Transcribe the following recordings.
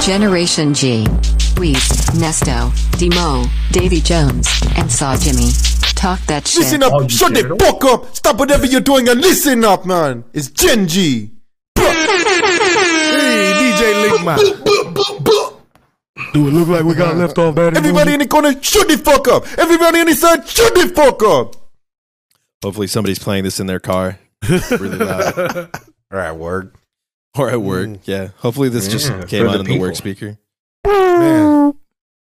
Generation G. Weez, Nesto, Demo, Davy Jones, and Saw Jimmy. Talk that shit. Listen up, Oh, you shut the scared him? fuck up, stop whatever you're doing and listen up, man. It's Gen G. Hey, DJ Ligma. Do it look like we got left off bad? Everybody in the corner, shut the fuck up. Everybody on the side, shut the fuck up. Hopefully somebody's playing this in their car really loud All right, word. or at work. Mm. Yeah. Hopefully this just came For out the in the people. work speaker. Man,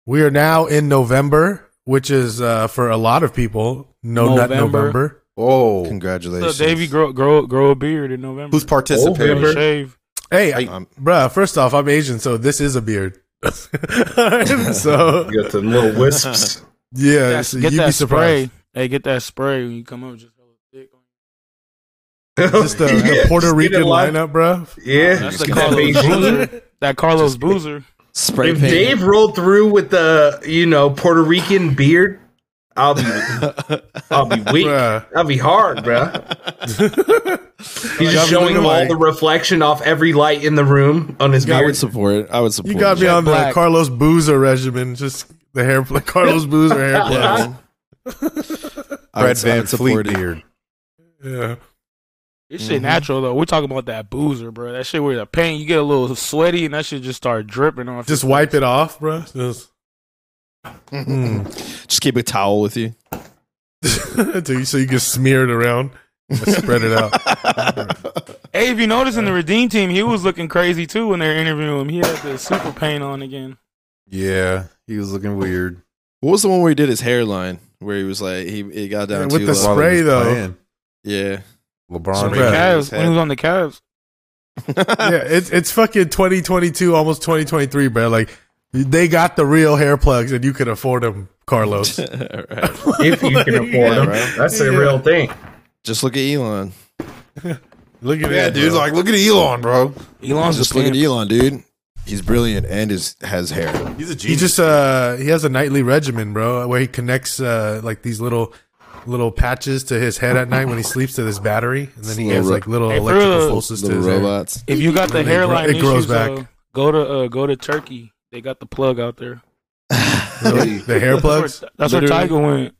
we are now in November, which is uh, for a lot of people no nut November. November. Oh, Congratulations. So Davey grow grow grow a beard in November. who's participating? November. shave? Hey, I- I, bruh, first off, I'm Asian, so this is a beard. so You got the little wisps. yeah, That's- so get you'd that be surprised. spray. Hey, get that spray when you come up. Just hella thick. Just the, the Puerto Rican lineup, bruh. Yeah, That's the Get that Carlos Beijing. Boozer. That Carlos Boozer. Spray if paint. Dave rolled through with the you know Puerto Rican beard, I'll be I'll be weak. Bruh. I'll be hard, bro. He's Like, I'm just showing him all like- the reflection off every light in the room on his I beard. would support. I would You support. got me it. on the Black. Carlos Boozer regimen. Just the hair, pl- Carlos Boozer hair plans. I would, I would support it. Yeah. This shit natural though. We're talking about that boozer, bro. That shit where the paint you get a little sweaty and that shit just start dripping off. Just wipe it off, bro. Just Mm. Just keep a towel with you. Until you- so you can smear it around, and spread it out. hey, if you notice in the redeem team, he was looking crazy too when they were interviewing him. He had the super paint on again. Yeah, he was looking weird. What was the one where he did his hairline? Where he was like he, he got down And too with the low. spray- though. Yeah. LeBron. the Bruh. Cavs, when he was on the Cavs. yeah, it's it's fucking 2022, almost 2023, bro. Like they got the real hair plugs, and you could afford them, Carlos. All right. if you can afford Yeah, him, bro. that's the real thing. Just look at Elon. Look at Yeah, that, dude. bro. Like, look at Elon, bro. Elon's Just just look at playing. Elon, dude. He's brilliant and is has hair. He's a genius. he just uh he has a nightly regimen, bro, where he connects uh like these little little patches to his head at night when he sleeps to this battery, and then he Little has ro- like little Hey, for electrical real, pulses to Little his head. robots. If you got the It gro- hairline it grows issues, uh, back. go to uh, go to Turkey. They got the plug out there. The hair plugs. That's where Literally. Tiger went.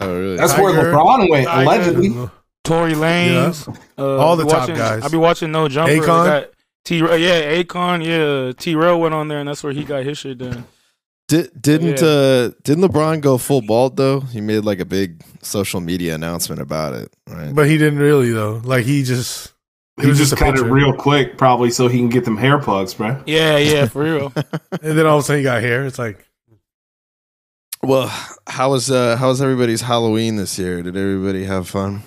Oh really? That's where Tiger. LeBron went Tiger. allegedly. Tory Lanez, uh, All the be top watching- guys. I be watching No Jumper. Akon? They got T. Yeah, Akon. Yeah, T. Rail went on there, and that's where he got his shit done. Did, didn't Yeah. uh, didn't LeBron go full bald though? He made like a big social media announcement about it, right? But he didn't really though. Like he just it He was just, just a cut it picture. real quick, probably so he can get them hair plugs, bro. Yeah, yeah, for real. and then all of a sudden he got hair. It's like well, how was uh, how was everybody's Halloween this year? Did everybody have fun?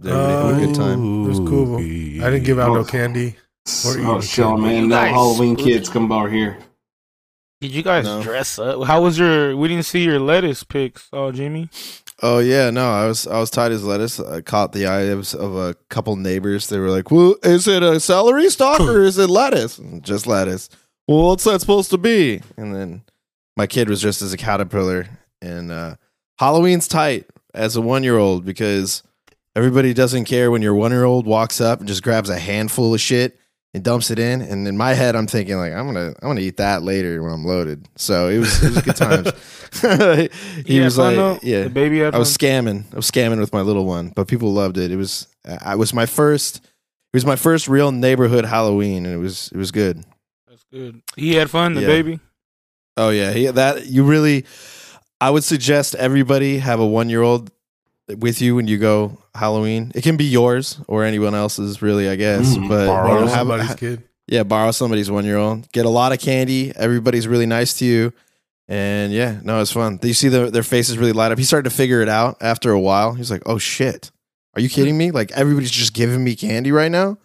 Did everybody have a good time? it was cool. I didn't give out no candy. Or I eat. was chilling, Oh, man. No Nice. Halloween kids come over here. Did you guys No. dress up? How was your? We didn't see your lettuce picks. Oh, Jimmy. Oh yeah, no, I was I was tied as lettuce. I caught the eye of, of a couple neighbors. They were like, "Well, is it a celery stalk or is it lettuce?" And just lettuce. Well, what's that supposed to be? And then my kid was dressed as a caterpillar. And uh, Halloween's tight as a one year old because everybody doesn't care when your one year old walks up and just grabs a handful of shit and dumps it in. And in my head, I'm thinking like, I'm gonna I'm gonna eat that later when I'm loaded. So it was it was good times. he had was fun, like, though? yeah. The baby had I was fun? scamming. I was scamming with my little one, but people loved it. It was I it was my first. It was my first real neighborhood Halloween, and it was it was good. That's good. He had fun. The Yeah. baby. Oh yeah, he, that you really. I would suggest everybody have a one year old with you when you go Halloween. It can be yours or anyone else's, really. I guess, Mm, but Borrow you know, have- somebody's kid. yeah, borrow somebody's one year old. Get a lot of candy. Everybody's really nice to you. And yeah, no, it's fun. You see the, their faces really light up. He started to figure it out after a while. He's like, oh shit. Are you kidding me? Like everybody's just giving me candy right now.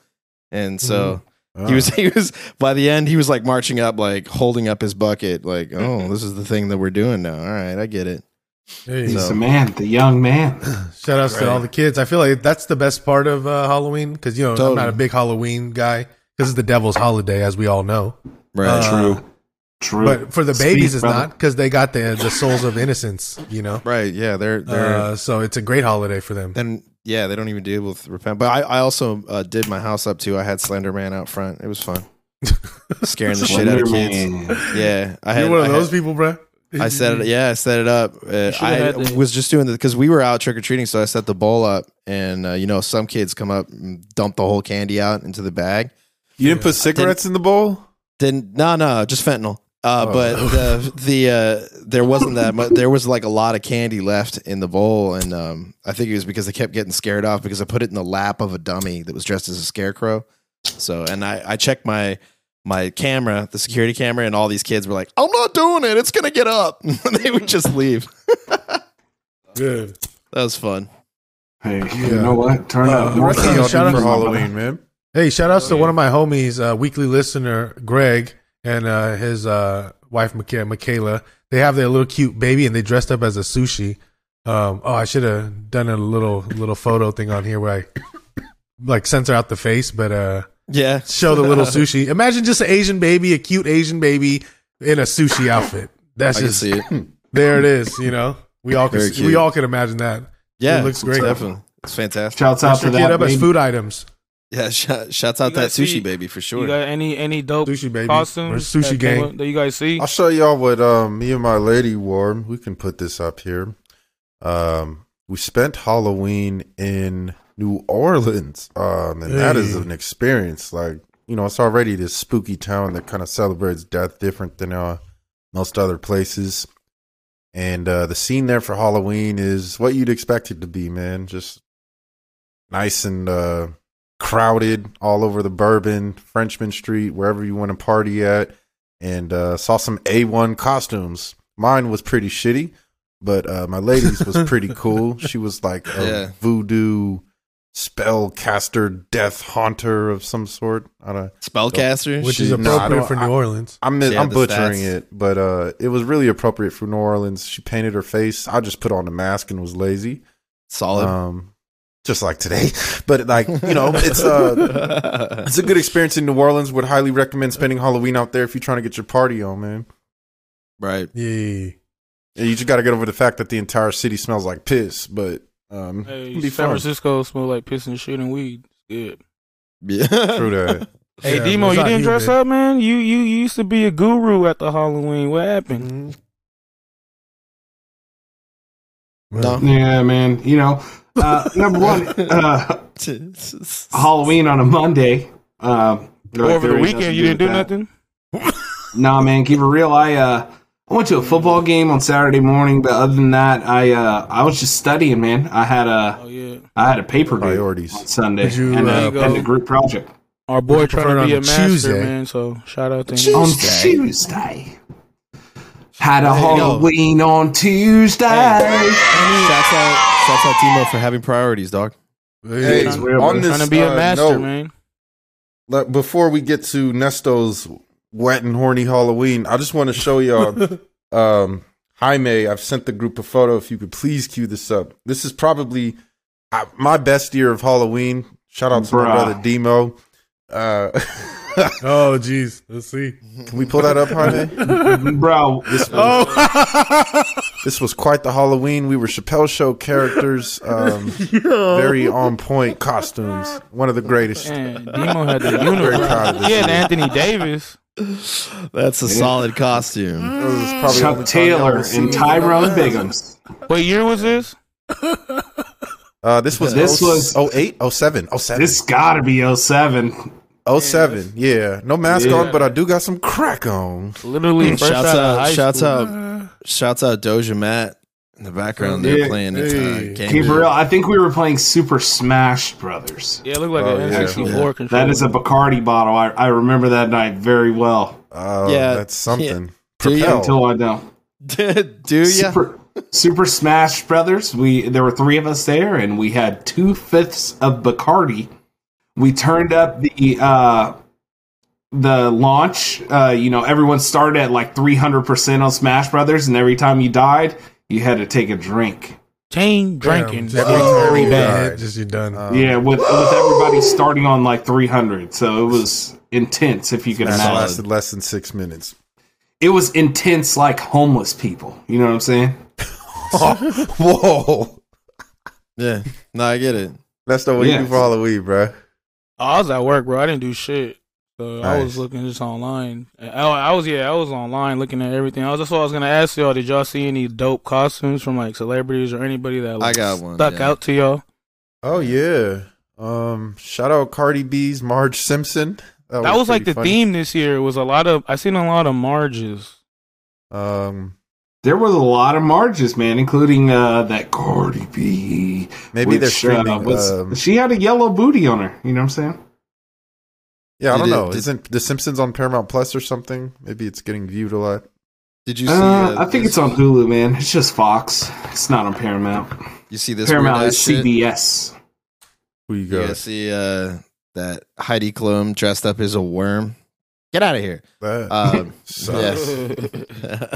And so Mm-hmm. he was, Ah. he was, by the end, he was like marching up, like holding up his bucket, like, oh, this is the thing that we're doing now. All right, I get it. Hey, So- He's the man, the young man. shout outs to all the kids. I feel like that's the best part of uh, Halloween because you know I'm Totally. not a big Halloween guy because it's the devil's holiday as we all know. Right. Uh, True, true. But for the Speak, babies, it's brother. not because they got the the souls of innocence. You know, right. Yeah. They're, they're, uh, so it's a great holiday for them. then yeah, they don't even deal with repent. But I, I also uh, did my house up too. I had Slender Man out front. It was fun. scaring the shit out Slender of kids. Man. Yeah, I had You're one I of had- those people, bro. I set it. Yeah, I set it up. Uh, I had the- was just doing that because we were out trick or treating, so I set the bowl up, and uh, you know, some kids come up and dump the whole candy out into the bag. You didn't put cigarettes in the bowl? Then no, no, just fentanyl. Oh. Uh, But the the uh, there wasn't that much. There was like a lot of candy left in the bowl, and um, I think it was because they kept getting scared off because I put it in the lap of a dummy that was dressed as a scarecrow. So, and I I checked my my camera, the security camera, and all these kids were like, "I'm not doing it. It's gonna get up." they would just leave. Yeah. That was fun. Hey, you know what? Turn up. The rest of Shout y'all out do to for my Halloween, man. Hey, shout outs to one of my homies, uh, weekly listener Greg, and uh, his uh, wife Micha- Michaela. They have their little cute baby, and they dressed up as a sushi. Um, oh, I should have done a little little photo thing on here where I like censor out the face, but uh, Yeah, show the little sushi. Imagine just an Asian baby, a cute Asian baby in a sushi outfit. That's I can just see it. there. It is. You know, we all Very can cute. we all can imagine that. Yeah, It looks great. Definitely, it's fantastic. Shouts out to Dress your kid that. up as baby. food items. Yeah, sh- shouts out You that guys sushi see- baby for sure. You got any any dope Sushi baby. costume Or sushi that came gang. up that you guys see? I'll show y'all what um, me and my lady wore. We can put this up here. Um, we spent Halloween in New Orleans, um, and that is Hey. an experience. Like you know, it's already this spooky town that kind of celebrates death different than uh, most other places. And uh, the scene there for Halloween is what you'd expect it to be, man. Just nice and uh, crowded all over the Bourbon, Frenchman Street, wherever you want to party at and uh, saw some A1 costumes. Mine was pretty shitty, but uh, my lady's was pretty cool. She was like a Yeah. voodoo spellcaster, death haunter of some sort. I don't. Spellcaster, which She- is Nah, I appropriate don't- for New I- Orleans. I'm She had I'm the butchering stats. it, but uh, it was really appropriate for New Orleans. She painted her face. I just put on the mask and was lazy, Uh, solid. um, just like today. But like you know, it's uh, it's a good experience in New Orleans. Would highly recommend spending Halloween out there if you're trying to get your party on, man. right. Yeah. Yeah, you just got to get over the fact that the entire city smells like piss, but um, Hey, it'll be San fun. Francisco smell like piss and shit and weed. Good. Yeah. True that. Hey Yeah, Demo, it's you not didn't dress humid. up, man. You you you used to be a guru at the Halloween. What happened? No. Yeah, man. You know, uh, number one, uh, Halloween on a Monday. Uh, like, Over there the ain't weekend, nothing you to didn't do with that. nothing. Nah, man, keep it real. I uh, I went to a football game on Saturday morning, but other than that, I uh, I was just studying, man. I had Oh a yeah, I had a paper due Priorities. on Sunday Did you, and, uh, uh, and a group project our boy prefer trying to it be a on a master, Tuesday. man. So shout out to him. on Tuesday. Tuesday. Had a Hey, yo. Halloween on Tuesday. Shouts out, shouts out, Timo for having priorities, dog. Hey, it's real, on bro. this Trying to be a uh, master, note, man. le- before we get to Nesto's wet and horny Halloween, I just want to show y'all. um, Jaime, I've sent the group a photo. If you could please cue this up, this is probably uh, my best year of Halloween. Shout out to my Bruh. brother Demo. Uh, Oh, jeez. Let's see. can we pull that up, Jaime? Bro, Oh, this was quite the Halloween. We were Chappelle Show characters. Um, very on point costumes. One of the greatest. Man, Demo had the Very proud of uniform. He this had dude. Anthony Davis. That's a solid costume. This is probably the only Chuck time y'all Taylor will see and me. Tyrone Biggums. What year was this? Uh, this was This was- 08, 07, 07, This gotta be 07. 07. Yeah, no mask on, but I do got some crack on. Literally first Shouts out, of out, high shouts school. out, shouts out, Doja Mat in the background. They're Yeah. playing it. Hey. Uh, game Keep it Boy. real. I think we were playing Super Smash Brothers. Yeah, it looked like Oh, an yeah. N64 Yeah. controller. That is a Bacardi bottle. I, I remember that night very well. Uh, Yeah, that's something. Do you- Propel. Until I don't. Do ya? Super, Super Smash Brothers. We there were three of us there, and we had two fifths of Bacardi. We turned up the uh, the launch. Uh, you know, everyone started at like three hundred percent on Smash Brothers, and every time you died, you had to take a drink. Team drinking. Damn, Whoa. every, every Alright. bad. Just you done. Uh, yeah, with with everybody starting on like three hundred, so it was intense. If you can That imagine, lasted less than six minutes. it was intense like homeless people. You know what I'm saying? Whoa, Yeah. No, I get it. that's the way you Yeah. do for Halloween, bro. I was at work, bro. I didn't do shit. So I was Nice. looking just online. I, I was yeah, I was online looking at everything. I was, that's what I was gonna ask y'all. Did y'all see any dope costumes from like celebrities or anybody that like, got one, stuck yeah. out to y'all? Oh yeah. Um, shout out Cardi B's Marge Simpson. That was, like pretty the theme this year. Was a lot of I seen a lot of Marges. funny. Um, There was a lot of marges, man, including uh, that Cardi B. maybe which, they're streaming. uh, was- um, she had a yellow booty on her. You know what I'm saying? yeah, I Did don't it- know. did- Isn't The Simpsons on Paramount Plus or something? Maybe it's getting viewed a lot. Did you see? Uh, uh, I think this- it's on Hulu, man. It's just Fox. It's not on Paramount. You see this Paramount weird is ass shit? CBS. Who you You got? guys see uh, that Heidi Klum dressed up as a worm? Get out of here. That Um, sucks. yes.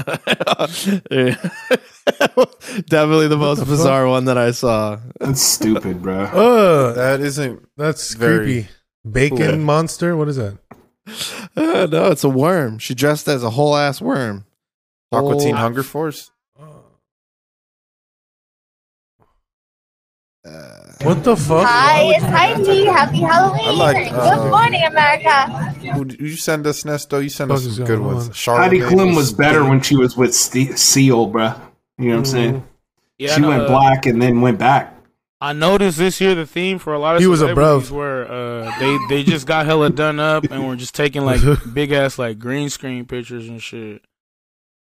Definitely the most bizarre one that I saw. That's stupid, bro. Ugh, That isn't. Uh, that's Very creepy. Bacon cool. monster. What is that? Uh, no, it's a worm. She dressed as a whole ass worm. Oh, Aqua Teen Oh, Whole- Hunger Force. uh, What the fuck? Hi, it's Heidi. Happy I Halloween. like, uh, Good morning, America. Who did you send us Nesto? You send us Fuck is some good going ones. on? Heidi Charlamagne Klum was better when she was with Ste Seal, bro. You know what I'm saying? Mm-hmm. Yeah, she I know, went uh, black and then went back. I noticed this year the theme for a lot of He was a celebrities bruv. were uh, they they just got hella done up and were just taking like big ass like green screen pictures and shit.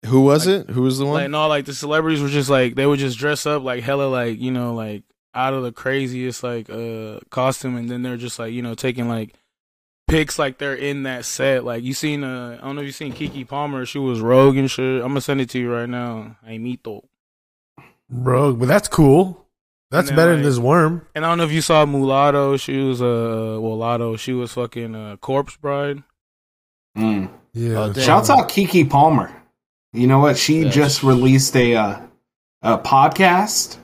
Who was it? Who was the Like one? no, like the celebrities were just like they would just dress up like hella like you know like out of the craziest like uh costume and then they're just like you know taking like pics like they're in that set. Like you seen uh I don't know if you seen Kiki Palmer, she was rogue and shit. I'm gonna send it to you right now. I mito. Bro, but that's cool. That's And then, better like- than this worm. And I don't know if you saw Mulatto. She was uh well Lotto. She was fucking uh, corpse bride. Mm. Yeah. Oh, damn. Shouts out Kiki Palmer. You know what? She Yeah. just released a uh, a podcast.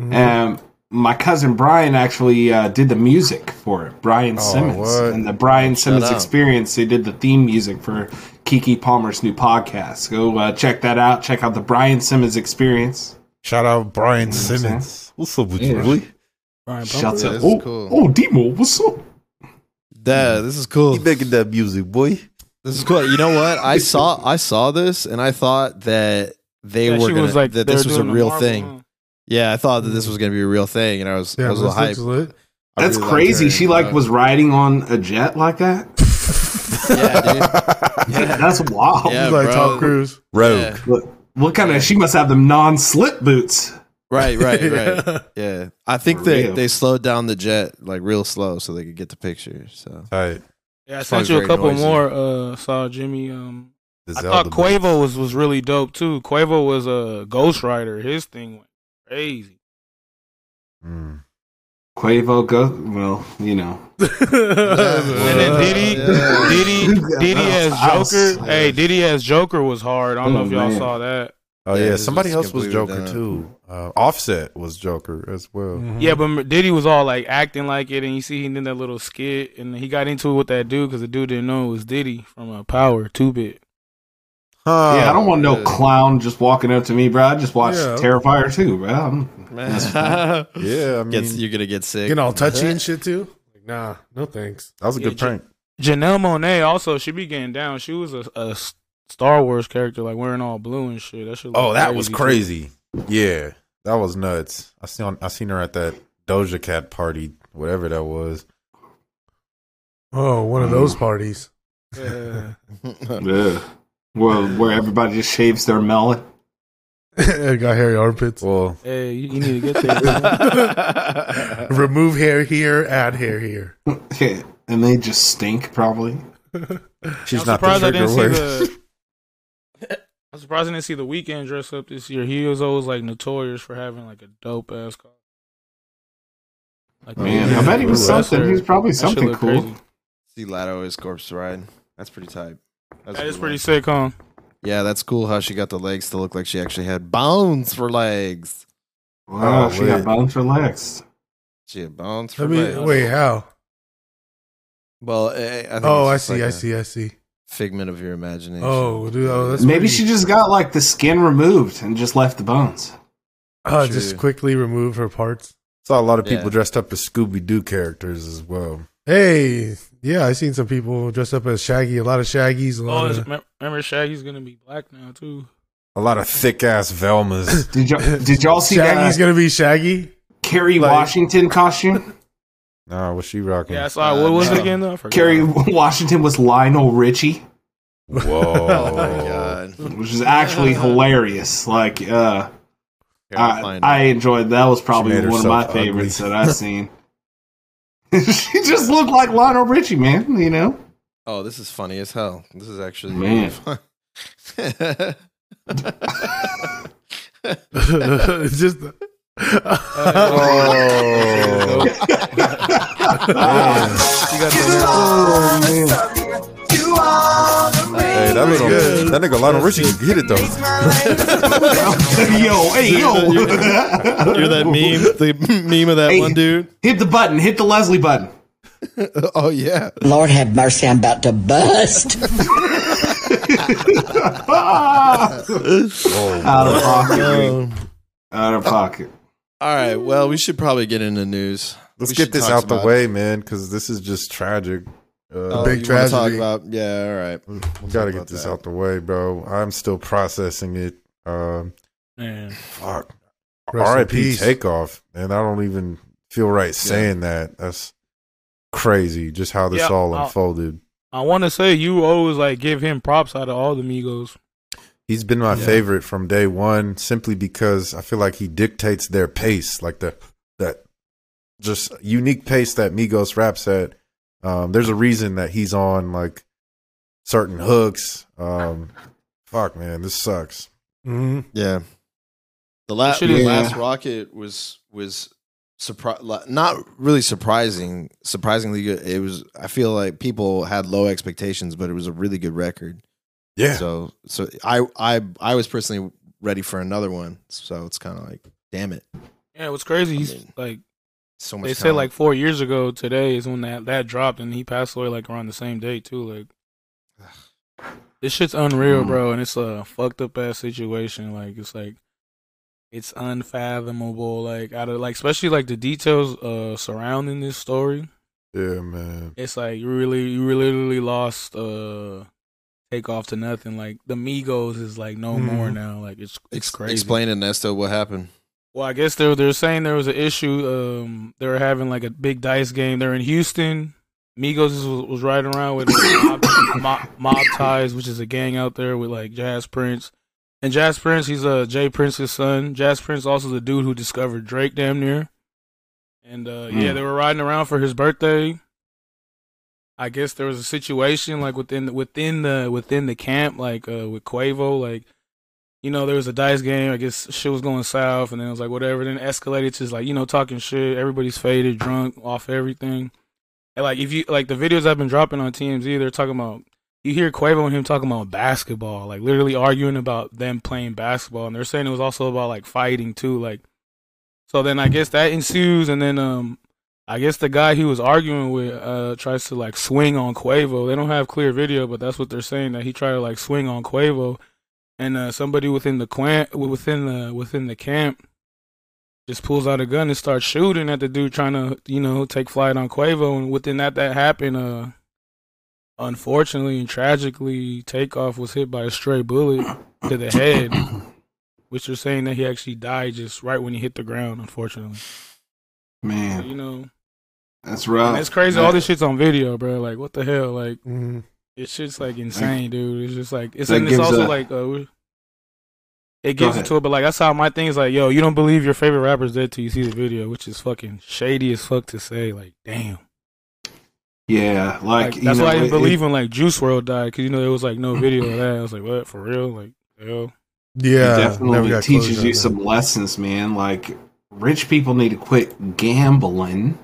Mhm. Um, my cousin Brian actually uh, did the music for it. Brian Oh, Simmons what? and the Brian Simmons out. Experience. They did the theme music for Kiki Palmer's new podcast. Go uh, check that out. Check out the Brian Simmons Experience. Shout out Brian know what I'm Simmons. What's up with Yeah. you, really? Brian Shouts yeah, out. this is Oh, cool. oh, Demo, what's up? Yeah, this is cool. He making that music, boy. This is cool. You know what? I saw I saw this and I thought that they Yeah, were she gonna, was like that they this were was a doing the real Marvel, thing. huh? Yeah, I thought that this was gonna be a real thing, and I was I Damn, was a little this hype. looks lit. I That's really liked crazy. her, She like uh, was riding on a jet like that. yeah, dude. Yeah. That's wild. Yeah, He's like bro. Tom Cruise. Rogue. Yeah. What, what kind of? She must have them non-slip boots. Right, right, right. Yeah, I think For they real. they slowed down the jet like real slow so they could get the picture. So Tight. Yeah, I This sent song's you a very couple noisy. more. Uh, saw Jimmy. Um, The I Zelda thought Quavo was, was really dope too. Quavo was a Ghost Rider. His thing went crazy. man. Quavo go. Well, you know. And then Uh, Diddy, yeah. Diddy, Yeah, Diddy that as was Joker. house. Hey, Diddy as Joker was hard. I don't know Oh, if y'all man. saw that. Oh Yeah, yeah, this somebody is else was completely Joker done. too. Uh, Offset was Joker as well. Mm-hmm. Yeah, but m- Diddy was all like acting like it, and you see he did that little skit, and he got into it with that dude because the dude didn't know it was Diddy from uh, Power Two Bit. Huh. yeah, I don't want no yeah. clown just walking up to me, bro. I just watched Yeah. Terrifier too, bro. I'm, Yeah, I mean, Gets- you're gonna get sick. Getting all touchy and shit too. Like, nah, no thanks. that was a Yeah, good J- prank. Janelle Monet also she be getting down. She was a, a S- Star Wars character, like wearing all blue and shit. That shit Oh, looked that was too. crazy. Yeah, that was nuts. I seen I seen her at that Doja Cat party, whatever that was. Oh, one of those parties. Yeah. Ugh. Well, where everybody just shaves their melon. Got hairy armpits. Well, hey, you, you need to get there. bro. Remove hair here, add hair here. and they just stink, probably. she's not I'm the surprised I didn't trigger see word. the. I'm surprised I didn't see the weekend dress up this year. He was always like notorious for having like a dope ass car. Like Man, maybe Oh, I bet he was Professor. something. He was probably That shit something looked cool. crazy. See Lato is corpse ride. That's pretty tight. That's a That good is one. pretty sick, huh? Yeah, that's cool. How she got the legs to look like she actually had bones for legs. Wow, Oh, she got wait. bones for legs. She had bones for I mean, legs. wait, how? Well, eh, I think Oh, I it's just see, like I a see, I see. Figment of your imagination. Oh, dude, oh, that's Maybe pretty- she just got like the skin removed and just left the bones. Oh, True. just quickly remove her parts. Saw a lot of people Yeah. dressed up as Scooby Doo characters as well. Hey, Yeah, I seen some people dressed up as Shaggy. A lot of Shaggies. A Oh, lot is- of, remem- remember Shaggy's gonna be black now too. A lot of thick ass Velmas. Did y'all did y'all see Shaggy's that gonna be Shaggy. Kerry like- Washington costume? nah, what's she rocking? Yeah, I saw. What was it Oh, no. again? Though? I forgot. Kerry Washington was Lionel Richie, Whoa. Oh, which is actually hilarious. Like uh, Here, I'll I, find I it. enjoyed that was probably She made one of my herself ugly. favorites that I've seen. she just looked like Lionel Richie, man. You know, oh, this is funny as hell. This is actually Man. fun. It's just Whoa. Hey, that little that nigga Lionel Richie could hit it though. yo, hey, yo, You're that meme, the meme of that Hey. one dude. hit the button, hit the Leslie button. Oh yeah, Lord have mercy, I'm about to bust. Ah, out of pocket, dude. um, out of pocket. All right. Well, we should probably get into news. Let's We get should this talk out the about- way, man, because this is just tragic. Uh, Oh, big you wanna tragedy. Talk about, yeah. All right. we gotta get this out the way, bro. I'm still processing it. Um, Man. fuck. Rest in R.I.P. peace. Takeoff, and I don't even feel right saying that. That's crazy. Just how this Yeah, all I'll- unfolded. I want to say you always like give him props out of all the Migos. He's been my favorite from day one, simply because I feel like he dictates their pace, like the that just unique pace that Migos raps at. Um, there's a reason that he's on like certain hooks. Um, fuck, man, this sucks. mhm. Yeah. The last should the have- last rocket was was surpri- not really surprising. Surprisingly good. It was. I feel like people had low expectations, but it was a really good record. Yeah, So so I I I was personally ready for another one. So it's kind of like, damn it, Yeah, what's crazy? He's I mean, like so much. they say, talent. like four years ago today is when that that dropped, and he passed away like around the same day too. Like this shit's unreal, Mm. bro, and it's a fucked up ass situation. Like it's like it's unfathomable. Like out of like especially like the details uh surrounding this story. yeah, man. It's like you really you really literally lost uh take off to nothing. Like the Migos is like no more Mhm. now. Like it's it's Mm-hmm. Ex- crazy. explain it, Nesto. What happened? Well, I guess they're they're saying there was an issue. Um, they were having like a big dice game. They're in Houston. Migos was, was riding around with mob, mob, mob ties, which is a gang out there with like Jazz Prince. And Jazz Prince, he's uh, Jay Prince's son. Jazz Prince also the dude who discovered Drake, damn near. And uh, yeah, Hmm. they were riding around for his birthday. I guess there was a situation like within within the within the camp, like uh, with Quavo, like you know, there was a dice game. I guess shit was going south, and then it was like whatever. Then it escalated to just, like you know talking shit. Everybody's faded, drunk, off everything. And like if you like the videos I've been dropping on TMZ, they're talking about you hear Quavo and him talking about basketball, like literally arguing about them playing basketball, and they're saying it was also about like fighting too. Like so, then I guess that ensues, and then um. I guess the guy he was arguing with uh, tries to like swing on Quavo. They don't have clear video, but that's what they're saying that he tried to like swing on Quavo and uh, somebody within the clan, within the within the camp, just pulls out a gun and starts shooting at the dude trying to, you know, take flight on Quavo. And within that, that happened. Uh, unfortunately and tragically, Takeoff was hit by a stray bullet to the head, which they're saying that he actually died just right when he hit the ground. Unfortunately, So, Man, you know, that's and rough. it's crazy. All this shit's on video, bro. Like, what the hell? Like, Mhm. it's shit's like insane, dude. It's just like it's That and it's gives also a- like uh, it gives ahead. it to it, but like that's how my thing is like, yo, you don't believe your favorite rapper's dead till you see the video, which is fucking shady as fuck to say. Like, damn, Yeah, like, like, you that's know, why I it- didn't it- believe when like Juice World died because you know there was like no video of that. I was like, what for real? Like, yo, Yeah, never it definitely got teaches closure you on some lessons, man. Like rich people need to quit gambling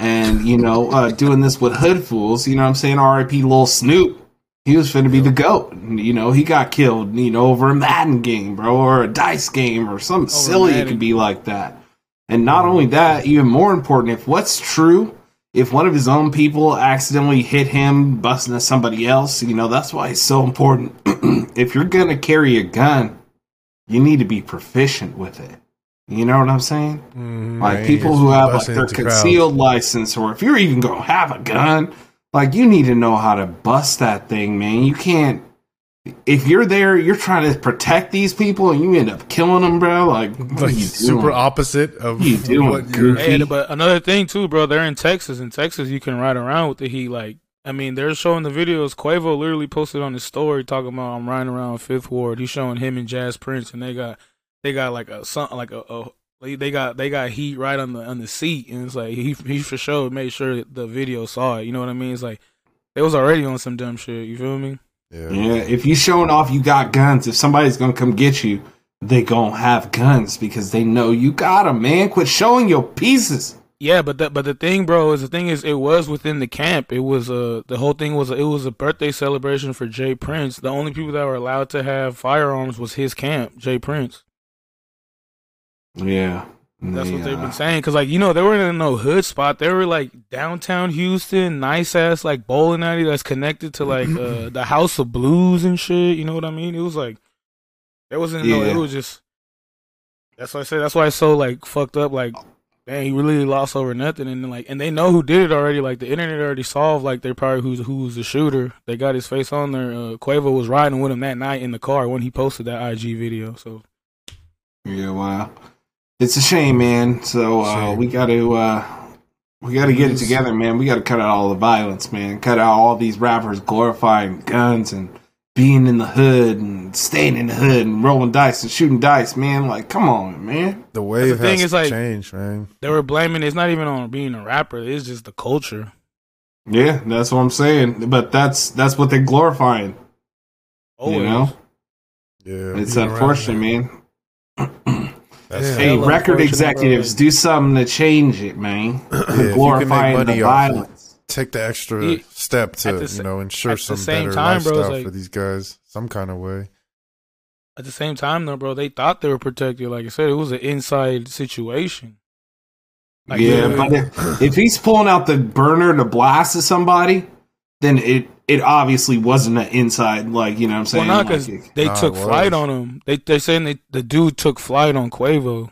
and you know uh, doing this with hood fools. You know what I'm saying? R.I.P. Lil Snoop. He was finna be the goat. And, You know, he got killed, you know, over a Madden game, bro, or a dice game or something silly. It Madden. could be like that. And not only that, even more important, if what's true, if one of his own people accidentally hit him, busting at somebody else, you know, that's why it's so important. if you're going to carry a gun, you need to be proficient with it. You know what I'm saying? that. Mhm. Like Right. people who have like Busting their into crowds. concealed license, or if you're even gonna have a gun, Like you need to know how to bust that thing, man. You can't. If you're there, you're trying to protect these people, and you end up killing them, bro. Like, what are Like you super doing? opposite of You doing you're- goofy. Hey, but another thing too, bro. They're in Texas. In Texas, you can ride around with the heat. Like, I mean, they're showing the videos. Quavo literally posted on his story talking about I'm riding around Fifth Ward. He's showing him and Jazz Prince, and they got they got like a something like a, a they- they got they got heat right on the on the seat, and it's like he he for sure made sure that the video saw it. You know what I mean? It's like they was already on some dumb shit. You feel me? Yeah. Yeah, if you showing off you got guns, if somebody's gonna come get you, they gonna have guns because they know you got 'em, man. Quit showing your pieces. Yeah, but the, but the thing, bro, is the thing is it was within the camp. It was uh the whole thing was it was a birthday celebration for Jay Prince. The only people that were allowed to have firearms was his camp, Jay Prince. Yeah, That's what they've uh, been saying. Cause like you know they were in no hood spot. They were like downtown Houston, nice ass like bowling alley that's connected to like uh the House of Blues and shit. You know what I mean? It was like it wasn't no. Yeah. It was just that's why I say that's why it's so like fucked up. Like man, he really lost over nothing. And then, like and they know who did it already. Like the internet already solved. Like they probably who's who's the shooter. They got his face on there. Uh, Quavo was riding with him that night in the car when he posted that IG video. So Yeah, wow. It's a shame, man. So uh, Shame. we got to uh, we got to get it together, man. We got to cut out all the violence, man. Cut out all these rappers glorifying guns and being in the hood and staying in the hood and rolling dice and shooting dice, man. Like, come on, man. The wave thing has is, like- changed, man. they were blaming. It's not even on being a rapper. It's just the culture. Yeah, that's what I'm saying. But that's that's what they're glorifying. Oh, you know, Yeah. it's You're right, unfortunate, man. That's Yeah. Hey, hella record unfortunate, executives, bro. do something to change it, man. if you can make glorifying the money off it. violence. take the extra Yeah. step to At the sa- you know ensure at the some same better time, bro, it's lifestyle like- for these guys some kind of way At the same time, though, bro, they thought they were protected. Like I said, it was an inside situation. Like, yeah, they- but if, if he's pulling out the burner to blast at somebody, then it it obviously wasn't an inside. Like you know what well, I'm saying? not Like, because it- they Nah, took it was. flight on him. They they're saying they, the dude took flight on Quavo.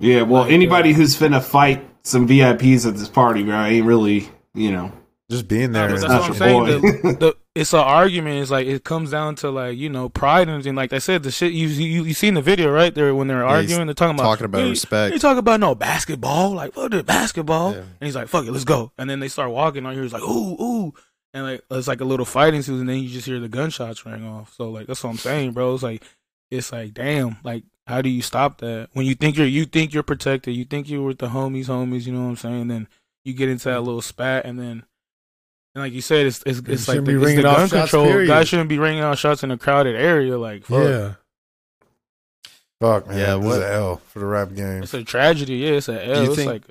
yeah. Well, like, uh, anybody who's finna fight some VIPs at this party, bro, ain't really you know. just being there No, is but that's what I'm That's your saying. boy. The, the, it's an argument. It's like it comes down to like you know pride and everything. Like I said, the shit you you you seen the video right there when they're Yeah, he's arguing. They're talking about talking about "Hey, respect." You talk about no basketball. Like fuck the basketball. Yeah. And he's like fuck it, let's go. And then they start walking. on here he's like ooh ooh. And like it's like a little fighting season. And then you just hear the gunshots ring off. So like that's what I'm saying, bro. It's like it's like damn. Like how do you stop that when you think you're you think you're protected? You think you're with the homies, homies. You know what I'm saying? Then you get into that little spat, and then, and like you said, it's it's, You it's like shouldn't the, be it's the ringing off gun shots, control. period. Guys shouldn't be ringing out shots in a crowded area. Like, fuck. Yeah. fuck man Yeah, yeah this what- is an l for the rap game it's a tragedy. Yeah, it's a L. you It's think- like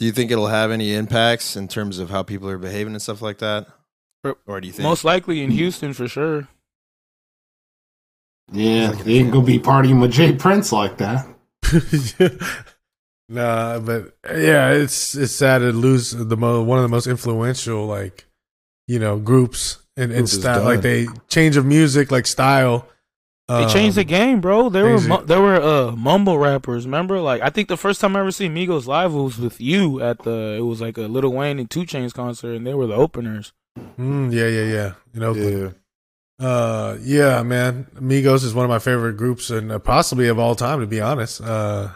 Do you think it'll have any impacts in terms of how people are behaving and stuff like that? For- Or do you think most likely in Houston for sure. Yeah, they ain't gonna be partying with Jay Prince like that. nah, but yeah, it's it's sad to lose the mo- one of the most influential like you know groups and and Group is style done. like they change of music like style. They changed the um, game, bro. They were crazy. mu- they were uh, mumble rappers. Remember, like I think the first time I ever seen Migos live was with you at the. It was like a Little Wayne and Two Chains concert, and they were the openers. Mm, yeah, yeah, yeah. You know, yeah Uh, yeah, man. Migos is one of my favorite groups and uh, possibly of all time, to be honest. Uh,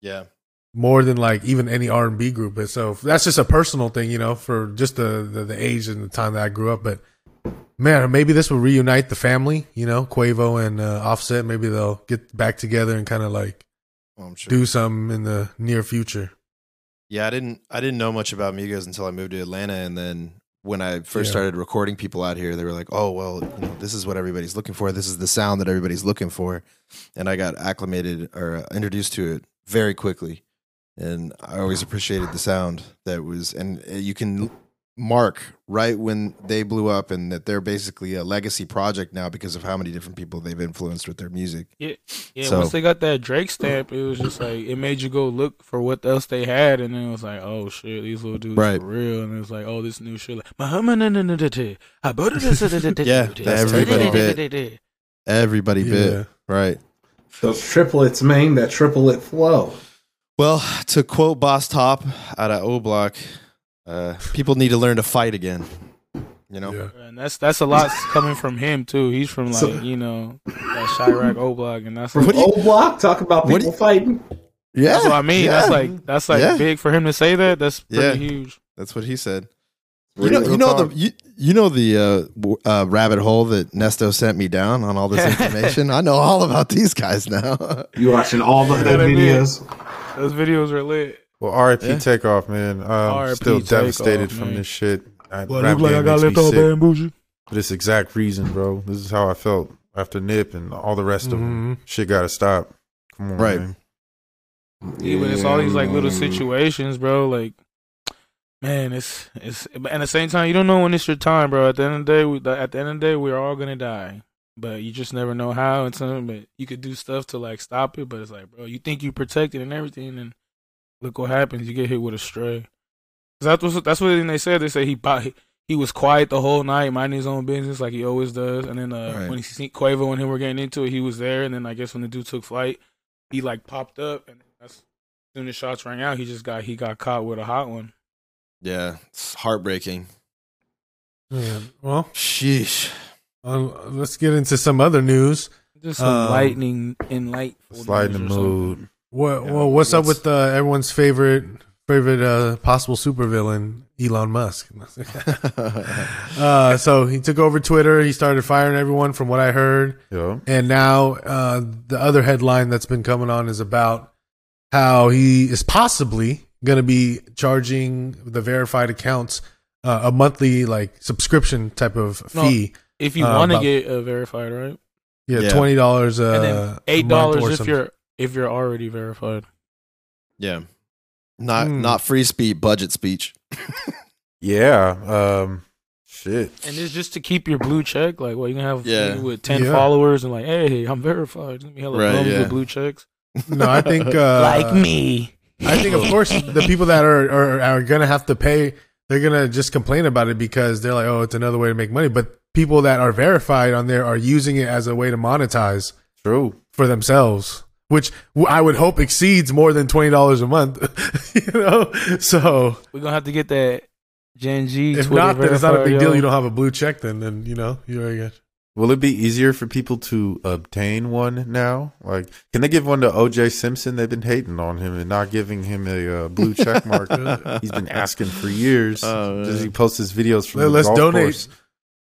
Yeah. more than like even any R and B group. But so that's just a personal thing, you know, for just the, the the age and the time that I grew up. But man, maybe this will reunite the family, you know, Quavo and uh, Offset. Maybe they'll get back together and kind of like Well, I'm sure. do something in the near future. Yeah, I didn't I didn't know much about Migos until I moved to Atlanta and then when I first Yeah. started recording people out here, they were like, "Oh, well, you know, this is what everybody's looking for. This is the sound that everybody's looking for." And I got acclimated or uh, introduced to it very quickly. And I always appreciated the sound that was and uh, you can mark right when they blew up and that they're basically a legacy project now because of how many different people they've influenced with their music. Yeah, yeah. So- Once they got that Drake stamp, it was just like it made you go look for what else they had, and then it was like, oh shit, these little dudes Right. for real, and it was like, oh this new shit, like Muhammad- I bought this- Yeah, everybody bit. Everybody Yeah. bit, right? Those triplets, man. That triplet flow. Well, to quote Boss Top out of O Block, Uh, people need to learn to fight again. You know, Yeah. And that's that's a lot coming from him too. He's from like you know that Chirac Oblak, and that's What do you- Old block, talk about What people fighting. yeah, that's what I mean. That's yeah. like that's like Yeah. big for him to say that. That's pretty Yeah. huge. that's what he said. You Really? know, you Real know talk. the you, you know the uh, w- uh, rabbit hole that Nesto sent me down on all this information. I know all about these guys now. You watching all the Yeah, they did. videos? Those videos are lit. Well, RIP Yeah. Takeoff, man. I'm R.I.P. still Takeoff, devastated from man. this shit. I, But rap look like game I got makes left me all sick bad bougie. for this exact reason, bro. This is how I felt after Nip and all the rest of 'em. Mm-hmm. Mhm. Shit got to stop. Come on, Right. man. Even it's all these like little situations, bro. Like, man, it's it's. but at the same time, you don't know when it's your time, bro. At the end of the day, we, at the end of the day, we're all gonna die. But you just never know how. And something, but you could do stuff to like stop it. But it's like, bro, you think you protected and everything, and look what happens. You get hit with a stray. 'Cause That's what that's what they said. They say he bought. He was quiet the whole night, minding his own business like he always does. And then uh, Right. when he seen Quavo and him were getting into it, he was there. And then I guess when the dude took flight, he like popped up, and that's as soon as shots rang out, he just got he got caught with a hot one. yeah, it's heartbreaking. Yeah. Well, Sheesh. uh, let's get into some other news. Just some Um, lightning in light. Sliding the mood. What? well, what's up what's- with uh, everyone's favorite favorite uh, possible supervillain, Elon Musk? uh, so he took over Twitter. He started firing everyone, from what I heard. Yo. And now uh, the other headline that's been coming on is about how he is possibly going to be charging the verified accounts uh, a monthly like subscription type of No, fee. If you Uh, want to about- get uh, verified, right? Yeah, Yeah. twenty dollars. Uh, and then eight a month or dollars if something. you're if you're already verified. Yeah. Not Hmm. not free speech, budget speech. Yeah. Um, shit. And it's just to keep your blue check. Like, well, you can have Yeah. you with ten Yeah. followers and like, hey, I'm verified. Let me hella Right, thumbs yeah. with blue checks. No, I think uh, me. I think, of course, the people that are are, are going to have to pay, they're going to just complain about it because they're like, oh, it's another way to make money. But people that are verified on there are using it as a way to monetize True. for themselves, which w- I would hope exceeds more than twenty dollars a month. you know, so We're gonna have to get that Gen G. if Twitter not, then it's not a verified, big yo. deal. You don't have a blue check, then then you know you're already good. Will it be easier for people to obtain one now? Like, can they give one to OJ Simpson? They've been hating on him and not giving him a uh, blue check mark. He's been asking for years. Oh, Does man. he post his videos from Let- the let's golf donate. course?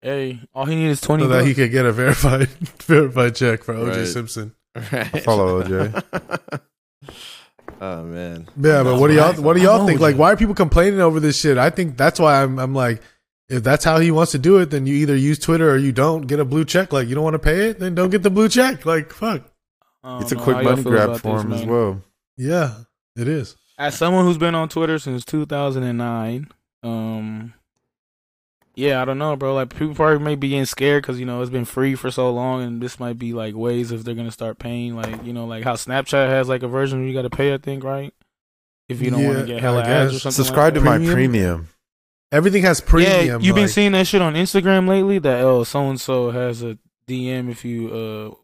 Hey, all he needs is twenty. so that he bucks. could get a verified verified check for OJ Right. Simpson. Right. follow OJ. oh man. Yeah, but what do y'all Right. what do y'all think? know, Like, yeah. why are people complaining over this shit? I think that's why I'm I'm like, if that's how he wants to do it, then you either use Twitter or you don't get a blue check. Like, you don't want to pay it, then don't get the blue check. Like, fuck. I don't It's a know quick how y'all money feel grab about for this, him as man. well. Yeah, it is. as someone who's been on Twitter since 2009, um, yeah, I don't know, bro. Like people probably may be getting scared because you know it's been free for so long, and this might be like ways if they're gonna start paying, like you know, like how Snapchat has like a version where you gotta pay, I think, right? If you don't want Yeah, to get hella I ads or guess. something. Subscribe to like my Premium? premium. Everything has that. premium. Yeah, you've been like- seeing that shit on Instagram lately. That oh, so and so has a DM if you uh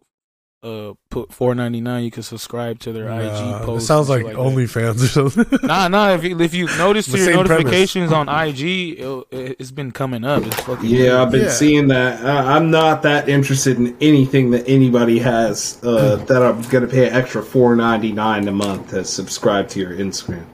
uh put 4.99, you can subscribe to their Nah, IG it post. sounds and like shit that. OnlyFans or something. Nah, nah. If you, if you notice The to your same premise. notifications on IG, it'll, it- it's been coming up. It's fucking Yeah, I've been Yeah. seeing that. I, I'm not that interested in anything that anybody has uh, Hmm. that I'm going to pay an extra four ninety nine a month to subscribe to your Instagram.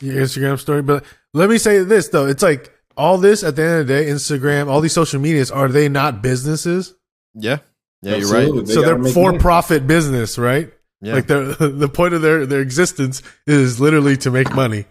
your Instagram story. But let me say this though, it's like all this at the end of the day, Instagram, all these social medias, are they not businesses? Yeah. Yeah, you're Absolutely. right. They so gotta they're make for money. profit business, right? Yeah. Like their the point of their their existence is literally to make money,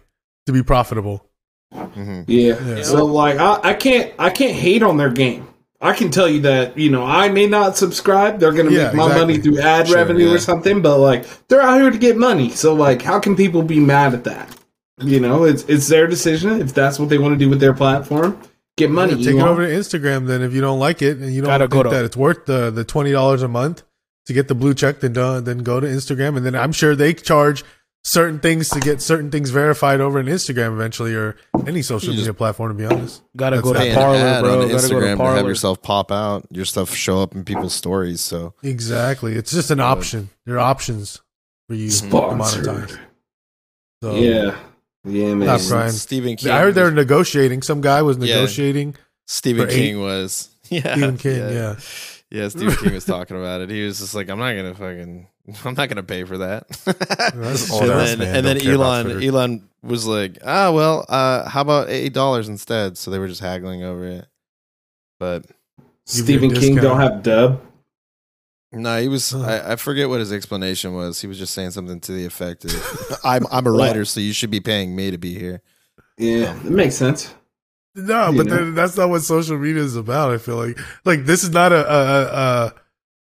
to be profitable. Mhm. Yeah. Yeah. So like, I, I can't I can't hate on their game. I can tell you that you know I may not subscribe. They're going to Yeah, make my exactly. money through ad Sure, revenue yeah. or something, but like they're out here to get money. So like, how can people be mad at that? You know, it's it's their decision if that's what they want to do with their platform. Get money. Yeah, take it Elon. over to Instagram then if you don't like it and you don't Gotta think go to- that it's worth the the twenty dollars a month to get the blue check, then don't, then go to Instagram and then I'm sure they charge certain things to get certain things verified over in Instagram eventually or any social You just- media platform to be honest. gotta go That's to Pay an parlor, ad bro. on Gotta Instagram go to to have parlor. yourself pop out. Your stuff show up in people's stories. So Exactly. It's just an option. There are options for you to Sponsored. monetize. So Yeah. Yeah, Not man. Stop crying. Stephen King. I heard they're negotiating. Some guy was Yeah. negotiating. Stephen for King was. Yeah. Stephen King, yeah. Yeah, Stephen King was talking about it. He was just like, I'm not gonna fucking I'm not gonna pay for that. That's and old-ass then, man, and then don't care about Elon Twitter. Elon was like, Ah well, uh, how about eight dollars instead? So they were just haggling over it. But Stephen Give King me a don't discount. have dub. no, he was I, I forget what his explanation was. He was just saying something to the effect of I'm I'm a writer, so you should be paying me to be here. Yeah, that makes sense. No, You but know? then that's not what social media is about. I feel like like this is not a, a, a, a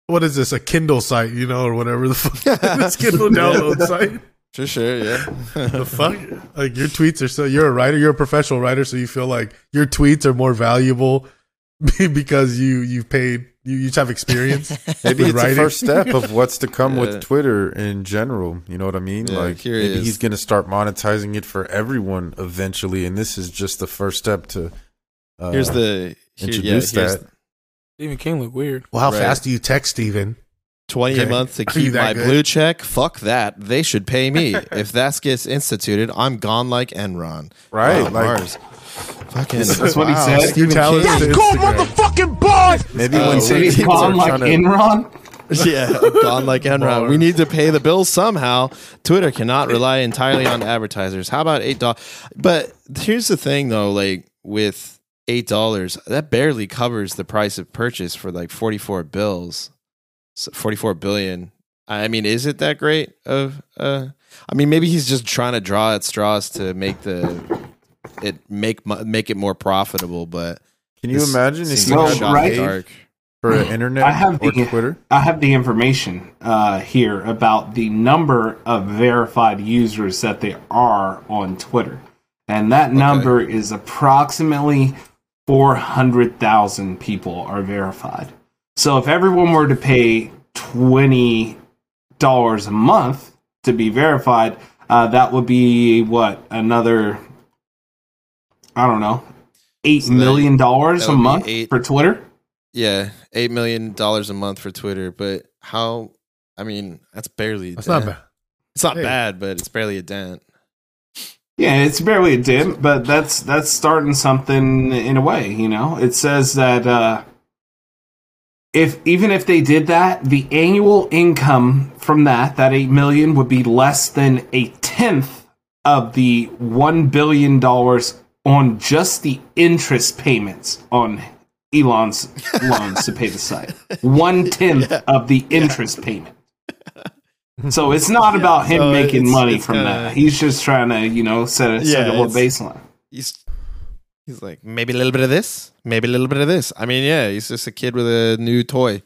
what is this a Kindle site, you know, or whatever the fuck this Kindle download site. For sure, yeah. The fuck, like your tweets are so. You're a writer. You're a professional writer, so you feel like your tweets are more valuable because you you paid you you have experience. Maybe with it's the first step of what's to come Yeah. with Twitter in general. You know what I mean? Yeah, like here it maybe is. he's going to start monetizing it for everyone eventually, and this is just the first step to. Uh, Here's the here, yeah, introduce here's that. Stephen King look weird. Well, how Right. fast do you text, Steven? 20 a Okay. month to Are you keep that my good? blue check. Fuck that. They should pay me. if that gets instituted, I'm gone like Enron. Right, Wow, like- Mars. Fucking. That's what he said. Your talents to Instagram. Maybe Uh, when so certain he's people Gone are like trying to Enron. yeah, gone like Enron. We need to pay the bills somehow. Twitter cannot rely entirely on advertisers. How about eight dollars? But here's the thing, though. Like with eight dollars, that barely covers the price of purchase for like forty-four bills, so forty-four billion. I mean, is it that great? Of, uh, I mean, maybe he's just trying to draw at straws to make the it make mo- make it more profitable. But Can you this imagine if seems you Well, a had shot in to the right? pay dark? for internet I have or the- Twitter? I have the information uh, here about the number of verified users that there are on Twitter. And that number is approximately 400,000 people are verified. So if everyone were to pay $20 a month to be verified, uh, that would be what? Another, I don't know, eight So that- million dollars that a would be month eight- for Twitter? Yeah, eight million dollars a month for Twitter, but how? I mean, that's barely. a That's dent. not bad. It's not Hey. bad, but it's barely a dent. Yeah, it's barely a dip, but that's that's starting something in a way. You know, it says that uh, if even if they did that, the annual income from that that eight million would be less than a tenth of the one billion dollars on just the interest payments on Elon's loans to pay the site. One tenth of the interest payment. So it's not about him so making it's- money it's from kinda- that. He's just trying to, you know, set a, set Yeah, a little it's- baseline. He's he's like maybe a little bit of this, maybe a little bit of this. I mean, yeah, he's just a kid with a new toy,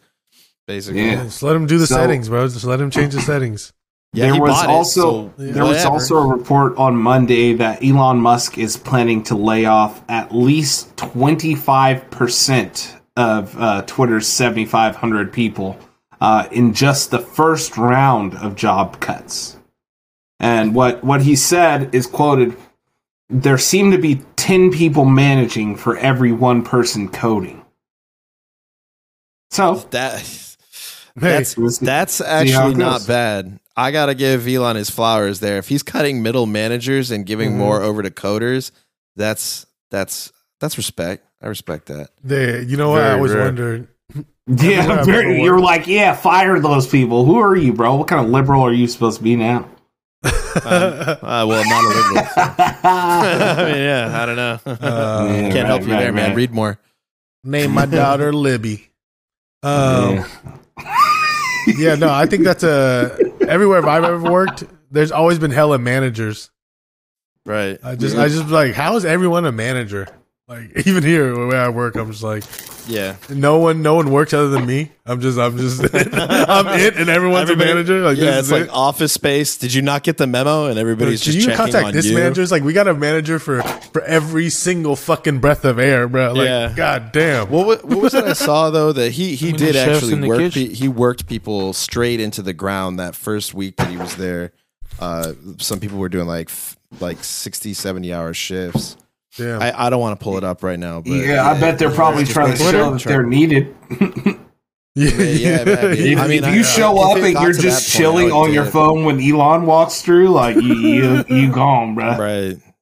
basically. Yeah. Just let him do the So- settings, bro. Just let him change the settings. Yeah, there he was bought it, also so there was whatever. also a report on Monday that Elon Musk is planning to lay off at least twenty five percent of uh, Twitter's seventy five hundred people uh, in just the first round of job cuts. And what what he said is quoted: "There seem to be ten people managing for every one person coding." So that. Hey. That's that's actually it not goes. bad. I gotta give Elon his flowers there. If he's cutting middle managers and giving Mm-hmm. more over to coders, that's that's that's respect. I respect that. They, you know what? I Very always rare. wondered. what Yeah, I've very- ever you're worked. like, yeah, fire those people. Who are you, bro? What kind of liberal are you supposed to be now? Uh, well, not illegal. I mean, yeah, I don't know. Uh, Can't right, help you right, there, man. right. Read more. name my daughter Libby. Um, Yeah. yeah, no, I think that's a everywhere I've ever worked. There's always been hella managers. Right. I just, I just like, how is everyone a manager? Like even here where I work, I'm just like, Yeah. no one, no one works other than me. I'm just, I'm just, I'm it, and everyone's Everybody- a manager. Like, yeah, this it's is like it. office space. Did you not get the memo? And everybody's Can just you checking contact on this you. manager? It's like we got a manager for for every single fucking breath of air, bro. Like, Yeah. god damn. What, wa- what was it I saw though that he he many did chefs actually in the work kitchen? pe- he worked people straight into the ground that first week that he was there. Uh, some people were doing like f- like 60 70 hour shifts. damn. I, I don't want to pull it up right now, but yeah, I bet they're probably trying to Twitter? show that they're needed. Yeah, yeah, man. If, I mean, if I- you I- show if up it and got you're to just that point, I chilling would've on did your it. phone when Elon walks through, like you you, you gone, bruh. right?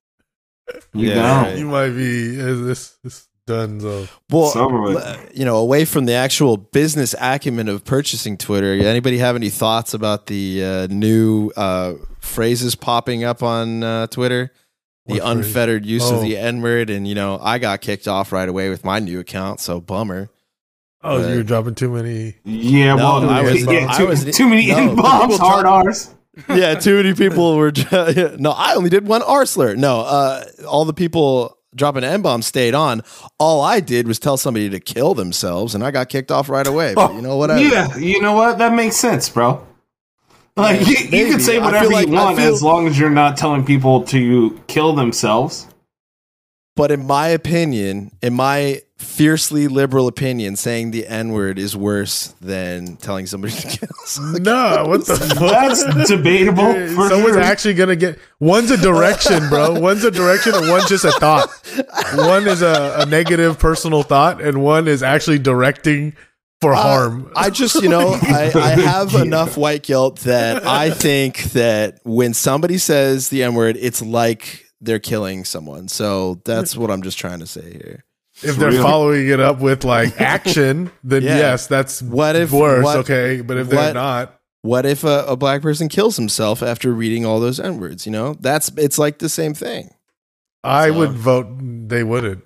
You Yeah, gone. right. You might be uh, this, this done though. Well, Some of it. l- you know, away from the actual business acumen of purchasing Twitter, anybody have any thoughts about the uh, new uh, phrases popping up on uh, Twitter? The What phrase? unfettered use Oh. of the N word, and you know, I got kicked off right away with my new account, so bummer. Oh, Right. you're dropping too many. No, Yeah, well, I was- yeah, I too, was- too many no, in bombs, people hard talk- R's. yeah, too many people were. Ju- no, I only did one R slur. No, uh, all the people dropping N bomb stayed on. All I did was tell somebody to kill themselves, and I got kicked off right away. But you know what? Yeah, you know what? That makes sense, bro. Like you, you maybe. can say I whatever feel like- you I want feel- as long as you're not telling people to kill themselves. But in my opinion, in my fiercely liberal opinion, saying the N word is worse than telling somebody to kill. someone. No, what the fuck? That's debatable. For Someone's sure. actually gonna get one's a direction, bro. One's a direction, and one's just a thought. One is a, a negative personal thought, and one is actually directing for harm. Uh, I just, you know, I, I have enough white guilt that I think that when somebody says the N word, it's like they're killing someone. So that's what I'm just trying to say here. if they're following it up with like action, then Yeah. yes, that's What if- worse. what- okay, but if they're what- not, What if a, a black person kills himself after reading all those N words? You know, that's it's like the same thing. I So- would vote they wouldn't.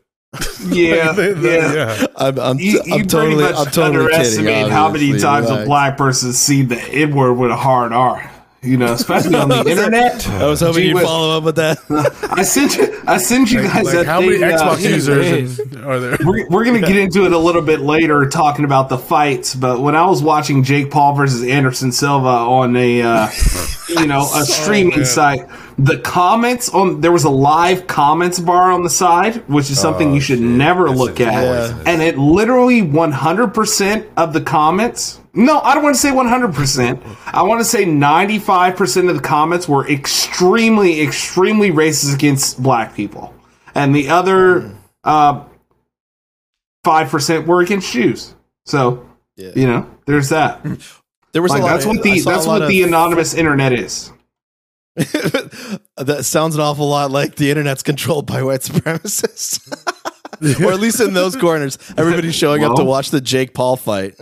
yeah, They- they- yeah. I'm, I'm, You, you I'm pretty totally, much I'm totally underestimate kidding. how many obviously, times a relax. black person see the N word with a hard R. You know, especially on the internet. I was hoping Gee you'd whiz. follow up with that. I sent you. I sent you Like, guys like, that how thing, many Xbox uh, users and- are there? We're, we're going to get into it a little bit later talking about the fights, but when I was watching Jake Paul versus Anderson Silva on a uh, you know, a streaming site, the comments on there was a live comments bar on the side, which is something you should never look at. And it literally 100% of the comments no, I don't want to say 100%. I want to say 95% of the comments were extremely, extremely racist against black people. And the Mm. other uh, five percent were against Jews. So Yeah. you know, there's that. There was Like a lot that's of- what I the saw a that's lot what of- the anonymous internet is. that sounds an awful lot like the internet's controlled by white supremacists. or at least in those corners, everybody's showing up to Well. watch the Jake Paul fight.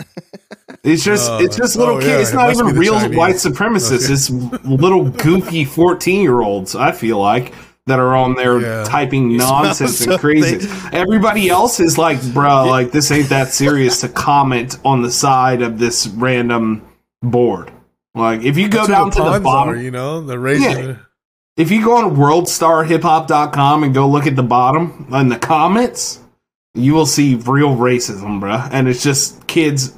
It's just it's just little oh, kids. yeah, it's it not must be even the real Chinese. white supremacists. It's little goofy fourteen year olds. I feel like that are on there Yeah. typing nonsense and crazy. Everybody else is like, bruh, like this ain't that serious to comment on the side of this random board. Like if you go That's who down to the pawns bottom, are, you know, the raising. Yeah. if you go on worldstarhiphop.com and go look at the bottom in the comments, you will see real racism, bruh. And it's just kids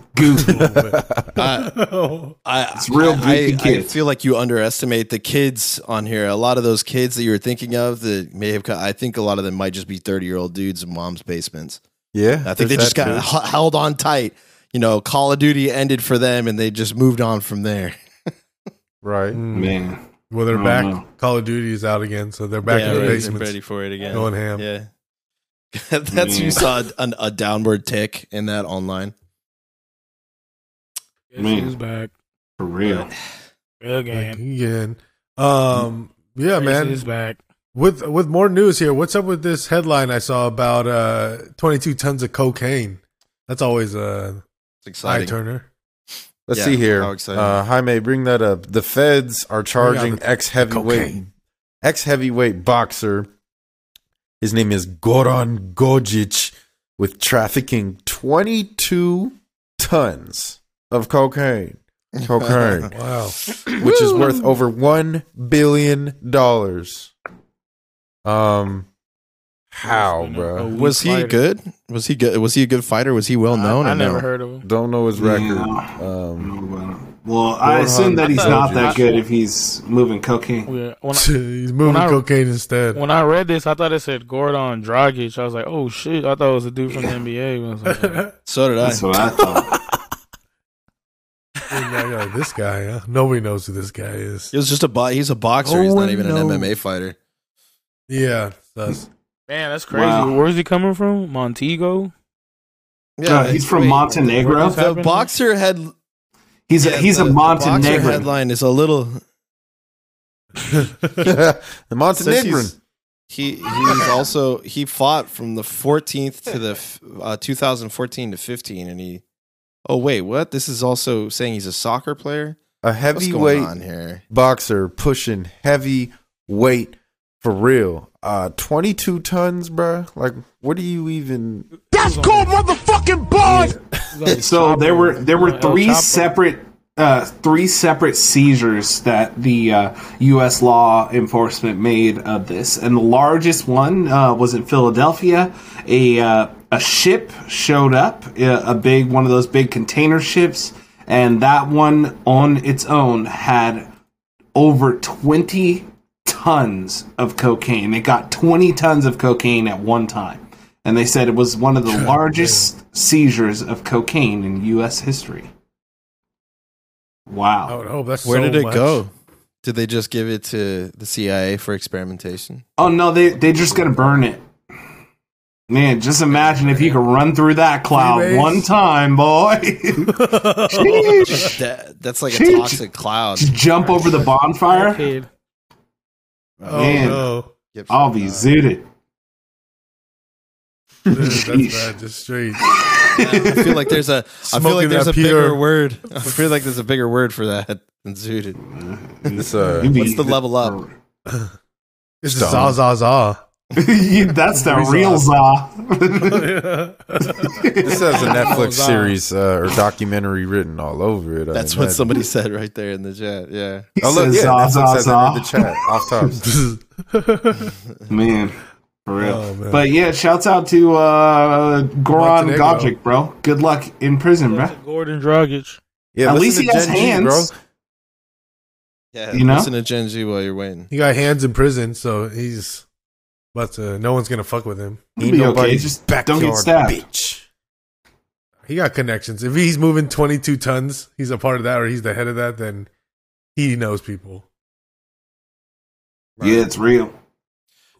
goofy. I, It's real I- goofy I- kids. I feel like you underestimate the kids on here. A lot of those kids that you were thinking of that may have, co- I think a lot of them might just be 30 year old dudes in mom's basements. Yeah, I think they just got h- held on tight. You know, Call of Duty ended for them and they just moved on from there. right. Man. Well, they're I don't back. know. Call of Duty is out again, so they're back Yeah, in the right, they're basement. Ready for it again. Going ham. Yeah. Mm. That's you saw an, a downward tick in that online. Yeah, Man. she's back. For real. Real game. Again. Um, yeah, man. She's back. With with more news here, what's up with this headline I saw about uh, 22 tons of cocaine? That's always a It's eye exciting. turner. Let's Yeah, see here. how exciting. Uh, Jaime, bring that up. The feds are charging ex heavyweight cocaine. ex heavyweight boxer. His name is Goran Gojic with trafficking 22 tons of cocaine, cocaine, Wow. which is worth over one billion dollars. Um, how, bro? Was he Fighter. good? Was he good? Was he a good fighter? Was he well known? I, I or no? never heard of him. Don't know his record. Yeah. Um, Well, I Lord assume that Hunt he's told not you. that good if he's moving cocaine. Yeah, When I, He's moving When I- cocaine instead. when I read this, I thought it said Gordon Dragic. I was like, oh shit! I thought it was a dude from the NBA. I was like, oh. So did I. That's what I thought. And I go, this guy, huh? nobody knows who this guy is. He was just a bo- he's a boxer. he's No not one even knows. an MMA fighter. Yeah, sus. man, that's crazy. Wow. Where's he coming from? Montego. Uh, he's from wait. Montenegro. The boxer head. He's a, yeah, he's the- a the boxer Montenegrin. headline is a little. the says he's- Montenegrin. He he's also he fought from the 14th to the f- uh, 2014 to 15, and he. Oh wait, what? This is also saying he's a soccer player. A What's going on heavyweight here? boxer pushing heavy weight for real. Uh, 22 tons, bruh. Like, what do you even? That's called motherfucking bars. So there were there were three separate uh, three separate seizures that the uh, U.S. law enforcement made of this, and the largest one uh, was in Philadelphia. A uh, a ship showed up, uh, a big one of those big container ships, and that one on its own had over twenty tons of cocaine. It got twenty tons of cocaine at one time and they said it was one of the largest seizures of cocaine in U.S. history. I would Wow! hope that's Where so did it much. go? Did they just give it to the CIA for experimentation? Oh no, they they just gonna burn it. Man, just imagine if you could run through that cloud Freebase. one time, boy. Sheesh. That, that's like a Sheesh. toxic cloud. Just jump over the bonfire. Kid. Oh Man. no, Gibson, I'll be uh, zooted. that's Sheesh. bad. Just straight. I feel like there's a. I feel Smoking like there's that a pure- bigger word. I feel like there's a bigger word for that than zooted. It's, uh, You'd be- What's the level up? It's Stone. za za za. Yeah, That's the real za. this has a Netflix series uh, or documentary written all over it. I That's what imagine. somebody said right there in the chat. Yeah. He Oh, look, says yeah, za Netflix za has that in the za. chat. Off tops. Man, for real. Oh, man. But yeah, shouts out to uh, Goran Montenegro. Gogic, bro. Good luck in prison, bro. Gordon Dragic. Yeah, At listen least to he has Gen G, hands. bro. Yeah. You know? Listen to Gen Z while you're waiting. he got hands in prison, so he's about to. No one's gonna fuck with him. He'll Ain't be okay. nobody's Just don't get backyard stabbed. Bitch. He got connections. If he's moving twenty two tons, he's a part of that, or he's the head of that. Then he knows people. Yeah, it's real.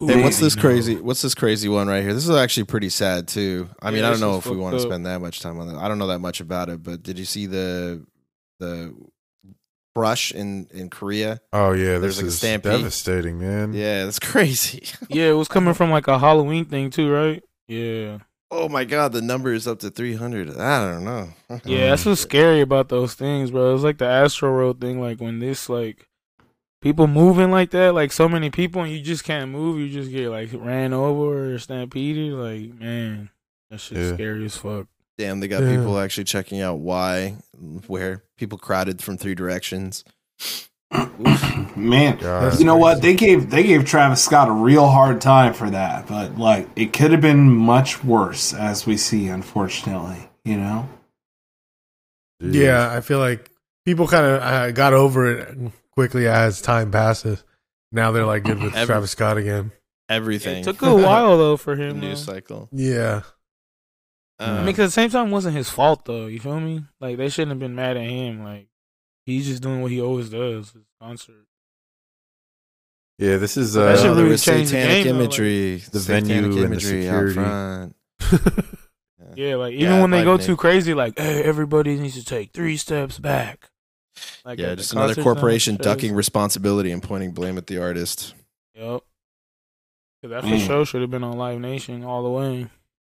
Hey, what's this no. crazy? What's this crazy one right here? This is actually pretty sad too. I mean, Yeah, I don't this know is if we fucked want to up. spend that much time on that. I don't know that much about it, but did you see the the brush in in Korea? Oh yeah, this There's like a is stampede. devastating, man. Mm-hmm. Yeah, that's crazy. Yeah, it was coming from like a Halloween thing too, right? Yeah. Oh my god, the number is up to 300. I don't know. Yeah, that's what's scary about those things, bro. It's like the Astro World thing, like when this like people moving like that, like so many people and you just can't move, you just get like ran over or stampeded. Like, man, that shit's Yeah. scary as fuck. Damn, they got Yeah. people actually checking out why, where people crowded from three directions. Man, God. you know what? They gave they gave Travis Scott a real hard time for that, but like it could have been much worse, as we see, unfortunately. You know, Jeez. Yeah, I feel like people kind of uh, got over it quickly as time passes. Now they're like good with Every- Travis Scott again. Everything. It took a while though for him. News though. cycle. Yeah, I Um, mean, 'cause at the same time, it wasn't his fault though. You feel me? Like they shouldn't have been mad at him. Like he's just doing what he always does. His concert. yeah. This is That shit there uh, really was changed the satanic game, though, like- imagery, The satanic venue and the security. front. Yeah, like Yeah, even when Biden they go did. too crazy, like hey, everybody needs to take three steps back. Like yeah, at the just another concerts and corporation shows. ducking responsibility and pointing blame at the artist. Yep. 'Cause that for Man. sure should have been on Live Nation all the way.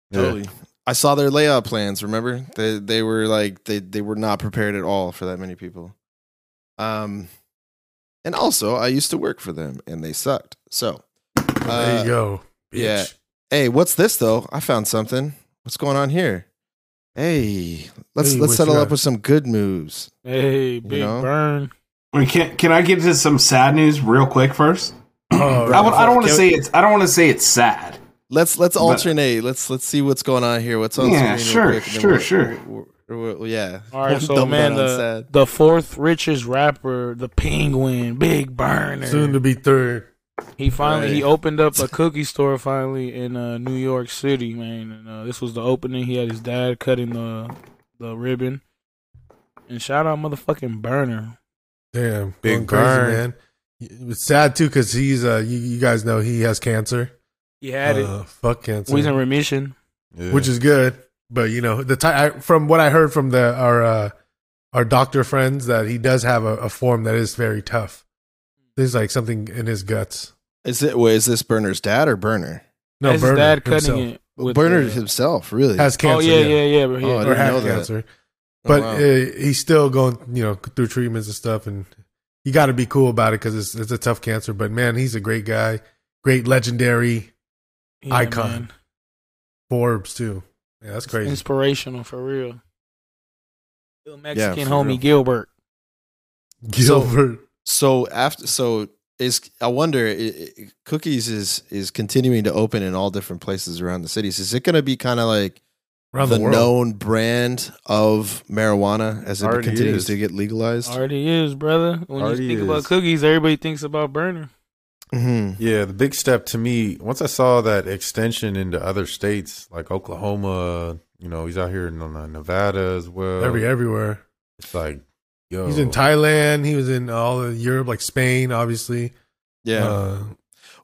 yeah. Totally. I saw their layout plans. Remember, they they were like they they were not prepared at all for that many people. Um, and also I used to work for them and they sucked. So, there uh, you go. Bitch. yeah. hey, what's this though? I found something. What's going on here? Hey, let's Hey, what let's settle you up got? with some good moves. Hey, big know? burn. I mean, can can I get to some sad news real quick first? Oh, I, w- I don't want to Can say it's I don't want to say it's sad. Let's let's alternate. let's let's see what's going on here. What's on Yeah, screen? sure, real quick, and then sure, we'll- sure. we'll- we'll- we'll- yeah. All right, so Double man, down on the, sad. the fourth richest rapper, the Penguin, Big Burner. soon to be third. He finally he Right. opened up a cookie store finally in uh, New York City, man. And uh, this was the opening. He had his dad cutting the the ribbon. And shout out motherfucking Burner. Damn, Big going crazy, burn. man. It's sad too because he's uh, you, you guys know he has cancer. He had uh, Fuck it. cancer, We was in remission. Yeah. which is good. but you know the ty- I, from what I heard from the our uh, our doctor friends that he does have a, a form that is very tough. There's like something in his guts. Is it? Wait, is this Burner's dad or Burner? No, That's Berner his dad cutting himself it. with Burner the- himself, really? has oh cancer. yeah, yeah, yeah, but Oh, I yeah. or didn't had know that. cancer. Oh, But wow. uh, he's still going, you know, through treatments and stuff, and you got to be cool about it because it's it's a tough cancer. But man, he's a great guy, great legendary Yeah, icon. man. Forbes too. Yeah, that's crazy. Inspirational for real. Little Mexican for homie real. Gilbert. Gilbert. so after, so is I wonder, i i Cookies is is continuing to open in all different places around the cities. Is it going to be kind of like around the, the, world. known brand of marijuana as it Already continues is. to get legalized? Already is, brother. When Already you think is. about cookies, everybody thinks about burner. hmm Yeah, the big step to me once I saw that extension into other states like Oklahoma. You know, he's out here in uh, Nevada as well. Every everywhere. it's like, yo, Oh. He's in Thailand. He was in all of Europe, like Spain, obviously. Yeah. Uh,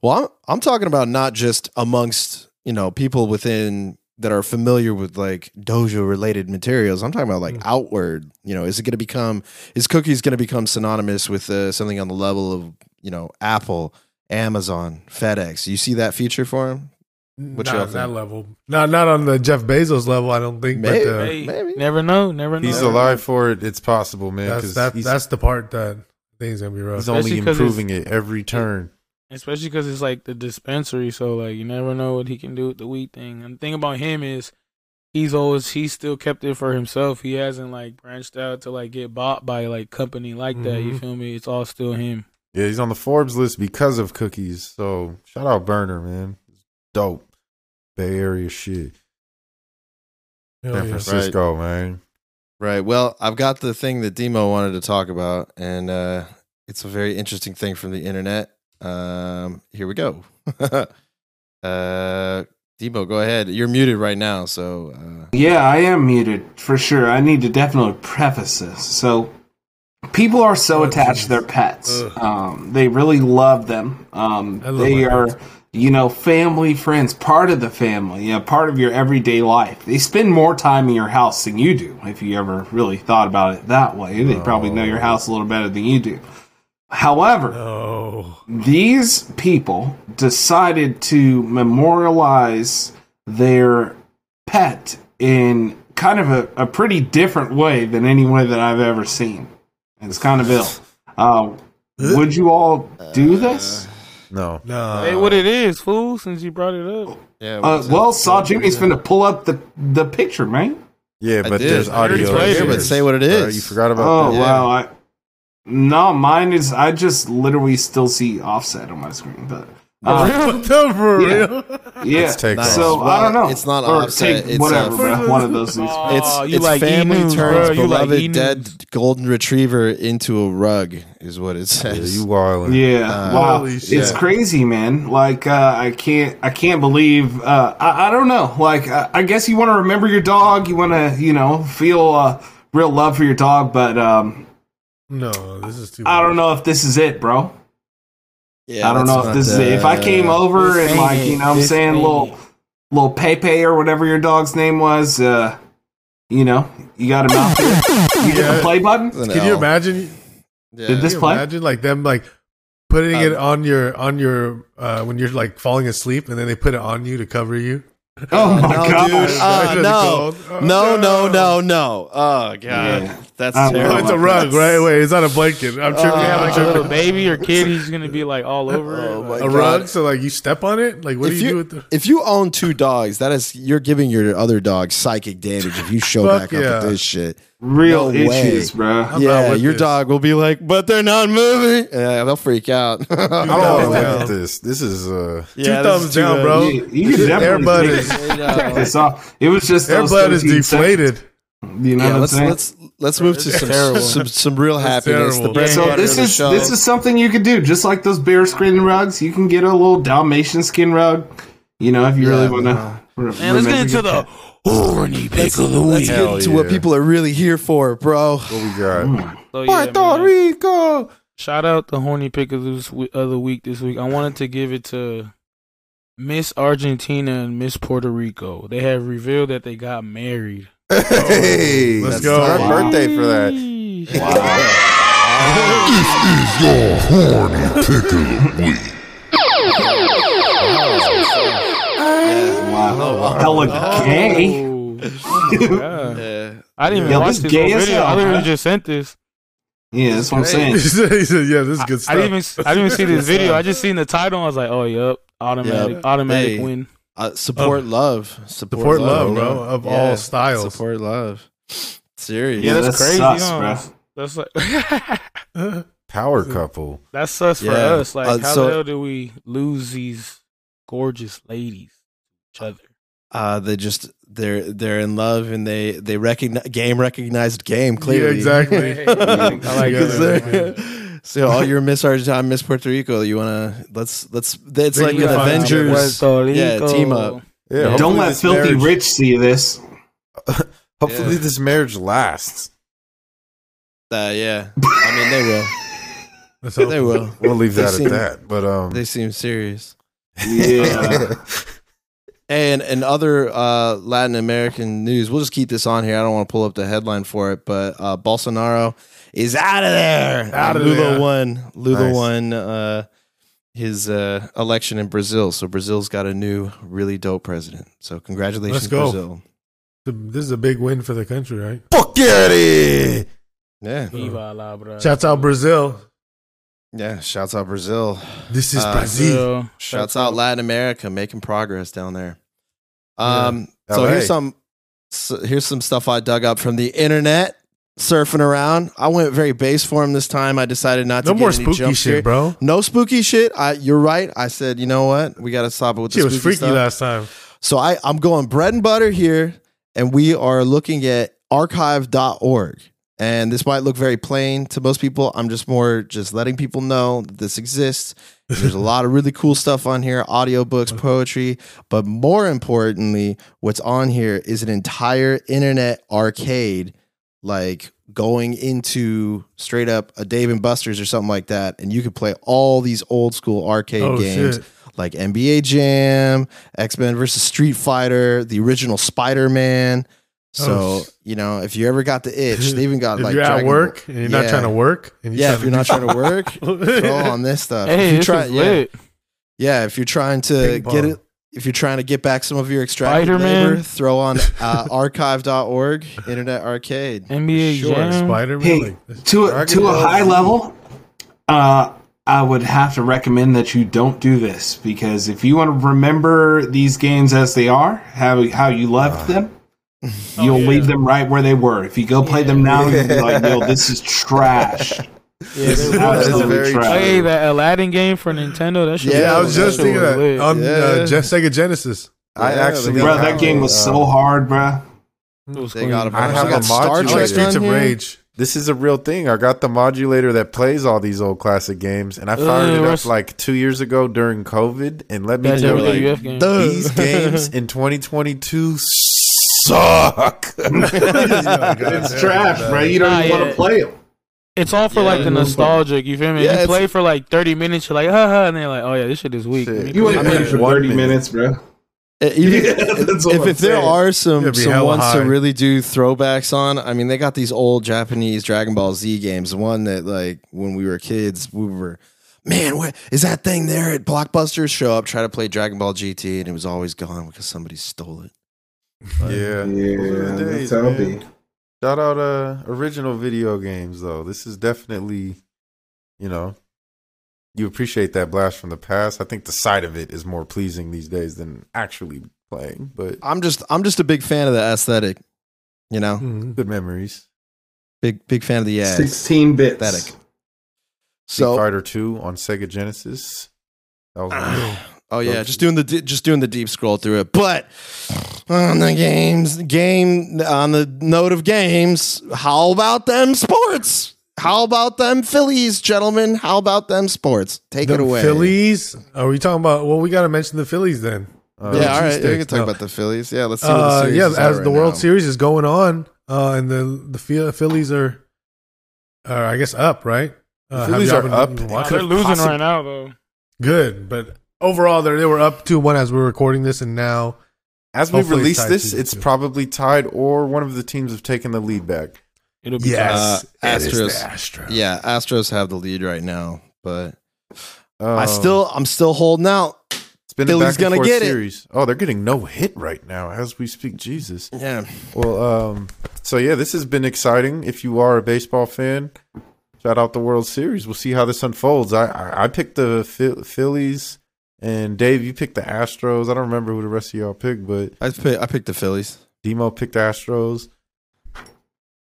Well, I'm, I'm talking about not just amongst, you know, people within that are familiar with like dojo related materials. I'm talking about like Mm. outward, you know, is it going to become, is cookies going to become synonymous with uh, something on the level of, you know, Apple, Amazon, FedEx? You see that future for him? What y'all not think? that level. Not not on the Jeff Bezos level. I don't think. Maybe. But uh, Hey, maybe. Never know, never know. he's alive for it. It's possible, man. that's 'cause that, he's, that's the part that I think is gonna be rough. he's only Especially 'cause improving it every turn. especially because it's like the dispensary. So like you never know what he can do with the weed thing. And the thing about him is he's always he's still kept it for himself. He hasn't like branched out to like get bought by like company like that. Mm-hmm. You Mhm. feel me? It's all still him. Yeah, he's on the Forbes list because of cookies. So shout out Burner, man. Dope. Bay Area shit. San Hell Oh, yeah. Francisco, man. Right. Well, I've got the thing that Demo wanted to talk about, and uh, it's a very interesting thing from the internet. Um, here we go. uh, Demo, go ahead. You're muted right now, so uh, Yeah, I am muted for sure. I need to definitely preface this. So, people are so Oh, attached jeez. to their pets. Ugh. Um, they really love them. Um, I love they my are, pets. you know, family, friends, part of the family, you know, part of your everyday life. They spend more time in your house than you do. If you ever really thought about it that way, they probably know your house a little better than you do. However, Oh, these people decided to memorialize their pet in kind of a, a pretty different way than any way that I've ever seen. It's kind of ill. Uh, would you all do this? No. no. hey, what it is, fool? Since you brought it up, yeah. what Uh, is it? well, Saw Jimmy's finna pull up the, the picture, man. Yeah, but did. there's I heard audio. it's right here, but issues, say what it bro. is. You forgot about Oh that. wow! I, no, mine is. I just literally still see offset on my screen, but uh, What the for Yeah. real? yeah. Let's take Nice. So Well, I don't know. it's not or Offset, Take it's, whatever, uh, bruh, one of those. These Oh, It's, you it's like family E-News, turns bro. You like beloved E-News. dead golden retriever into a rug is what it Yeah, says. you wildin'. Yeah, Uh, wow, Holy it's shit. crazy, man. Like uh, I can't, I can't believe. Uh, I, I don't know. Like I, I guess you want to remember your dog. You want to, you know, feel uh, real love for your dog. But um, No, this is too. I much. don't know if this is it, bro. Yeah, I don't that's know if not, this is it. If I uh, came over this and like, ain't you it. know, what I'm This saying ain't little, little Pepe or whatever your dog's name was. Uh, you know, you got him out there. You hit the Yeah. play button. an Can you L. imagine? Yeah. Did Can this you play? imagine like them like putting it Um, on your on your uh when you're like falling asleep and then they put it on you to cover you. Oh my No, god. dude. Uh, That's no. cold. no, no, Oh, no, no. Oh god, Yeah. that's I don't terrible. know. Oh, it's a rug, right? Wait, it's not a blanket. I'm tripping. Uh, yeah, like I'm a little tripping. baby or kid, he's gonna be like all over Oh, it. my Like, A God. rug, so like you step on it. Like what do you, do with the? if you own two dogs, that is you're giving your other dog psychic damage if you show Fuck back yeah. up with this shit. Real No issues, way. bro. I'm not yeah, with your this. dog will be like, but they're not moving. Yeah, they'll freak out. I don't want to Thumbs look down. at this. This is uh two thumbs down, bro. You, you can definitely Airbud take is this off. It was just those airbud is 13 seconds, deflated. You know Yeah, what let's I'm saying? let's let's move to some terrible. some, some real That's happiness. The terrible. bread and so butter this of the is show. this is something you could do, just like those bear skin rugs. You can get a little Dalmatian skin rug. You know, if you really Yeah, want to. uh-huh. Man, let's get into the horny pick of the let's week. get Hell into what yeah. people are really here for, bro. what we Mm. got. So, yeah, Puerto man. Rico. Shout out the horny pick of this we- of the week this week. I wanted to give it to Miss Argentina and Miss Puerto Rico. They have revealed that they got married. Hey, Let's that's go. Our birthday for that. Yeesh. Wow. Hella gay. Oh, oh my God. Yeah. I didn't even Yo, watch this this gay whole as video. hell, I literally huh? just sent this. Yeah, that's what I'm saying. he said, he said, "Yeah, this is I, good stuff." I didn't even I didn't even see this video. I just seen the title. and I was like, oh, yep, automatic Yep. automatic Hey. win. Uh, support love. Support, Support love, bro, of all styles. Support love. Serious. Yeah, that's crazy, sucks, huh? bruh. That's like Power couple. that's sus for Yeah. us. Like, Uh, how so- the hell do we lose these gorgeous ladies? to Each other. Uh, they just they're they're in love and they they recognize game recognized game clearly. exactly. Hey, I like Because that. they're- so all your Miss Argentina, Miss Puerto Rico, you wanna let's let's it's like an can find Avengers. Puerto yeah, Rico. team up. Yeah. Don't hopefully Don't let this Filthy marriage- Rich see this. Hopefully Yeah. this marriage lasts. Uh, yeah, I mean they will. Let's hope. They will. We'll leave They that seem- at that. But um, They seem serious. Yeah. And and other uh, Latin American news, we'll just keep this on here. I don't want to pull up the headline for it, but uh, Bolsonaro is out of there. Outta Lula there. won. Lula Nice. won uh, his uh, election in Brazil, so Brazil's got a new really dope president. So congratulations, Let's go. Brazil. This is a big win for the country, right? fuck yeah, it is. Yeah, Viva la bra- Shouts out Brazil. yeah. Shouts out Brazil. This is Uh, Brazil. Brazil. Shouts out Latin America, making progress down there. Um, so LA. here's some so here's some stuff I dug up from the internet, surfing around. I went very base form this time. I decided not No to more get any spooky jump shit, scare- bro. No spooky shit. I, you're right. I said, you know what? We got to stop it with Shit the was spooky freaky stuff. last time. So I, I'm going bread and butter here, and we are looking at archive.org. And this might look very plain to most people. I'm just more just letting people know that this exists. There's a lot of really cool stuff on here, audiobooks, poetry, but more importantly, what's on here is an entire internet arcade like going into straight up a Dave and Buster's or something like that and you could play all these old school arcade Oh, games shit. like NBA Jam, X Men versus Street Fighter, the original Spider Man. So Oh, sh- you know, if you ever got the itch, they even got if like you're at Dragon work Ball- and you're not Yeah. trying to work, and yeah, if you're not trying to work, throw on this stuff. if Hey, you this try- is yeah, lit. yeah, if you're trying to Ping pong. get it, if you're trying to get back some of your extracted Spider-Man. labor, throw on uh, archive.org, Internet Arcade. NBA Jam. Spider Man, Hey, like, to a, Dragon to a Ball high Z. level, uh, I would have to recommend that you don't do this because if you want to remember these games as they are, how how you left Uh. them, Oh, you'll leave them right where they were. If you go play them now, you'll be like, "Yo, this is trash." Yeah, they That really is don't very play true. that Aladdin game for Nintendo. That shit. Yeah, yeah, I was that Oh, just shit thinking that on Yeah. uh, Gen- Sega Genesis. I Yeah, actually they Bro, got- have that game was a, so um, hard, bruh. They got a I bunch. have They got a Star module. I like Trek Streets on of here. Rage. This is a real thing. I got the modulator that plays all these old classic games, and I Ugh, fired it where's- up like two years ago during COVID. And let me That tell you, WWF game. Duh. these games in 2022 suck. It's trash, bruh. You don't Nah, even want yeah. to play them. It's all for Yeah, like the no nostalgic. You feel me? Yeah, you it's- play for like thirty minutes. You're like, ha ha, and they're like, oh yeah, this shit is weak. Shit. Let me play You want to I it. play mean, for one thirty minute. minutes, bruh. Uh, even- Yeah, that's what if I'm if there saying. are some, It'd be some hella ones high. to really do throwbacks on, I mean, they got these old Japanese Dragon Ball Z games. One that, like, when we were kids, we were, man, what is that thing there at Blockbuster? Show up, try to play Dragon Ball GT, and it was always gone because somebody stole it. Yeah, Those Yeah, are the days, that's how it man. be. Shout out uh original video games though. This is definitely, you know, you appreciate that blast from the past. I think the sight of it is more pleasing these days than actually playing, but I'm just, I'm just a big fan of the aesthetic, you Hmm. know, Mhm. good memories. big, big fan of the ads. Sixteen bits. Aesthetic. Street So, Fighter 2 on Sega Genesis. That was oh yeah, just doing the, di- just doing the deep scroll through it, but. On the games, game on the note of games, how about them sports? How about them Phillies, gentlemen? How about them sports? Take it The away. Phillies? Are we talking about? Well, we got to mention the Phillies then. uh, Yeah, all right. We can cheesesteaks, talk no. about the Phillies. Yeah, let's see. What the Uh, series yeah, is at as right the World now. Series is going on, uh, and the the Phil- Phillies are, are I guess up, right? Uh, The have Phillies y'all are been up. even Nah, watching? they're losing right now though. Good, but overall, they they were up two one as we were recording this, and now As we Hopefully it's release tied this, two to it's two. probably tied, or one of the teams have taken the lead back. It'll be yes, Uh, it is the Astros. Astros. Yeah, Astros have the lead right now, but I Um, still I'm still holding out. it's been Philly's a back and gonna forth get it. series. Oh, they're getting no hit right now as we speak. Jesus. Yeah. Well, um, so yeah, this has been exciting. If you are a baseball fan, shout out the World Series. We'll see how this unfolds. I I, I picked the Phil- Phillies, and Dave, you picked the Astros. I don't remember who the rest of y'all picked, but I pick, I picked the Phillies. Demo picked the Astros.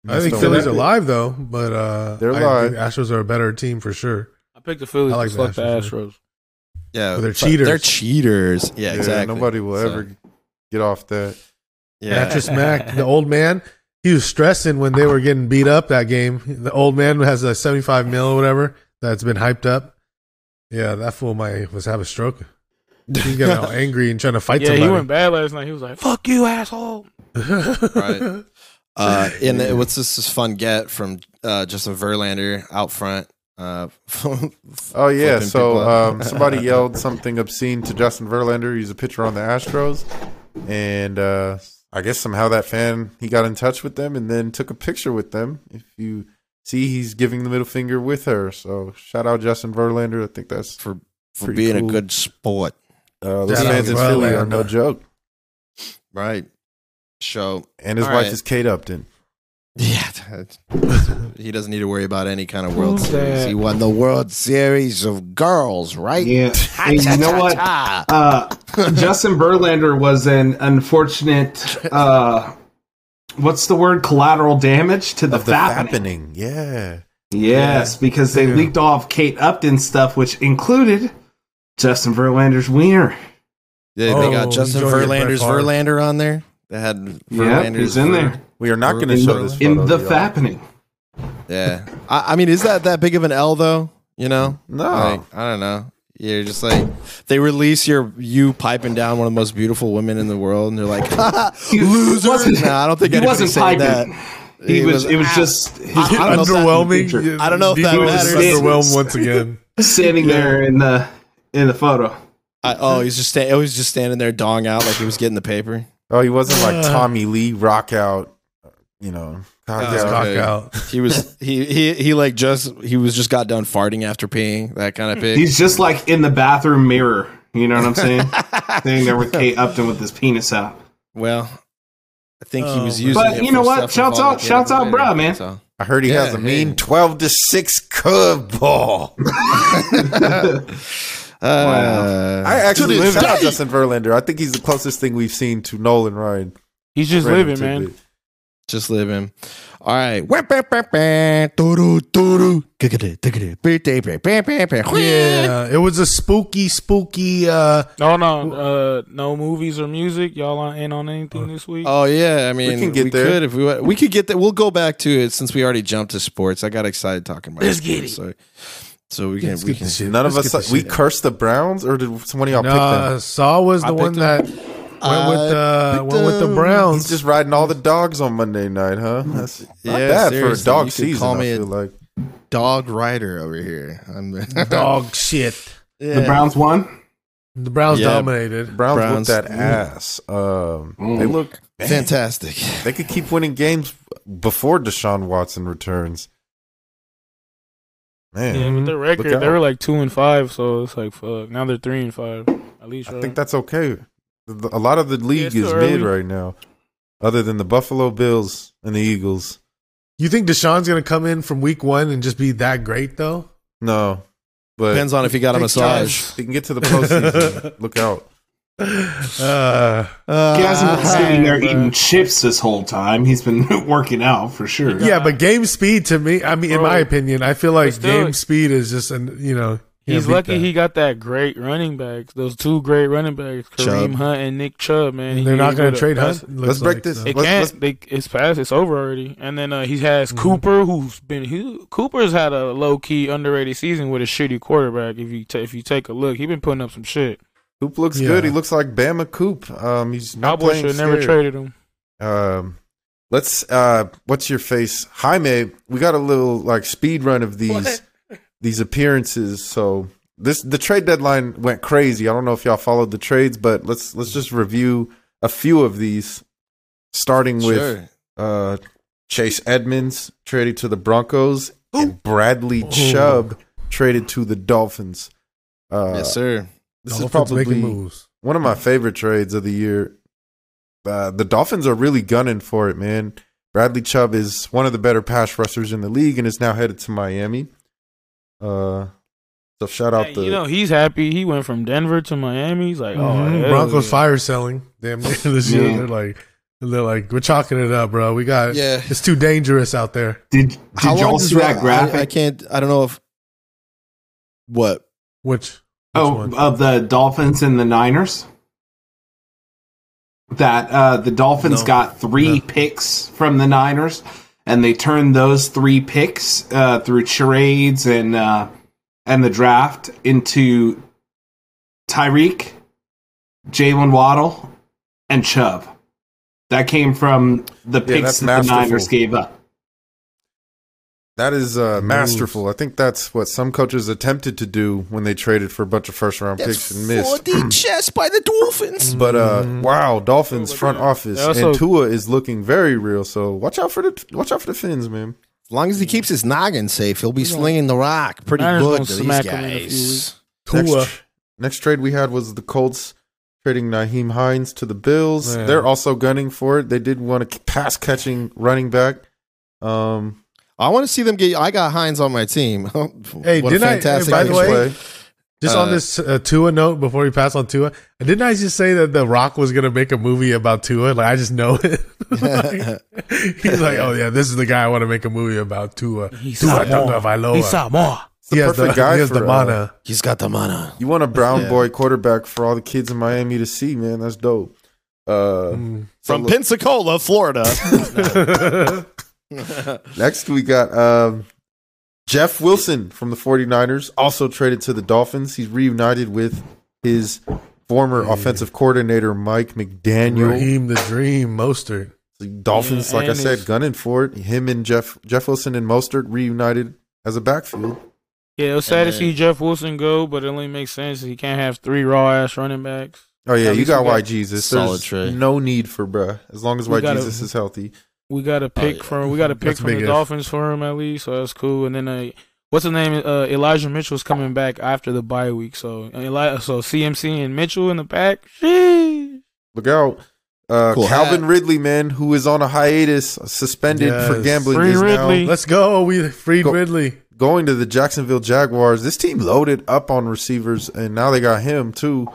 I think That's the Phillies way- are live though, but uh, They're I live. think Astros are a better team for sure. I picked the Phillies. I like but fuck the the Astros, Astros. Yeah, But they're but cheaters. They're cheaters. Yeah, Yeah, exactly. Nobody will So, ever get off that. Yeah, Mattress Mac, the old man, he was stressing when they were getting beat up that game. The old man has a 75 mil or whatever that's been hyped up. Yeah, that fool might was have a stroke. He's getting all angry and trying to fight Yeah, he went somebody. bad last night. He was like, "Fuck you, asshole." Right. Uh, and it- what's this, this fun get from uh, Justin Verlander out front? Uh, Oh yeah, so flipping people off. um, somebody yelled something obscene to Justin Verlander. He's a pitcher on the Astros, and uh, I guess somehow that fan he got in touch with them and then took a picture with them. If you see, he's giving the middle finger with her. So shout out Justin Verlander. I think that's for for Pretty being cool. a good sport, uh, those Shout out fans in Philly are Verlander. no joke. right? So And his All wife right. is Kate Upton. yeah, that- he doesn't need to worry about any kind of World Who's Series. that? He won the World Series of girls, right? Yeah. And you know what? Uh, Justin Verlander was an unfortunate, uh, what's the word? Collateral damage to the, Of the fappening. happening, yeah. Yes, because they leaked off Kate Upton stuff, which included Justin Verlander's wiener. They, Oh, they got Justin enjoy your Verlander's Brett Favre. Verlander on there. They had Yeah, he's in there We are not going to in show this the, in photo the to y'all. fappening. Yeah, I, I mean, is that that big of an L though? You know, No. Like, I don't know. You're just like they release your you piping down one of the most beautiful women in the world, and they're like, loser. wasn't- No, I don't think he anybody wasn't said piping. that. He, was, It was ah, just his I don't know if that- underwhelming. I don't know if that Debo matters. is Underwhelmed once again. standing there in the in the photo. I, oh, he's just sta- oh, he's just standing there dong out like he was getting the paper. Oh, he wasn't like Uh. Tommy Lee rock out. You know, cock Uh, out. Cock okay. out. He was he he he like just he was just got done farting after peeing that kind of pig. He's just like in the bathroom mirror. You know what I'm saying? Standing there with Kate Upton with his penis out. Well, I think he was Oh, using. but it you know for what? stuff Shouts involving out- the shouts out, later, bruh, man. so. I heard he has Yeah, a mean hey. twelve to six curveball. Uh, I actually To live this out day. Justin Verlander. I think he's the closest thing we've seen to Nolan Ryan. He's just Random living, man. tidbit. Just living. All right. Yeah. Yeah, Uh, it was a spooky, spooky. Uh, No, no, uh, no movies or music. Y'all on- in on Uh, anything this week? Oh yeah. I mean, we, can get there. could if we wa- we could get that. We'll go back to it since we already jumped to sports. I got excited talking about. Let's sports, get it. So, so we can. let's We get can. this shit. None of Let's us get like, this we shit. cursed the Browns, or did someone of y'all pick Nah, them? Saw was the picked one him. that went with I uh, picked went with the him. Browns. He's just riding all the dogs on Monday night, huh? That's not Mm. Yeah, bad for a seriously, dog you could season. call me I a- feel like Dog rider over here. I'm dog shit. Yeah. The Browns won. The Browns Yeah. dominated. Browns, Browns- Mm. looked that ass. Um, They look Fantastic. They could keep winning games before Deshaun Watson returns. Man, yeah, with their record, out. they were like two and five. So it's like fuck. Now they're three and five. At least I right? think that's okay. The- A lot of the league it's is early. mid right now, other than the Buffalo Bills and the Eagles. You think Deshaun's gonna come in from week one and just be that great though? No, but Depends on if you got a Big massage. they can get to the postseason. Look out! Uh, He hasn't Uh-huh. been sitting there bruh. eating chips this whole time. He's been working out for sure. yeah, but game speed to me, I mean, in Bro. my opinion, I feel like Let's do game it. speed is just an you know you He's know, beat lucky that. he got that great running back. Those two great running backs, Kareem Chubb. Hunt and Nick Chubb. Man, They're He- not he gonna would've- trade that's- Hunt. Let's looks break like, this. so. It Let's- can't. They, it's past. It's over already. And then uh, he has Cooper, who's been. He, Cooper's had a low key underrated season with a shitty quarterback. If you ta if you take a look, he's been putting up some shit. Coop looks Yeah. good. He looks like Bama Coop. Um, he's not Cowboys playing. should have never scared. traded him. Um, let's. Uh, what's your face, Jaime? We got a little like speed run of these these appearances. So this the trade deadline went crazy. I don't know if y'all followed the trades, but let's let's just review a few of these, starting with Sure. uh, Chase Edmonds traded to the Broncos and Bradley Chubb traded to the Dolphins. Uh, yes, sir. This Dolphins is probably making moves. one of my favorite trades of the year. Uh, the Dolphins are really gunning for it, man. Bradley Chubb is one of the better pass rushers in the league and is now headed to Miami. Uh, so shout out Hey, the you know he's happy. He went from Denver to Miami. He's like, Mhm. oh, hell Broncos yeah. fire selling. Damn near this year. Yeah. They're like they're like, we're chalking it up, bro. We got Yeah. it's too dangerous out there. Did did How long y'all does see that I- graphic? I, can't. I don't know if what. Which, which oh, one? of the Dolphins and the Niners. That uh, the Dolphins No. got three picks from the Niners, and they turned those three picks uh, through charades and uh, and the draft into Tyreek, Jalen Waddle, and Chubb. That came from the that's picks that the masterful. Niners gave up. That is uh, masterful. I think that's what some coaches attempted to do when they traded for a bunch of first round picks and missed. chess by the Dolphins. But uh, wow, Dolphins Oh, front yeah. office They also- and Tua is looking very real. So watch out for the watch out for the Fins, man. As long as he keeps his noggin safe, he'll be slinging the rock pretty Niners good gonna to these smack him in a few guys. Tua. Next, tr- next trade we had was the Colts trading Naheem Hines to the Bills. Man. They're also gunning for it. They did want a pass catching running back. Um, I want to see them get. I got Hines on my team. Hey, What a didn't I- hey, by the game way- plan. play. Just on Uh, this uh, Tua note before we pass on Tua, didn't I just say that The Rock was gonna make a movie about Tua? Like I just know it. Like, he's like, oh yeah, this is the guy I want to make a movie about Tua. He's Tua Samoa. Tagovailoa. He's Samoa. It's the he has the, perfect guy he has for, the uh, mana. he's got the mana. You want a brown boy quarterback for all the kids in Miami to see, man. That's dope. Uh, Mm. From Pensacola, Florida. Next, we got um, Jeff Wilson from the 49ers, also traded to the Dolphins. He's reunited with his former offensive coordinator, Mike McDaniel. Raheem the Dream Mostert. The Dolphins, Yeah, like I and said, his- gunning for it. Him and Jeff Jeff Wilson and Mostert reunited as a backfield. Yeah, it was sad to then- see Jeff Wilson go, but it only makes sense he can't have three raw ass running backs. Oh yeah, At you least got we got Y Jesus. solid There's trade. no need for bruh. As long as We Y got a- Jesus is healthy. We got a pick yeah. from we got a pick That's a from the big if. Dolphins for him at least, so that's cool. And then uh, what's the name? Uh, Elijah Mitchell's coming back after the bye week, so Eli- so CMC and Mitchell in the back. Sheesh. Look out. Uh, Cool Calvin hat. Ridley, man, who is on a hiatus, suspended for Yes. gambling, Free is now Ridley. Let's go. We freed Go- Ridley. going to the Jacksonville Jaguars. This team loaded up on receivers, and now they got him too.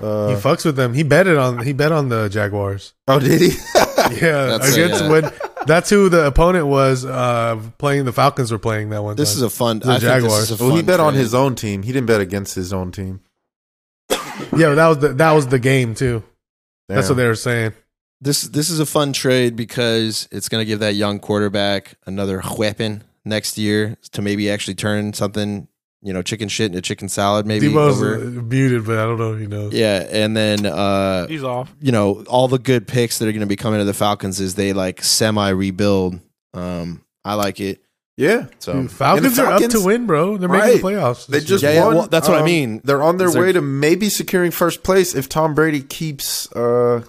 He Uh, fucks with them. He betted on he bet on the Jaguars. oh, did he? Yeah, That's- against yeah. when that's who the opponent was uh, playing. The Falcons were playing that one. This time. is a fun. The I think this Jaguars. is a fun well, he bet on trade. his own team. He didn't bet against his own team. yeah. That was the, that was the game too. That's what Damn. they were saying. This this is a fun trade because it's going to give that young quarterback another weapon next year to maybe actually turn something, you know, chicken shit into chicken salad maybe Debo's over. uh, muted, but I don't know if he knows. Yeah, and then uh He's off. you know, all the good picks that are going to be coming to the Falcons is they like semi rebuild. Um I like it. yeah. So Falcons, And the are up to Falcons- win, bro. They're making the Right. playoffs. They this just year. Yeah, yeah, won. um, well, that's what I mean. They're on their Is there- way to maybe securing first place if Tom Brady keeps uh,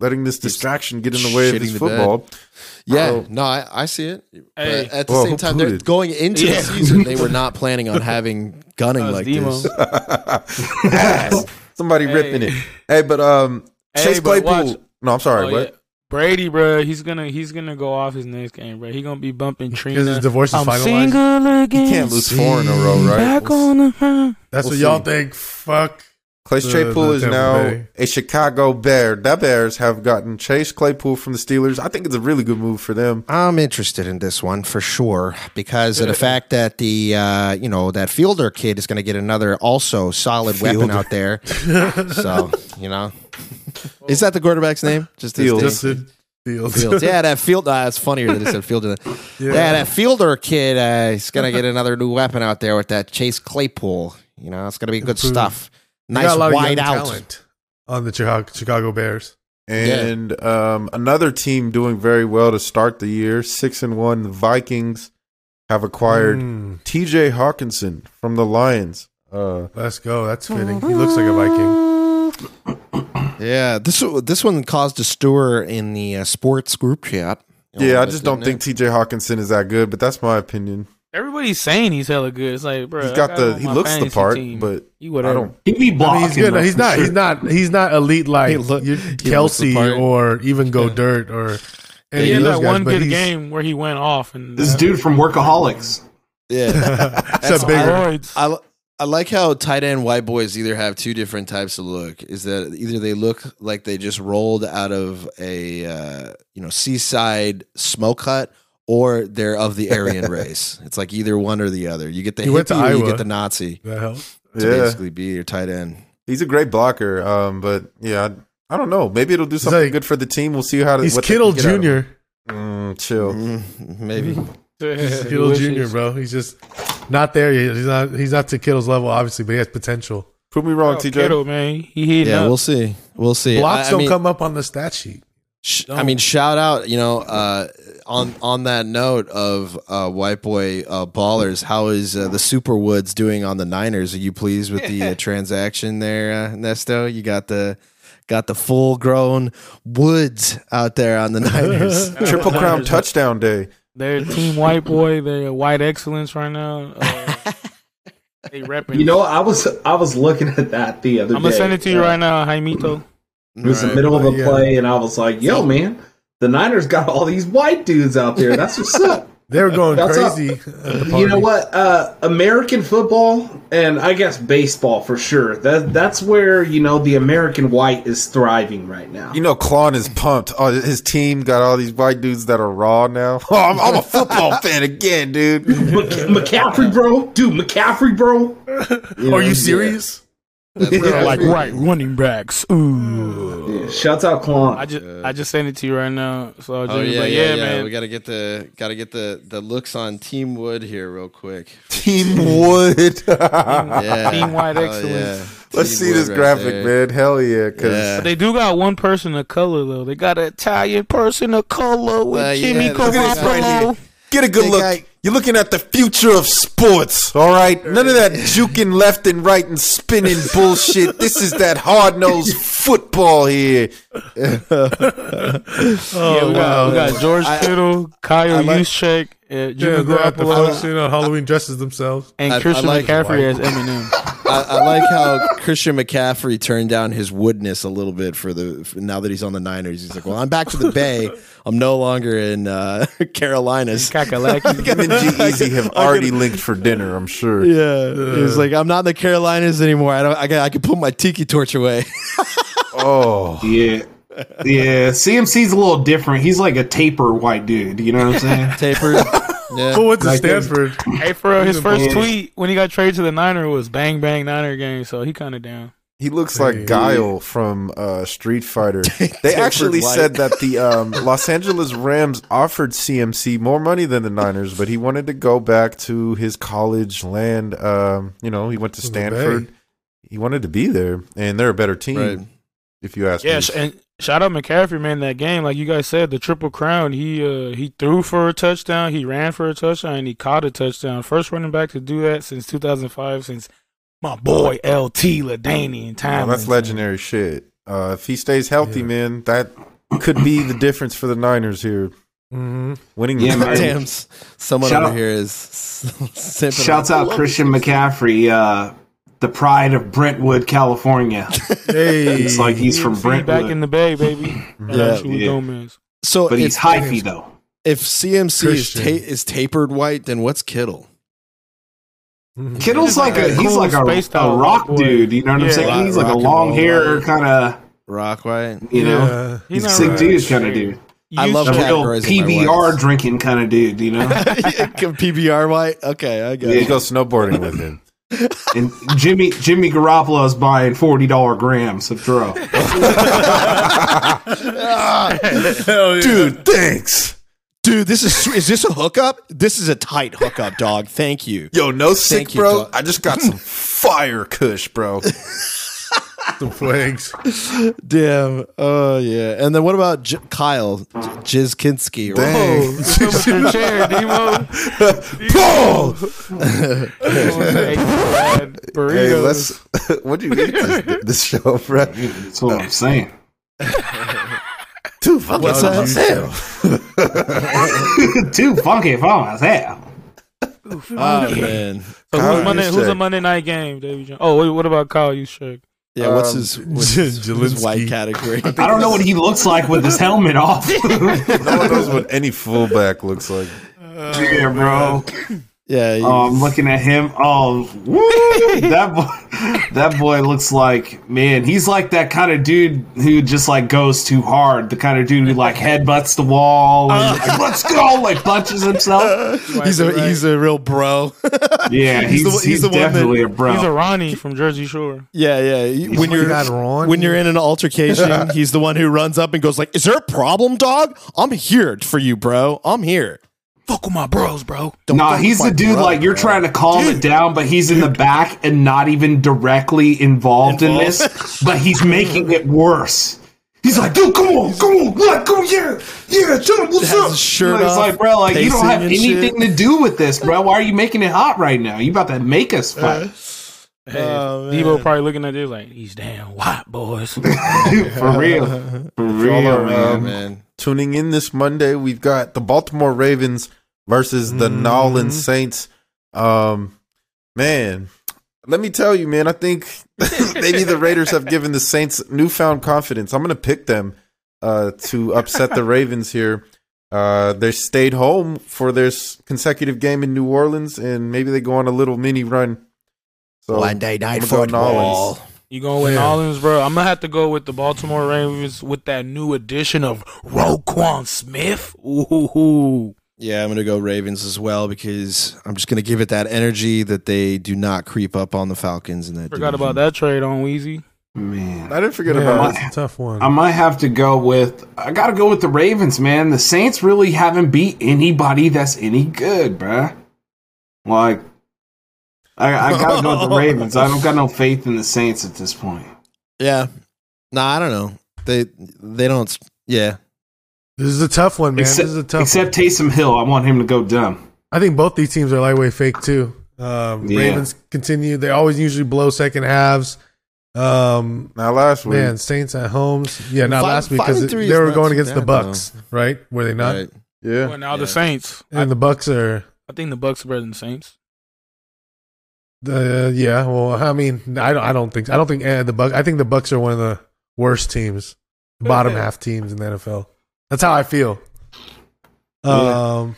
letting this distraction get in the way of shitting his the football. yeah, Oh. no, I, I see it. But Hey. at the Whoa, who same time, they're pooted? going into Yeah. the season. They were not planning on having gunning That was like Demo. this. Somebody Hey. ripping it. Hey, but um, Hey, Chase but Claypool. watch- No, I'm sorry. Oh, what? yeah. Brady, bro, he's gonna he's gonna go off his next game, bro. He gonna be bumping Trina. his divorce is I'm finalized. single again. He can't lose four in a row, right? Back on the hunt. That's We'll what y'all see. think. Fuck. Chase The- Claypool the is Tampa now Bay. a Chicago Bear. The Bears have gotten Chase Claypool from the Steelers. I think it's a really good move for them. I'm interested in this one for sure because of the fact that the uh, you know that fielder kid is going to get another also solid weapon out there. so you know, is that the quarterback's name? Just his Fields. name? Justin Fields. Fields. Yeah, that field. Uh, it's funnier that it said fielder. than- Yeah, that fielder kid uh, is going to get another new weapon out there with that Chase Claypool. You know, it's going to be good Improve. stuff. They got Nice a lot of wide young out. talent on the Chicago, Chicago Bears. And um, another team doing very well to start the year, six and one. The Vikings have acquired Mm. T.J. Hawkinson from the Lions. Uh, Let's go. That's fitting. He looks like a Viking. Yeah, this this one caused a stir in the uh, sports group chat. yeah, I just don't think T.J. Hawkinson is that good, but that's my opinion. Everybody's saying he's hella good. It's like, bro, He's I got him the on he my looks the fantasy part, team. but you I whatever. don't. He be I blocking. mean, he's good. though, He's for not. sure. He's not. He's not elite like He look- you- he looks the Kelsey part. or even Godert or He any had of that those guys. one but good he's- game where he went off and uh, This dude from Workaholics. Yeah, It's a big one. steroids. I l- I like how tight end white boys either have two different types of look. Is that either they look like they just rolled out of a uh, you know seaside smoke hut, or they're of the Aryan race. It's like either one or the other. You get the He hippie went to or you Iowa. get the Nazi That helps. to Yeah, basically be your tight end. he's a great blocker. Um, but yeah, I, I don't know. Maybe it'll do something like- good for the team. We'll see how. He's what they can Kittle get out of him. Junior. Mm, chill. Mm, maybe. Mm-hmm. He's Kittle Junior, bro. He's just not there yet. He's not. He's not to Kittle's level, obviously, but he has potential. Prove me wrong, T.J. Kittle, man. He heating Yeah, up. we'll see. We'll see. Blocks I- I don't mean- come up on the stat sheet. Sh- I mean, shout out, you know, uh, on on that note of uh, white boy uh, ballers, how is uh, the Super Woods doing on the Niners? Are you pleased with the uh, transaction there, uh, Nesto? You got the got the full grown Woods out there on the Niners. Triple Crown touchdown day. They're team white boy. They're white excellence right now. Uh, they repping. You know, I was I was looking at that the other I'm day. gonna send it to you right now, Jaimito. It was the middle of a yeah. play, and I was like, "Yo, man, the Niners got all these white dudes out there. That's what's up." They were going That's up. crazy. at the You know party. what? Uh, American football and I guess baseball for sure. That that's where you know the American white is thriving right now. You know, Klon is pumped. Oh, his team got all these white dudes that are raw now. Oh, I'm, I'm a football fan again, dude. Mc- McCaffrey, bro, dude, McCaffrey, bro. Are you serious? Like right running backs. Ooh. Yeah, Shouts out, Quan. I just I just sent it to you right now. So I'll just Oh yeah, like, yeah, yeah, yeah, man. We gotta get the gotta get the the looks on Team Wood here real quick. Team Wood. Yeah, Team White Hell excellence. Let's Team see Wood this right graphic, there. man. Hell yeah, because Yeah. They do got one person of color though. They got an Italian person of color with Uh, yeah, Jimmy look at this right Garoppolo. get a good They look. got- You're looking at the future of sports, all right? None of that juking left and right and spinning bullshit. This is that hard nosed football here. yeah, we got, we got George Kittle, Kyle I like- Juszczyk, uh, Yeah, Jimmy they're at the Garoppolo, function on Halloween dresses themselves. and I- I Christian like- McCaffrey as Eminem. I, I like how Christian McCaffrey turned down his woodness a little bit for the for now that he's on the Niners. He's like, "Well, I'm back to the Bay. I'm no longer in uh, Carolinas." Kakalaki. Him and G Easy have already linked for dinner, I'm sure. Yeah, he's like, "I'm not in the Carolinas anymore. I don't. I, can- I can put my tiki torch away." Oh. yeah, yeah. CMC's a little different. He's like a taper white dude. You know what I'm saying? Tapered. Yeah. Who went to Like this. Stanford? hey, for real, his first Yeah. tweet when he got traded to the Niner was "Bang Bang Niner Game," so he kind of down. He looks like Guile from uh, Street Fighter. They actually White. said that the um, Los Angeles Rams offered CMC more money than the Niners, but he wanted to go back to his college land. Um, you know, he went to To the Bay. Stanford. He wanted to be there, and they're a better team, Right. if you ask Yeah, me. sh- and shout out McCaffrey, man. That game, like you guys said, the triple crown. He uh, he threw for a touchdown, he ran for a touchdown, and he caught a touchdown. First running back to do that since 2005, since my boy LT Ladanian Well, time. that's legendary shit. Uh, if he stays healthy, Yeah. man, that could be the difference for the Niners here. Mhm. Winning Yeah, the man. Damn, s- someone Shout over out- here is simping. Shouts out Christian McCaffrey, uh, the pride of Brentwood, California. Hey, It's like he's from back in Brentwood, the Bay, baby. yeah, Yeah, yeah. Gomez. So, but he's if- hyphy though. If CMC is, ta- Christian. is tapered white, then what's Kittle? Mhm. Kittle's like a he's cool like spaced a, out a rock boy. dude. You know what Yeah. I'm saying? He's Rock- like rock a and long roll hair guy. kind of Rock white. you know Yeah. he's a not sick really dude kind of straight. dude. I You love A should- that. real Categorizing my PBR whites. drinking kind of dude. You know. PBR white. Okay, I got You it. go snowboarding with him. and Jimmy Jimmy Garoppolo is buying forty dollar grams of drugs. Ah! Hell yeah. Dude, thanks. Dude, this is is this a hookup? This is a tight hookup, dog. Thank you. Yo, no sick, you, bro. dog. I just got some fire kush, bro. Some flags. Damn. Oh yeah. And then what about J- Kyle J- Jizkinski? right? Dang. Your chair, Demo. Pull! Hey, bad burritos. Hey, let's. what do you eat this, this show, bro? That's what I'm saying. Two fucking What's that? Too funky for myself. Oh, Ah, man. So Kyle, who's, Monday, you who's sick. a Monday night game, Davy Jones? Oh, wait, what about Kyle Yushchuk? Yeah. What's Um, his, what's his, J- his white Jelinski. category? I don't know what he looks like with his helmet off. No one knows what any fullback looks like. yeah, bro. Yeah. he- Oh, I'm looking at him. Oh, woo, that boy, that boy looks like man. He's like that kind of dude who just like goes too hard. The kind of dude who like headbutts the wall Uh. and like, let's go, like punches himself. he's a he's a real bro. Yeah, he's, the- he's, he's the one that- definitely a bro. He's a Ronnie from Jersey Shore. yeah. Yeah. He- When You you're got wrong. when you're in an altercation, he's the one who runs up and goes like, "Is there a problem, dog? I'm here for you, bro. I'm here." Fuck with my bros, bro. Don't nah, fuck he's with the my dude bro, like you're bro." trying to calm it down, but he's in the back and not even directly involved, in this. But he's making it worse. He's like, dude, come on, come on, what, come on, yeah, yeah, John, what's Has up? his shirt it's off, like, bro, like you don't pacing have and anything shit. to do with this, bro. Why are you making it hot right now? You about to make us fight, Hey, Oh, Debo man. probably looking at it like, these damn white boys. for real, for real, Yeah, man. man. Tuning in this Monday, we've got the Baltimore Ravens versus the Mhm. Nolans Saints. Um, man, let me tell you, man, I think maybe the Raiders have given the Saints newfound confidence. I'm going to pick them uh, to upset the Ravens here. Uh, they stayed home for their s- consecutive game in New Orleans, and maybe they go on a little mini run. So day night Um, I'm gonna go Nolans. You going with Yeah. Nolans, bro? I'm gonna have to go with the Baltimore Ravens with that new addition of Roquan Smith. Ooh, Yeah, I'm going to go Ravens as well because I'm just going to give it that energy that they do not creep up on the Falcons and that. forgot division. about that trade on Wheezy. man. I didn't forget yeah, about that's a tough one. I might have to go with I gotta go with the Ravens, man. The Saints really haven't beat anybody that's any good, bruh. Like I, I gotta go with the Ravens. I don't got no faith in the Saints at this point. Yeah. Nah, I don't know. They they don't. Yeah. this is a tough one, man. except this is a tough. one. except Taysom Hill. I want him to go dumb. I think both these teams are lightweight fake too. Um, Yeah. Ravens continue. They always usually blow second halves. Um, now last week. man, Saints at homes. Yeah, not Five- last week five because and three they is were not going too against the bad, Bucks, right? Were they not? Right. Yeah. Well, now Yeah. the Saints. I, And the Bucks are. I think the Bucks are better than the Saints. Uh, yeah. Well, I mean, I don't. I don't think. I don't think uh, the Buck. I think the Bucks are one of the worst teams, bottom half teams in the NFL. That's how I feel. Um,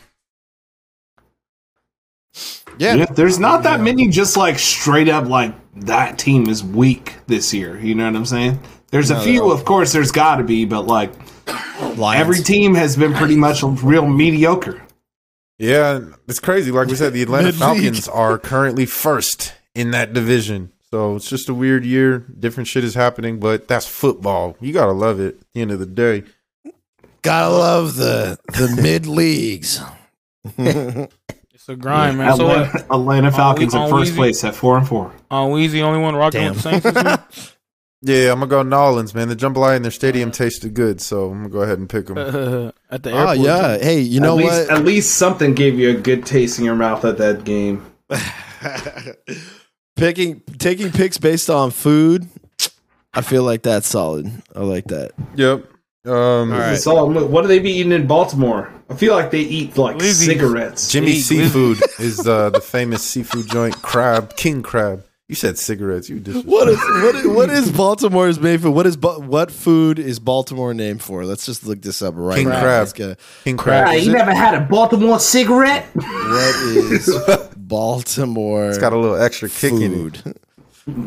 Yeah. Yeah, there's not that many just like straight up like that team is weak this year. You know what I'm saying? There's a No, few, they're- of course. There's got to be, but like Lions. every team has been pretty much real mediocre. Yeah, and it's crazy. Like we said, the Atlanta Mid-league. Falcons are currently first in that division. So it's just a weird year. Different shit is happening, but that's football. You gotta love it. At the end of the day, Gotta love the the mid leagues. It's a grind, man. So Atlanta, what? Atlanta Falcons Are we- in are first we- place at four and four. On Wheezy, only one rocking Damn. with the Saints. this week? yeah, I'm gonna go Nolans, man. The jambalaya in their stadium tasted good, so I'm gonna go ahead and pick Uh, them. at Ah, the oh airport. yeah. Hey, you know at least, what? At least something gave you a good taste in your mouth at that game. Picking taking picks based on food. I feel like that's solid. I like that. Yep. Um, All right. It's all- what do they be eating in Baltimore? I feel like they eat like Lizzy's. cigarettes. Jimmy Jeez, Seafood is uh, the famous seafood joint. Crab, king crab. You said cigarettes. You just What is what is, what is Baltimore's made for? What is Ba- what food is Baltimore named for? Let's just look this up right King now. crab. Let's get- king crab? you never had a Baltimore cigarette? What is Baltimore It's got a little extra kick in it. food?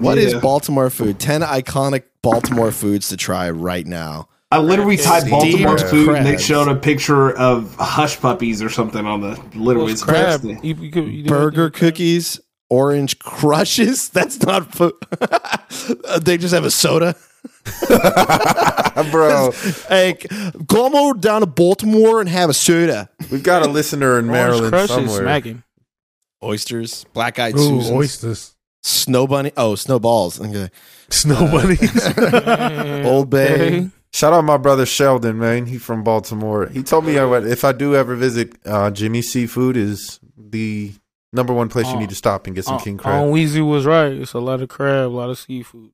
What is Yeah. Baltimore food? Ten iconic Baltimore foods to try right now. I literally typed Steamed Baltimore food and they crabs. showed a picture of hush puppies or something on the literally What's crab? it's- You- you could- you do- Burger cookies, orange crushes. That's not food. they just have a soda. Bro, Hey, come over down to Baltimore and have a soda. we've got a listener in Orange Maryland Crush is somewhere. smacking. Oysters, black eyed ooh, Susans. oysters. Snow bunny. Oh, snowballs. Okay. Snow Uh, bunnies. Old Bay. Shout out my brother Sheldon, man. He from Baltimore. He told me I would- if I do ever visit, uh, Jimmy Seafood is the number one place you need to stop and get some On king crab. Uh, Weezy was right. It's a lot of crab, a lot of seafood.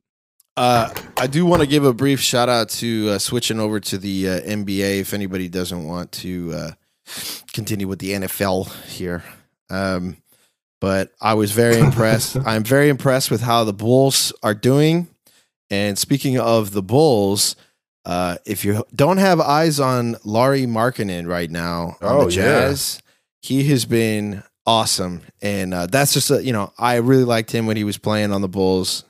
Uh, I do want to give a brief shout out to uh, switching over to the uh, NBA if anybody doesn't want to uh, continue with the NFL here. Um, but I was very impressed. I'm very impressed with how the Bulls are doing. And speaking of the Bulls, uh, if you don't have eyes on Laurie Markkinen right now on Oh, the yeah. Jazz, he has been awesome. And uh, that's just, a, you know, I really liked him when he was playing on the Bulls.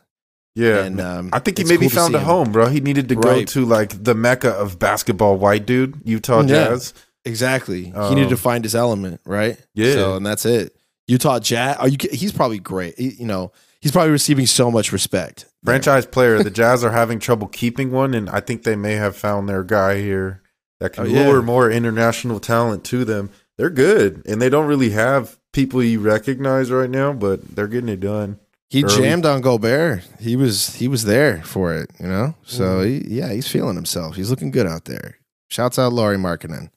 Yeah, And, um, I think he it's maybe cool to found see a him. home, bro. He needed to go Right. to like the mecca of basketball, white dude, Utah Yeah. Jazz. Exactly. Um, he needed to find his element, right? Yeah. So, and that's it. Utah Jazz. Are you? ki- He's probably great. He- you know, he's probably receiving so much respect. Franchise player. The Jazz are having trouble keeping one, and I think they may have found their guy here that can Oh, yeah. lure more international talent to them. They're good, and they don't really have people you recognize right now, but they're getting it done. He Early. jammed on Gobert. He was he was there for it. You know. So Mm. he, yeah, he's feeling himself. He's looking good out there. Shouts out Laurie Markkinen,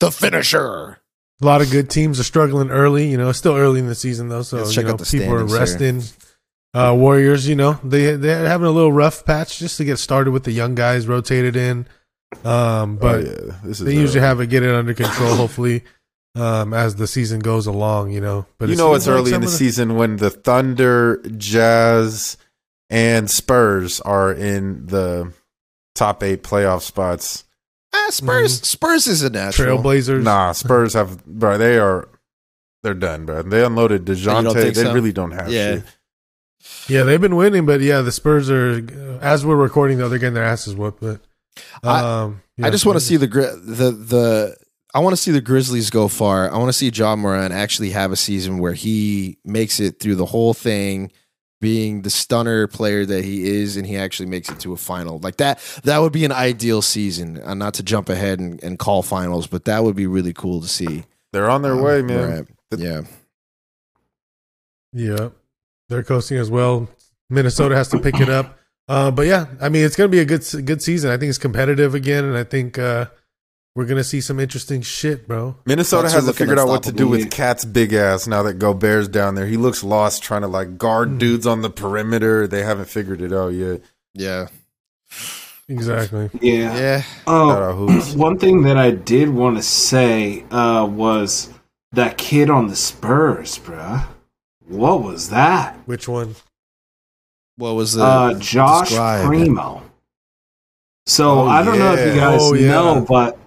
the finisher. A lot of good teams are struggling early. You know, it's still early in the season though, so Let's you check know out the people are standings here. resting. Uh, Warriors, you know, they they're having a little rough patch just to get started with the young guys rotated in. Um, but oh, yeah, this is they uh, usually have it get it under control, hopefully, um, as the season goes along. You know, but you it know seems it's like early in some the of season when the Thunder, Jazz, and Spurs are in the top eight playoff spots. Ah, Spurs. Mm-hmm. Spurs is a natural. Trailblazers. Nah, Spurs have bro. They are they're done, bro. They unloaded Dejounte. They Oh, think so? really don't have Yeah. shit. Yeah, they've been winning, but yeah, the Spurs are. As we're recording, though, they're getting their asses whooped. But I- um, I just want to see the gri- the the I want to see the Grizzlies go far. I want to see John Moran actually have a season where he makes it through the whole thing, being the stunner player that he is, and he actually makes it to a final. Like that, that would be an ideal season. Uh, not to jump ahead and, and call finals, but that would be really cool to see. They're on their Um, way, man. right. Yeah, Yeah, they're coasting as well. Minnesota has to pick it up. Uh, but yeah, I mean, it's going to be a good se- good season. I think it's competitive again, and I think uh, we're going to see some interesting shit, bro. Minnesota Bucks are hasn't looking figured out what to do unstoppable. with Cat's big ass now that Gobert's down there. He looks lost trying to like guard Hmm. dudes on the perimeter. They haven't figured it out yet. yeah, Exactly. Yeah. yeah. Shout out Oh, Hoops. one thing that I did want to say uh, was that kid on the Spurs, bruh. What was that? Which one? What was the Uh, Josh describe. Primo. So Oh, I don't know if you yeah. guys Oh, yeah. know, but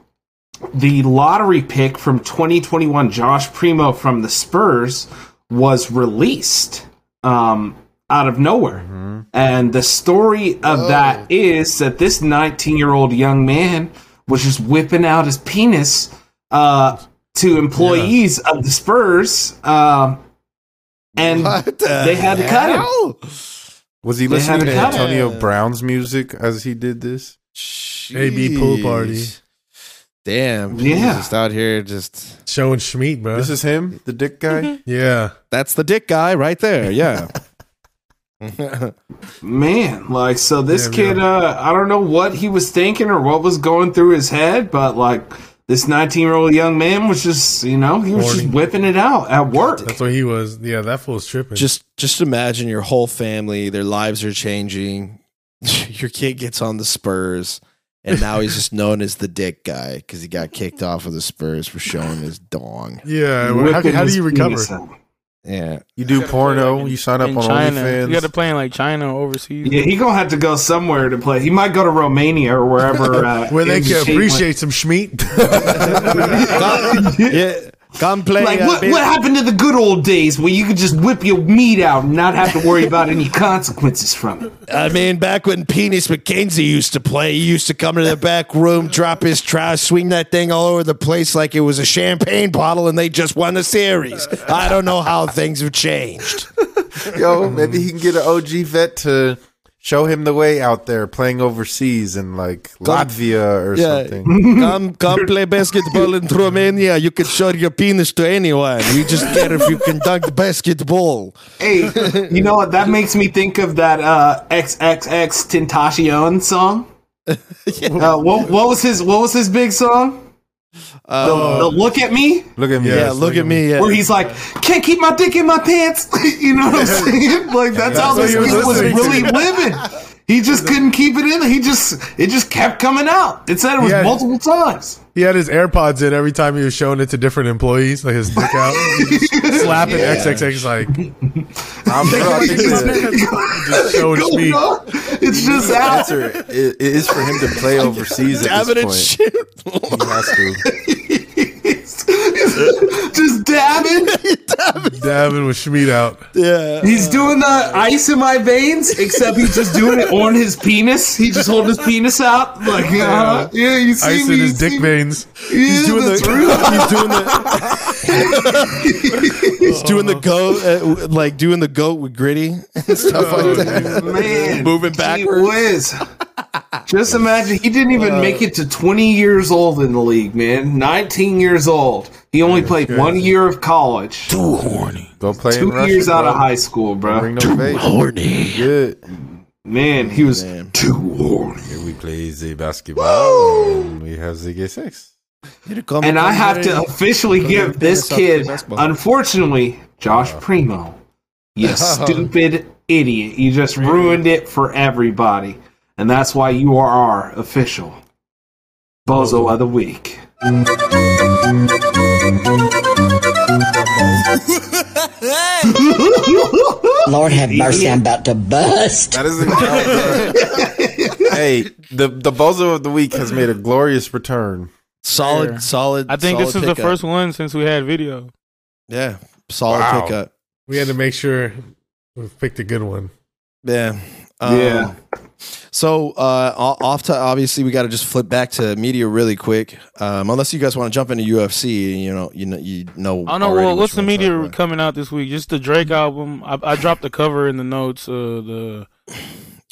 the lottery pick from 2021, Josh Primo from the Spurs, was released um, out of nowhere. And the story of that is that this 19 year old young man was just whipping out his penis uh, to employees of the Spurs. Um, and What the they had to cut him. hell? Was he They had listening to a cut. Antonio Brown's music as he did this? AB pool party. Jeez. Damn. he's Yeah. Just out here, just Showing Schmidt, bro. This is him, the dick guy. Mm-hmm. yeah. that's the dick guy right there. Yeah. Man, like so this Yeah, kid uh I don't know what he was thinking or what was going through his head, but like this 19-year-old young man was just, you know, he was Horny. just whipping it out at work. That's what he was. Yeah, that fool's tripping. just just imagine your whole family, their lives are changing. your kid gets on the Spurs, and now he's just known as the dick guy because he got kicked off of the Spurs for showing his dong. yeah. well, How, Whipping how do his you recover? penis out. Yeah. You do gotta play, like, porno. in- you sign up in on China. OnlyFans. You got to play in like China or overseas. Yeah, he gonna have to go somewhere to play. He might go to Romania or wherever uh, Where they in can shape appreciate some Schmidt. Come, yeah. Come play. went- Like uh, what, bit- what happened to the good old days where you could just whip your meat out and not have to worry about any consequences from it? I mean, back when Penis McKenzie used to play, he used to come to the back room, drop his trousers, swing that thing all over the place like it was a champagne bottle, and they just won the series. I don't know how things have changed. Yo, maybe he can get an OG vet to Show him the way out there playing overseas in like God. Latvia or Yeah. something. Come, come play basketball in Romania. You can show your penis to anyone. We just care if you can dunk basketball. Hey, you know what? That makes me think of that uh, XXX Tentacion song. uh, what, what was his What was his big song? The- Uh, the, look at me, Look at me. Yeah, look at me. Yeah. where he's like, "Can't keep my dick in my pants." you know what I'm saying? Like that's how That's this what he was dude was listening really living. He just couldn't keep it in. He just it just kept coming out. It said it was Yeah. multiple times. He had his AirPods in every time he was showing it to different employees, like his dick out, slapping XXX like I'm sure I think the just showing Going speed. on. It's just out. answer i- is, for him to play overseas at Damn it this and point. He shit. has to. just dabbing. Davin with Schmied out. Yeah. He's doing the ice in my veins, except he's just doing it on his penis. He just holding his penis out, like uh, yeah. you see Ice me, in you his see dick me. veins. Yeah, He's doing the. that's real. He's doing the. he's doing the goat, uh, w- like doing the goat with gritty and stuff like that. man, Moving gee backwards. whiz. Just imagine he didn't even make it to 20 years old in the league, man. 19 years old. He only played one year of college, two Go play in Russia. years out of bro. high school, bro. Bring no face. Horny. Good. Man, he was Man. too horny. Here we play the basketball and we have the gay sex. And I have to officially give this Stop playing kid, basketball. unfortunately, Josh Uh-huh. Primo. Oh. You stupid idiot. You just ruined it for everybody. And that's why you are our official Oh. Bozo of the Week. Lord have mercy, I'm about to bust. That doesn't count. bro. hey, the the bozo of the week has made a glorious return. Solid, Fair. solid. I think solid this is the pickup. first one since we had video. Yeah, solid Wow. pickup. We had to make sure we picked a good one. Yeah. Um, Yeah. So uh, o- off to obviously we got to just flip back to media really quick, um, unless you guys want to jump into UFC. You know, you know, you know. Oh no! already Well, what what's you the wanna talk media about. coming out this week? Just the Drake album. I, I dropped the cover in the notes. Uh, the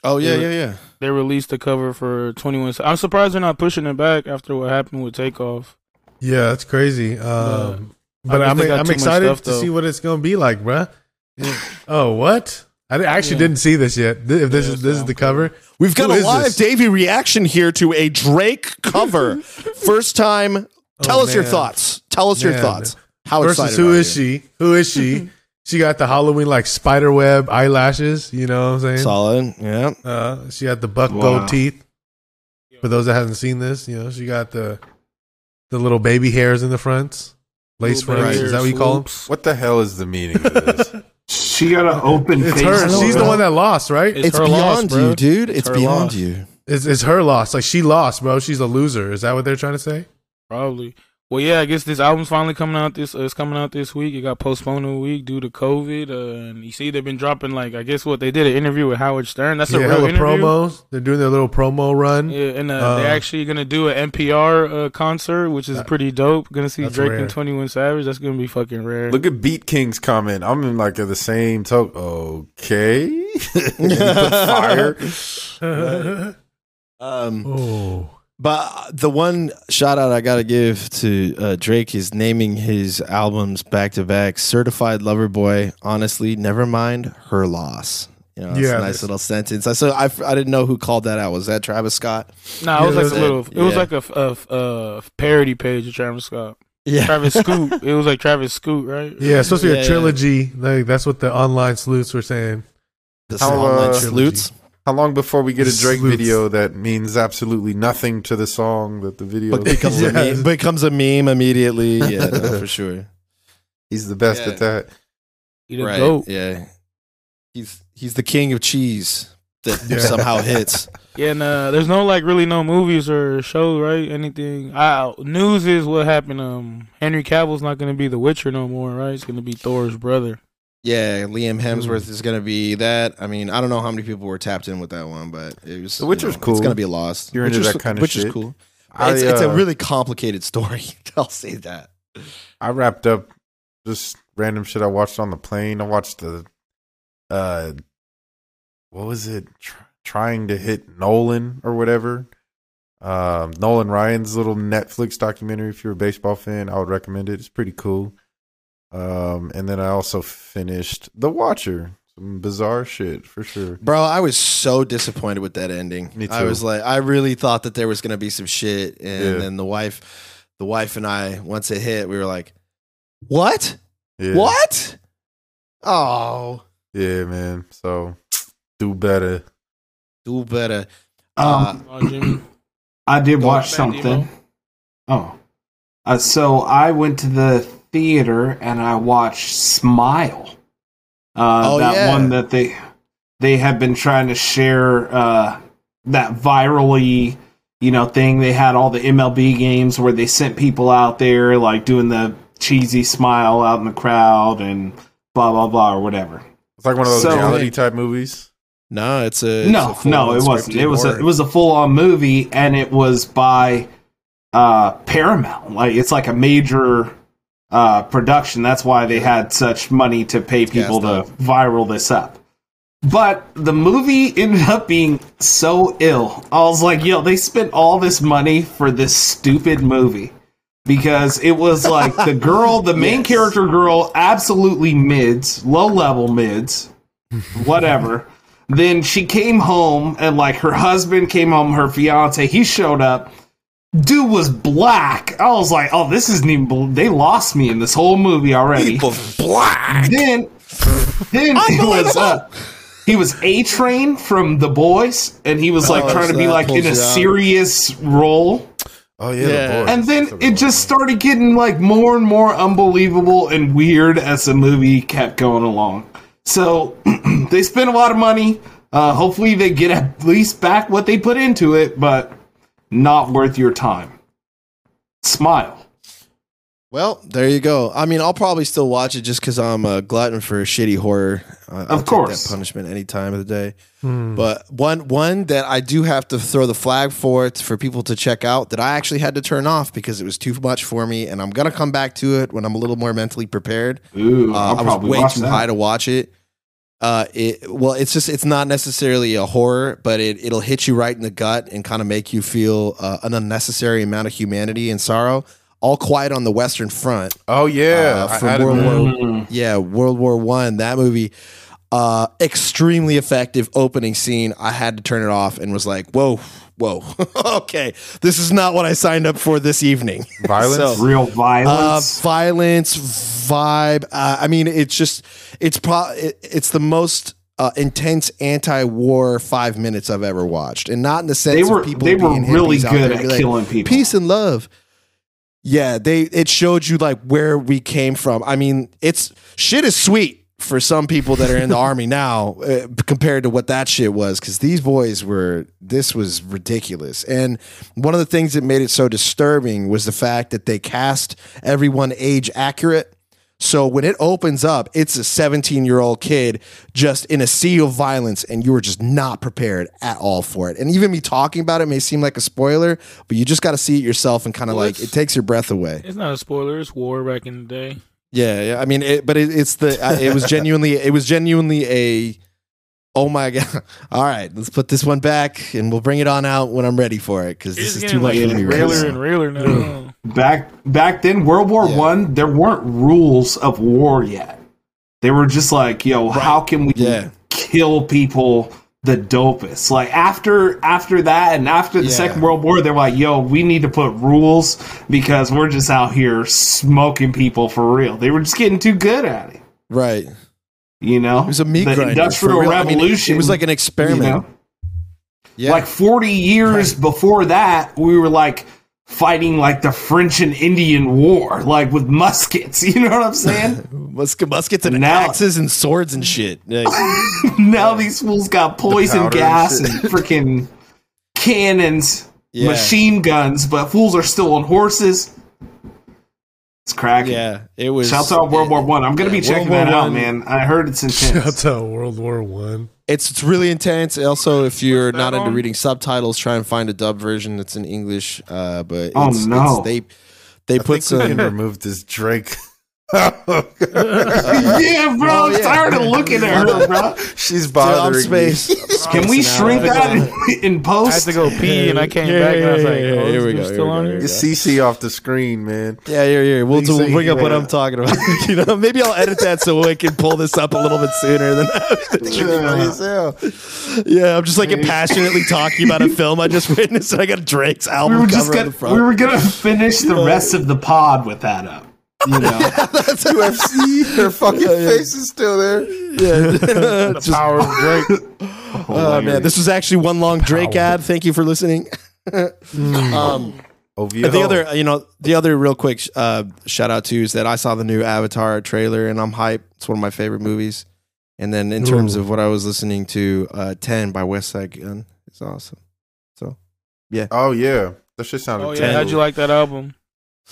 Oh yeah, yeah, yeah. they released the cover for Twenty One. I'm surprised they're not pushing it back after what happened with Takeoff. Yeah, that's crazy. Um, but I guess I'm they got I'm too much excited stuff, to though. see what it's gonna be like, bruh. oh, what? I di- I actually didn't see this yet. Th- If this is this is the cover, We've got Who a is live this? Davey reaction here to a Drake cover, first time. Tell Oh, us your man. thoughts. Tell us your Man. thoughts. How versus excited who are is you? she? Who is she? she got the Halloween like spider web eyelashes. You know what I'm saying? Solid. Yeah. Uh, she had the buck Wow. gold teeth. For those that hasn't seen this, you know she got the the little baby hairs in the fronts, lace Little fronts. baby Is that what you hair call them? swoops. What the hell is the meaning of this? She got an open It's face. her. She's the one that lost, right? It's It's, her loss, beyond bro. you, dude. It's, It's her beyond loss. you. It's, it's her loss. Like she lost, bro. She's a loser. Is that what they're trying to say? Probably. Well, yeah, I guess this album's finally coming out. This uh, it's coming out this week. It got postponed a week due to COVID. Uh, and you see, they've been dropping like I guess what they did an interview with Howard Stern. That's yeah, a real hella interview. promos. They're doing their little promo run. Yeah, and uh, Uh, they're actually gonna do an NPR uh, concert, which is pretty dope. Gonna see that's Drake rare. and Twenty One Savage. That's gonna be fucking rare. Look at Beat King's comment. I'm in like the same token. Okay. He put fire. Um, Oh, But uh, the one shout out I got to give to uh, Drake is naming his albums back to back Certified Lover Boy, Honestly, Never Mind, Her Loss. You know, that's Yeah, a nice that's- little sentence. I, so I, I didn't know who called that out. Was that Travis Scott? nah, Yeah, it was like that's a little. It, it. was Yeah. like a, f- a f- a parody page of Travis Scott, Yeah. Travis Scoot. it was like Travis Scoot, right? yeah. It's supposed to be Yeah, a yeah. trilogy. Like that's what the online sleuths were saying. The How, online uh, sleuths. How long before we get a Drake Sleuth. video that means absolutely nothing to the song that the video But becomes, Yeah. a meme, becomes a meme immediately. Yeah, no, for sure. He's the best Yeah. at that. He the goat. Yeah. He's, he's the king of cheese that Yeah. somehow hits. Yeah, and uh, there's no like really no movies or shows, right? Anything. I, news is what happened. Um, Henry Cavill's not gonna be the Witcher no more, right? It's gonna be Thor's brother. Yeah, Mm. Liam Hemsworth is going to be that. I mean, I don't know how many people were tapped in with that one, but it was. The Witcher's you know, cool. It's going to be lost. You're into that kind of which shit. is cool. I, it's, it's a uh, really complicated story. I'll say that. I wrapped up just random shit I watched on the plane. I watched the uh what was it? Tr- trying to hit Nolan or whatever. Um, Nolan Ryan's little Netflix documentary. If you're a baseball fan, I would recommend it. It's pretty cool. Um, and then I also finished The Watcher. Some bizarre shit for sure. Bro, I was so disappointed with that ending. Me I too. was like, I really thought that there was gonna be some shit, and Yeah. then the wife, the wife and I, once it hit, we were like, "What? Yeah. What? Oh, Yeah, man. So do better. do better." Uh, Um, Oh, Jimmy. I did go watch ahead, Demo. something. Oh, uh, so I went to the theater and I watched Smile. Uh, Oh, that yeah. one that they they have been trying to share uh, that virally, you know, thing. They had all the MLB games where they sent people out there like doing the cheesy smile out in the crowd and blah blah blah or whatever. It's like one of those So- reality type movies. no, it's a it's no, a no, it full-on wasn't. scripted It was a, horror. it was a full on movie, and it was by uh, Paramount. Like it's like a major uh, production. That's why they had such money to pay people gassed to viral this up. But the movie ended up being so ill. I was like, yo, they spent all this money for this stupid movie. Because it was like the girl, the main character girl, absolutely mids, low level mids, whatever. then she came home, and like her husband came home, her fiance, he showed up. Dude was black. I was like, oh, this isn't even. bel- They lost me in this whole movie already. black. Then, then he was uh, he was A Train from The Boys, and he was like Oh, trying so to be that like pulls in you a out. serious role. Oh yeah, Yeah. The boys. And then That's a it just started getting like more and more unbelievable and weird as the movie kept going along. So they spent a lot of money. Uh, hopefully they get at least back what they put into it, but not worth your time. Smile. Well, there you go. I mean, I'll probably still watch it just because I'm a glutton for shitty horror. I, I'll take course. that punishment any time of the day. But one one that I do have to throw the flag for it's for people to check out that I actually had to turn off because it was too much for me, and I'm gonna come back to it when I'm a little more mentally prepared. Ooh, Uh, I'll I was probably way watch too that. high to watch it. Uh, it well, it's just it's not necessarily a horror, but it it'll hit you right in the gut and kind of make you feel uh, an unnecessary amount of humanity and sorrow. All quiet on the Western Front. Oh yeah, Uh, I from had it, World man. War yeah world war one that movie uh extremely effective opening scene i had to turn it off and was like whoa whoa okay this is not what i signed up for this evening violence. So- Real uh, violence. violence vibe uh, i mean it's just it's pro it, it's the most uh, intense anti-war five minutes I've ever watched, and not in the sense They were- of people they were being really hippies out good there, at be like, killing people. peace and love. Yeah, they it showed you like where we came from. I mean, it's shit is sweet for some people that are in the army now uh, compared to what that shit was cuz these boys were this was ridiculous. And one of the things that made it so disturbing was the fact that they cast everyone age accurate. So when it opens up, it's a 17 year old kid just in a sea of violence, and you are just not prepared at all for it. And even me talking about it may seem like a spoiler, but you just got to see it yourself and kind of Well, like it's- it takes your breath away. It's not a spoiler. It's war back in the day. Yeah, yeah. I mean, it, but it, it's the I, it was genuinely it was genuinely a oh my god. All right, let's put this one back, and we'll bring it on out when I'm ready for it because this It's is getting too much like for me right realer and now. realer now. back back then, World War Yeah. One, there weren't rules of war yet. They were just like, yo, how can we Yeah. kill people the dopest? Like after after that and after the Yeah. Second World War, they're like, yo, we need to put rules because we're just out here smoking people for real. They were just getting too good at it. Right, it You know? It was a meat the grinder. Industrial for real. I mean, Revolution. it- it was like an experiment. you know? Yeah. Like 40 years before that, we were like fighting like the French and Indian War, like with muskets. You know what I'm saying? Musket, muskets and Now- axes and swords and shit. Yeah. now these fools got poison powder and gas shit. and freaking cannons, Yeah. machine guns, but fools are still on horses. It's cracking. yeah, it was. Shouts out World War One. I'm gonna be Yeah, checking World that War out, One. man. I heard it's intense. Shout out World War One. It's, it's really intense. Also, if you're What's not that into on? reading subtitles, try and find a dub version that's in English. Uh, but Oh, it's, no. it's, they they I put think we can some. remove this Drake. yeah, bro. Oh, I'm yeah. tired of looking at her, bro. She's I'm bothering space. me. Can we shrink that in, in I had post? to go pee, and I came Yeah, back, and I was yeah, like, yeah, "Oh, here this we dude's go, here still we on go, here." here It's CC off the screen, man. Yeah, here, here. We'll, Please we'll say bring up what yeah. I'm talking about. you know, maybe I'll edit that so I can pull this up a little bit sooner than. Yeah. Yeah. yeah, I'm just like passionately talking about a film I just witnessed, and I got Drake's we album were cover just on gonna the front. we were gonna finish the rest of the pod with that up. You know, UFC, her fucking face is still there. yeah, The power of Drake. oh man, this was actually one long Drake ad. Thank you for listening. um, OVO. But the other, you know, the other real quick uh, shout out to is that I saw the new Avatar trailer and I'm hyped. It's one of my favorite movies. And then in terms of what I was listening to, uh, Ten by West Side Gun is awesome. Oh yeah, that shit sounded. Oh yeah, terrible. how'd you like that album?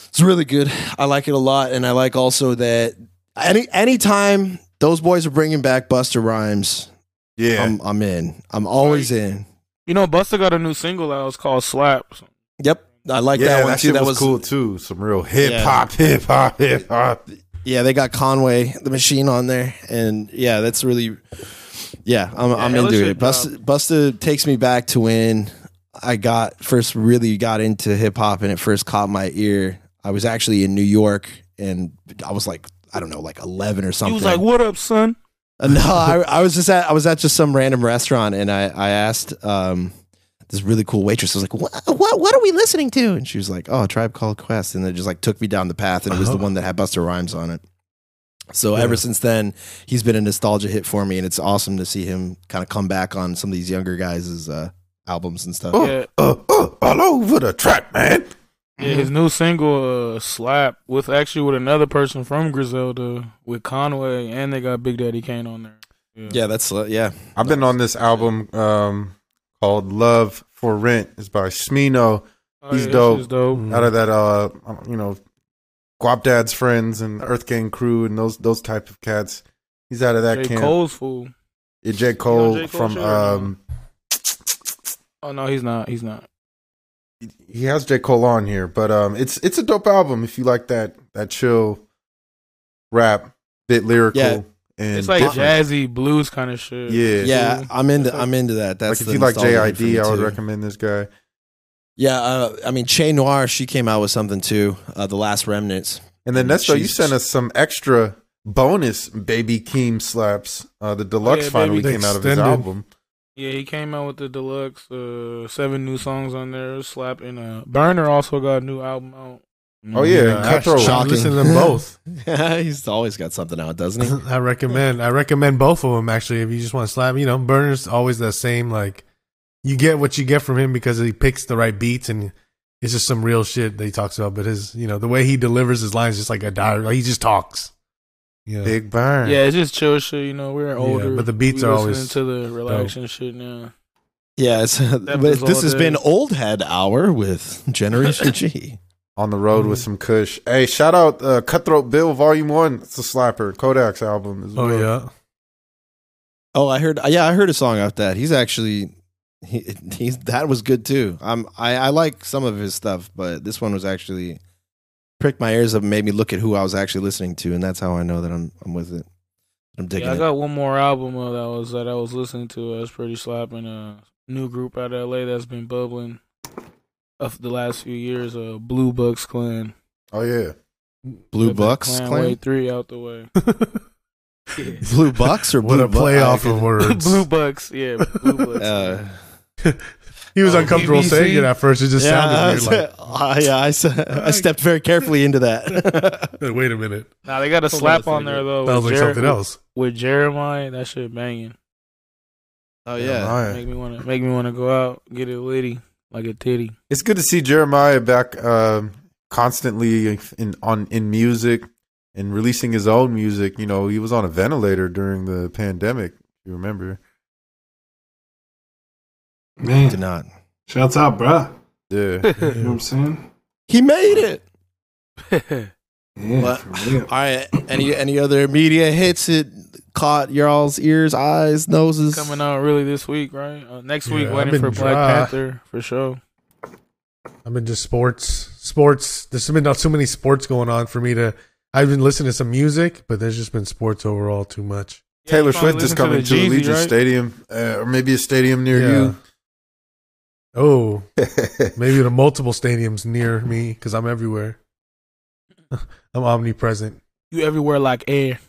It's really good. I like it a lot, and I like also that any anytime those boys are bringing back Buster Rhymes, Yeah, um, I'm I'm in. I'm always in. You know, Busta got a new single out. It's called Slap. Yep, I like yeah, that that, one too. shit That was, was cool too. Some real hip hop, hip hop, hip hop. Yeah, they got Conway the Machine on there, and yeah, that's really, yeah, I'm, I'm hella into shit it. um, Busta, Busta takes me back to when I got first really got into hip hop, and it first caught my ear. I was actually in New York, and I was like, I don't know, like 11 or He something. was like, "What up, son?" Uh, No, I, I was just at I was at just some random restaurant, and I I asked um, this really cool waitress. I was like, "What what what are we listening to?" And she was like, "Oh, Tribe Called Quest," and it just like took me down the path, and it Uh-huh. was the one that had Buster Rhymes on it. So ever since then, he's been a nostalgia hit for me, and it's awesome to see him kind of come back on some of these younger guys' uh, albums and stuff. Yeah, Uh, uh, all over the track, man. yeah. His new single, uh, Slap, with actually with another person from Griselda, with Conway, and they got Big Daddy Kane on there. Yeah, that's uh, yeah. I've been on this album um, called "Love for Rent." It's by Smino. Oh, He's yeah, this dope. is dope. Out of that, uh, you know, Guap Dad's friends and Earth Gang crew and those those type of cats. He's out of that J. camp. Cole's fool. Yeah, J. Cole, J. Cole from shit or no? um, Oh no, he's not. He's not. he has J. Cole on here, but um, it's it's a dope album if you like that that chill rap, bit lyrical, Yeah. and It's like different. jazzy blues kind of shit. Yeah. Yeah, I'm into I'm into that. Like That's if the you like nostalgia hit for me, JID, I would too. recommend this guy. Yeah, uh, I mean, Che Noir, she came out with something too. Uh, the Last Remnants. And then Nesto, you Jesus. sent us some extra bonus Baby Keem slaps. Uh, the deluxe Yeah, finally Baby- came out of his Extended. album. Yeah, he came out with the deluxe, uh, seven new songs on there, slap and uh Burner also got a new album out. Oh yeah, and Cutthroat. Shock. I listen to them both. He's always got something out, doesn't he? I recommend. I recommend both of them actually. If you just want to slap, you know, Burner's always that same. Like you get what you get from him because he picks the right beats and it's just some real shit that he talks about. But his, you know, the way he delivers his lines is just like a diary. Like he just talks. Yeah. Big Burn. Yeah, it's just chill shit, you know. We're older, but the beats we are listening always to the relaxing shit now. Yeah, it's, but was this all has it been is. Old Head Hour with Generation G. On the road with some Kush. Hey, shout out uh, Cutthroat Bill Volume One. It's a slapper. Kodak's album as well. Oh yeah. Oh, I heard. Yeah, I heard a song off that. He's actually he, he's that was good too. I'm I, I like some of his stuff, but this one was actually pricked my ears up, and made me look at who I was actually listening to, and that's how I know that I'm I'm with it. I'm digging Yeah, I it. got one more album uh, that was that I was listening to. That's pretty slapping. A new group out of LA that's been bubbling of the last few years. Uh, Blue Bucks Clan. Oh yeah. Blue Got that Bucks Clan, clan? Way three out the way. Blue Bucks or What Blue a playoff of words. Blue Bucks. Yeah, Blue Bucks. Uh, he was Oh, uncomfortable BBC? saying it at first. It just yeah, sounded weird. I, yeah, I, s- I stepped very carefully into that. Like, wait a minute. Now they got a Hold on a slap on second. there though. Sounds with like Jer- something else. with Jeremiah. That shit banging. oh Jeremiah. Make me wanna make me wanna go out get it litty like a titty. It's good to see Jeremiah back uh, constantly in on in music and releasing his own music. You know, he was on a ventilator during the pandemic. if You remember? do man, not. shouts out, bruh. Yeah. You know what I'm saying? He made it. Yeah, But- for real. All right. Any any other media hits that caught y'all's ears, eyes, noses? Coming out really this week, right? Uh, next week, Yeah, I've waiting been for Black dry. Panther for sure. I've been just sports, sports. There's been not too many sports going on for me to I've been listening to some music, but there's just been sports overall too much. Taylor Swift is coming to, Allegiant Stadium, uh, or maybe a stadium near Yeah. Oh, maybe the multiple stadiums near me because I'm everywhere. I'm omnipresent. You everywhere like air.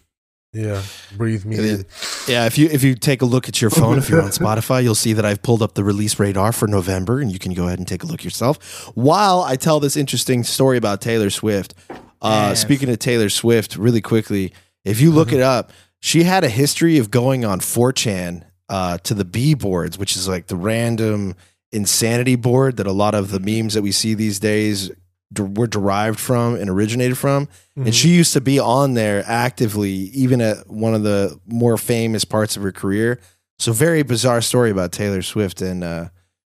Yeah, breathe me It is- in. Yeah, if you if you take a look at your phone, if you're on Spotify, you'll see that I've pulled up the release radar for November, and you can go ahead and take a look yourself. While I tell this interesting story about Taylor Swift, uh, Yes. Mm-hmm. speaking of Taylor Swift, really quickly, if you look it up, she had a history of going on 4chan uh, to the B boards, which is like the random insanity board that a lot of the memes that we see these days de- were derived from and originated from and she used to be on there actively even at one of the more famous parts of her career so very bizarre story about taylor swift and uh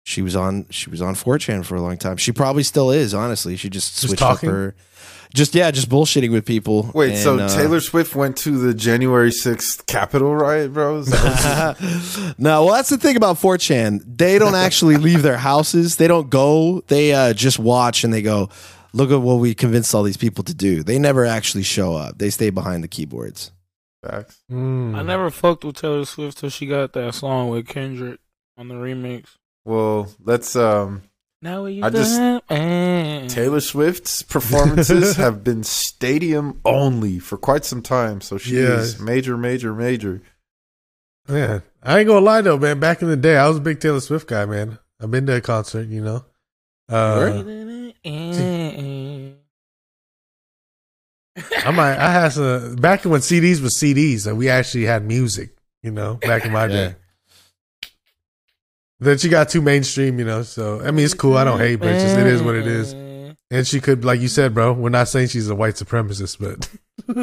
she was on she was on 4chan for a long time she probably still is honestly she just switched up talking? her just yeah just bullshitting with people you. Wait, And, so uh, Taylor Swift went to the January 6th Capitol riot, bro? Is that- no, well, that's the thing about 4chan. They don't actually leave their houses. They don't go. They uh, just watch and they go, look at what we convinced all these people to do. They never actually show up. They stay behind the keyboards. Facts. Mm. I never fucked with Taylor Swift till she got that song with Kendrick on the remix. well, let's. um Now you I just- Taylor Swift's performances have been stadium only for quite some time, so she Yes. is major, major, major. Man, I ain't gonna lie though, man. Back in the day, I was a big Taylor Swift guy, man. I've been to a concert, you know. Uh, I might, I had some back when CDs was CDs, and we actually had music, you know, back in my day. Then she got too mainstream, you know. So I mean, it's cool. I don't hate, but it's just, it is what it is. Mm-hmm. And she could, like you said, bro. We're not saying she's a white supremacist, but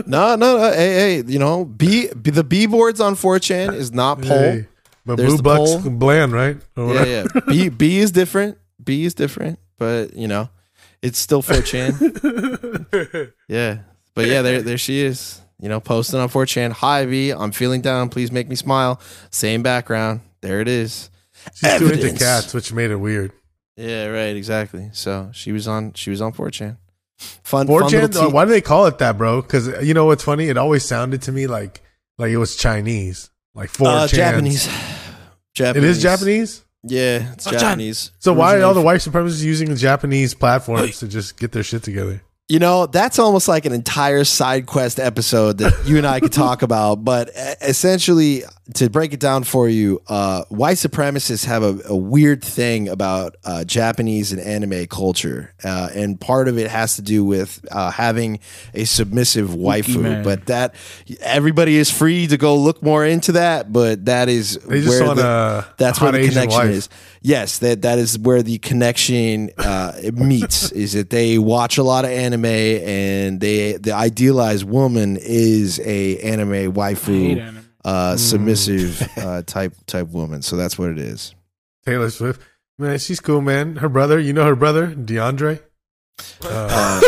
No, no, no. Hey, hey, you know, B, B the B boards on 4chan is not poll. Hey, but There's Blue the Bucks poll. bland, right? Or Yeah, whatever. yeah. B B is different. B is different, but you know, it's still 4chan. yeah. But yeah, there there she is. You know, posting on 4chan. Hi V, I'm feeling down. Please make me smile. Same background. There it is. She's too Evidence. into cats, which made it weird. Yeah, right, exactly. So she was on she was on 4chan. Fun, fun 4chan, little uh, tea- why do they call it that, bro? Because you know what's funny? It always sounded to me like like it was Chinese, like 4chan. uh, Japanese. It Japanese. is Japanese. Yeah, it's Japanese. So why are all the Originally white supremacists using the Japanese platforms to just get their shit together? You know, that's almost like an entire side quest episode that you and I could talk about. But e- essentially, to break it down for you, uh, white supremacists have a, a weird thing about uh, Japanese and anime culture. Uh, and part of it has to do with uh, having a submissive waifu. man. But that everybody is free to go look more into that. But that is They just saw the that's where hot the Asian connection wife. is. Yes, that that is where the connection uh, it meets. is that they watch a lot of anime and they the idealized woman is a anime waifu, uh, submissive Mm. uh, type type woman. So that's what it is. Taylor Swift, man, she's cool, man. Her brother, you know her brother, DeAndre. Uh,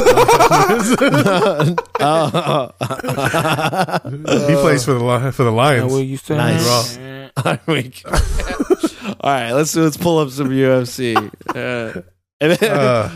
Oh. Uh, he plays for the Li- for the Now Lions. will you stand? Nice. I'm weak. Oh All right, let's let's pull up some UFC. Uh, and then- Uh,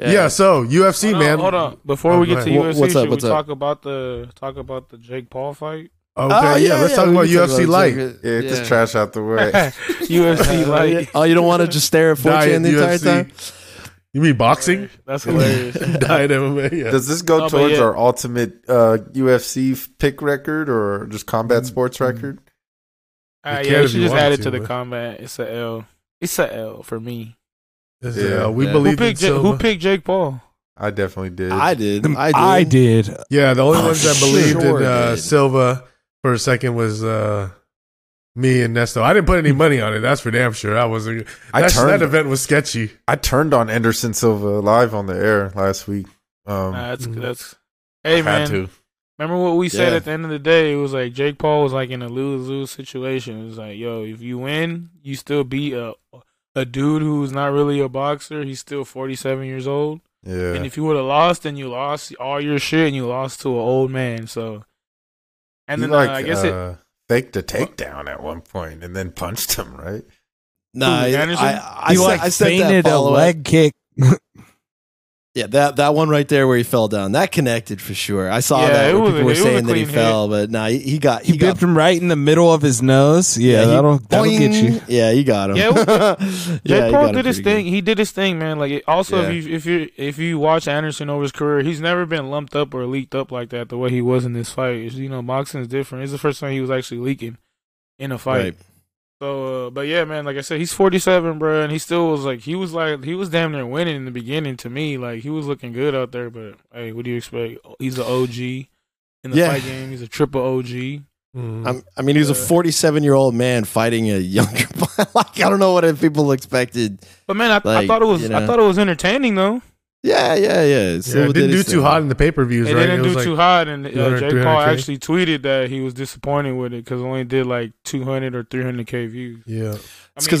yeah, so UFC, Hold on, man. hold on. Before Oh, we go get to ahead. Wha- UFC, what's up, should what's we up? talk about the talk about the Jake Paul fight? Okay, Oh, yeah, let's talk we about can UFC about Light. Joker. Yeah, get this trash out the way. UFC like Oh, you don't want to just stare at 4chan Diet the entire UFC. time? You mean boxing? that's hilarious. Diet MMA. Yeah. Does this go No, Oh, but towards yeah. our ultimate uh, UFC f- pick record or just combat sports record? Uh, You yeah, can we if should you just want add it to, to the but- combat. It's a L. It's a L for me. Is, Yeah. uh, we Yeah. believe Who picked in Ja- Silva. Who picked Jake Paul? I definitely did. I did. I did. I did. Yeah, the only Oh, ones that sure believed in uh, did. Silva for a second was uh, me and Nesto. I didn't put any money on it. That's for damn sure. I wasn't. I that's- turned- that event was sketchy. I turned on Anderson Silva live on the air last week. Um, Nah, that's Mm. that's. Hey had Uh, man, to. remember what we said Yeah. at the end of the day? It was like Jake Paul was like in a lose lose situation. It was like, yo, if you win, you still beat a a dude who's not really a boxer. He's still forty seven years old. Yeah. And if you would have lost, then you lost all your shit, and you lost to an old man. So, and He, then like, uh, I guess it. uh, faked a takedown at one point and then punched him, right? Nah, I, Anderson? I, I, He said- like I said that fainted a follow-up. leg kick. Yeah, that that one right there where he fell down, that connected for sure. I saw Yeah, that. it Where was- people it were was a saying that he clean fell, but nah, he, he got he, He got bipped him right in the middle of his nose. Yeah, he- that'll, that'll get boing. you. Yeah, he got him. Yeah, it Yeah, he Jake got Paul him did his pretty thing. He did his thing, man. Like it, also, Yeah. if you if you if you watch Anderson over his career, he's never been lumped up or leaked up like that the way he was in this fight. It's- you know, boxing's different. It's the first time he was actually leaking in a good. fight. So, uh, but yeah, man. Like I said, he's forty seven, bro, and he still was like he was like he was damn near winning in the beginning to me. Like he was looking good out there, but hey, what do you expect? He's an OG in the Yeah. fight game. He's a triple OG. Mm. I'm, I mean, he was a Yeah. 47 year old man fighting a younger. like I don't know what people expected. But man, I, Like, I thought it was you I know. thought it was entertaining though. Yeah, yeah, yeah. Yeah, it didn't do too hot in the pay per views, It right? didn't It do was like- too hot, and uh, 200, Jake Paul 300K. actually tweeted that he was disappointed with it because it only did like 200 or 300k views. Yeah. I It's because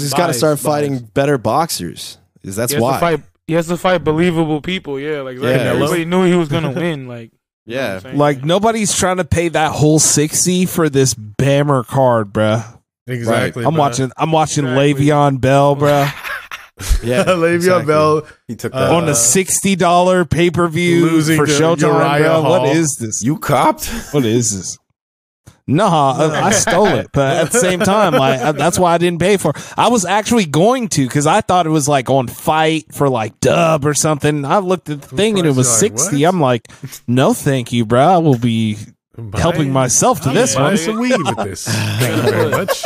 mean, he's got to buys, start buys. fighting better boxers. Is that's he has why? To fight, he has to fight believable people. Yeah, like, Yeah. like, everybody knew he was gonna win. Like, you know what Yeah, I'm saying? Like nobody's trying to pay that whole sixty for this Bammer card, bruh. Exactly. I'm bruh. watching. I'm watching Exactly. Le'Veon Bell, bruh, yeah. Le'Veon exactly. Bell He took that. Uh, on a sixty dollar pay per view Losing for to Showtime, Uriah bruh. Hall. What is this? you copped? What is this? Nah, uh, I, I stole it, but at the same time, like I, that's why I didn't pay for. It. I was actually going to because I thought it was like on fight for like dub or something. I looked at the thing and it price, was you're like, sixty. what? I'm like, no, thank you, bro. I will be helping myself to I'm this buying one. some weed with this. Thank you very much.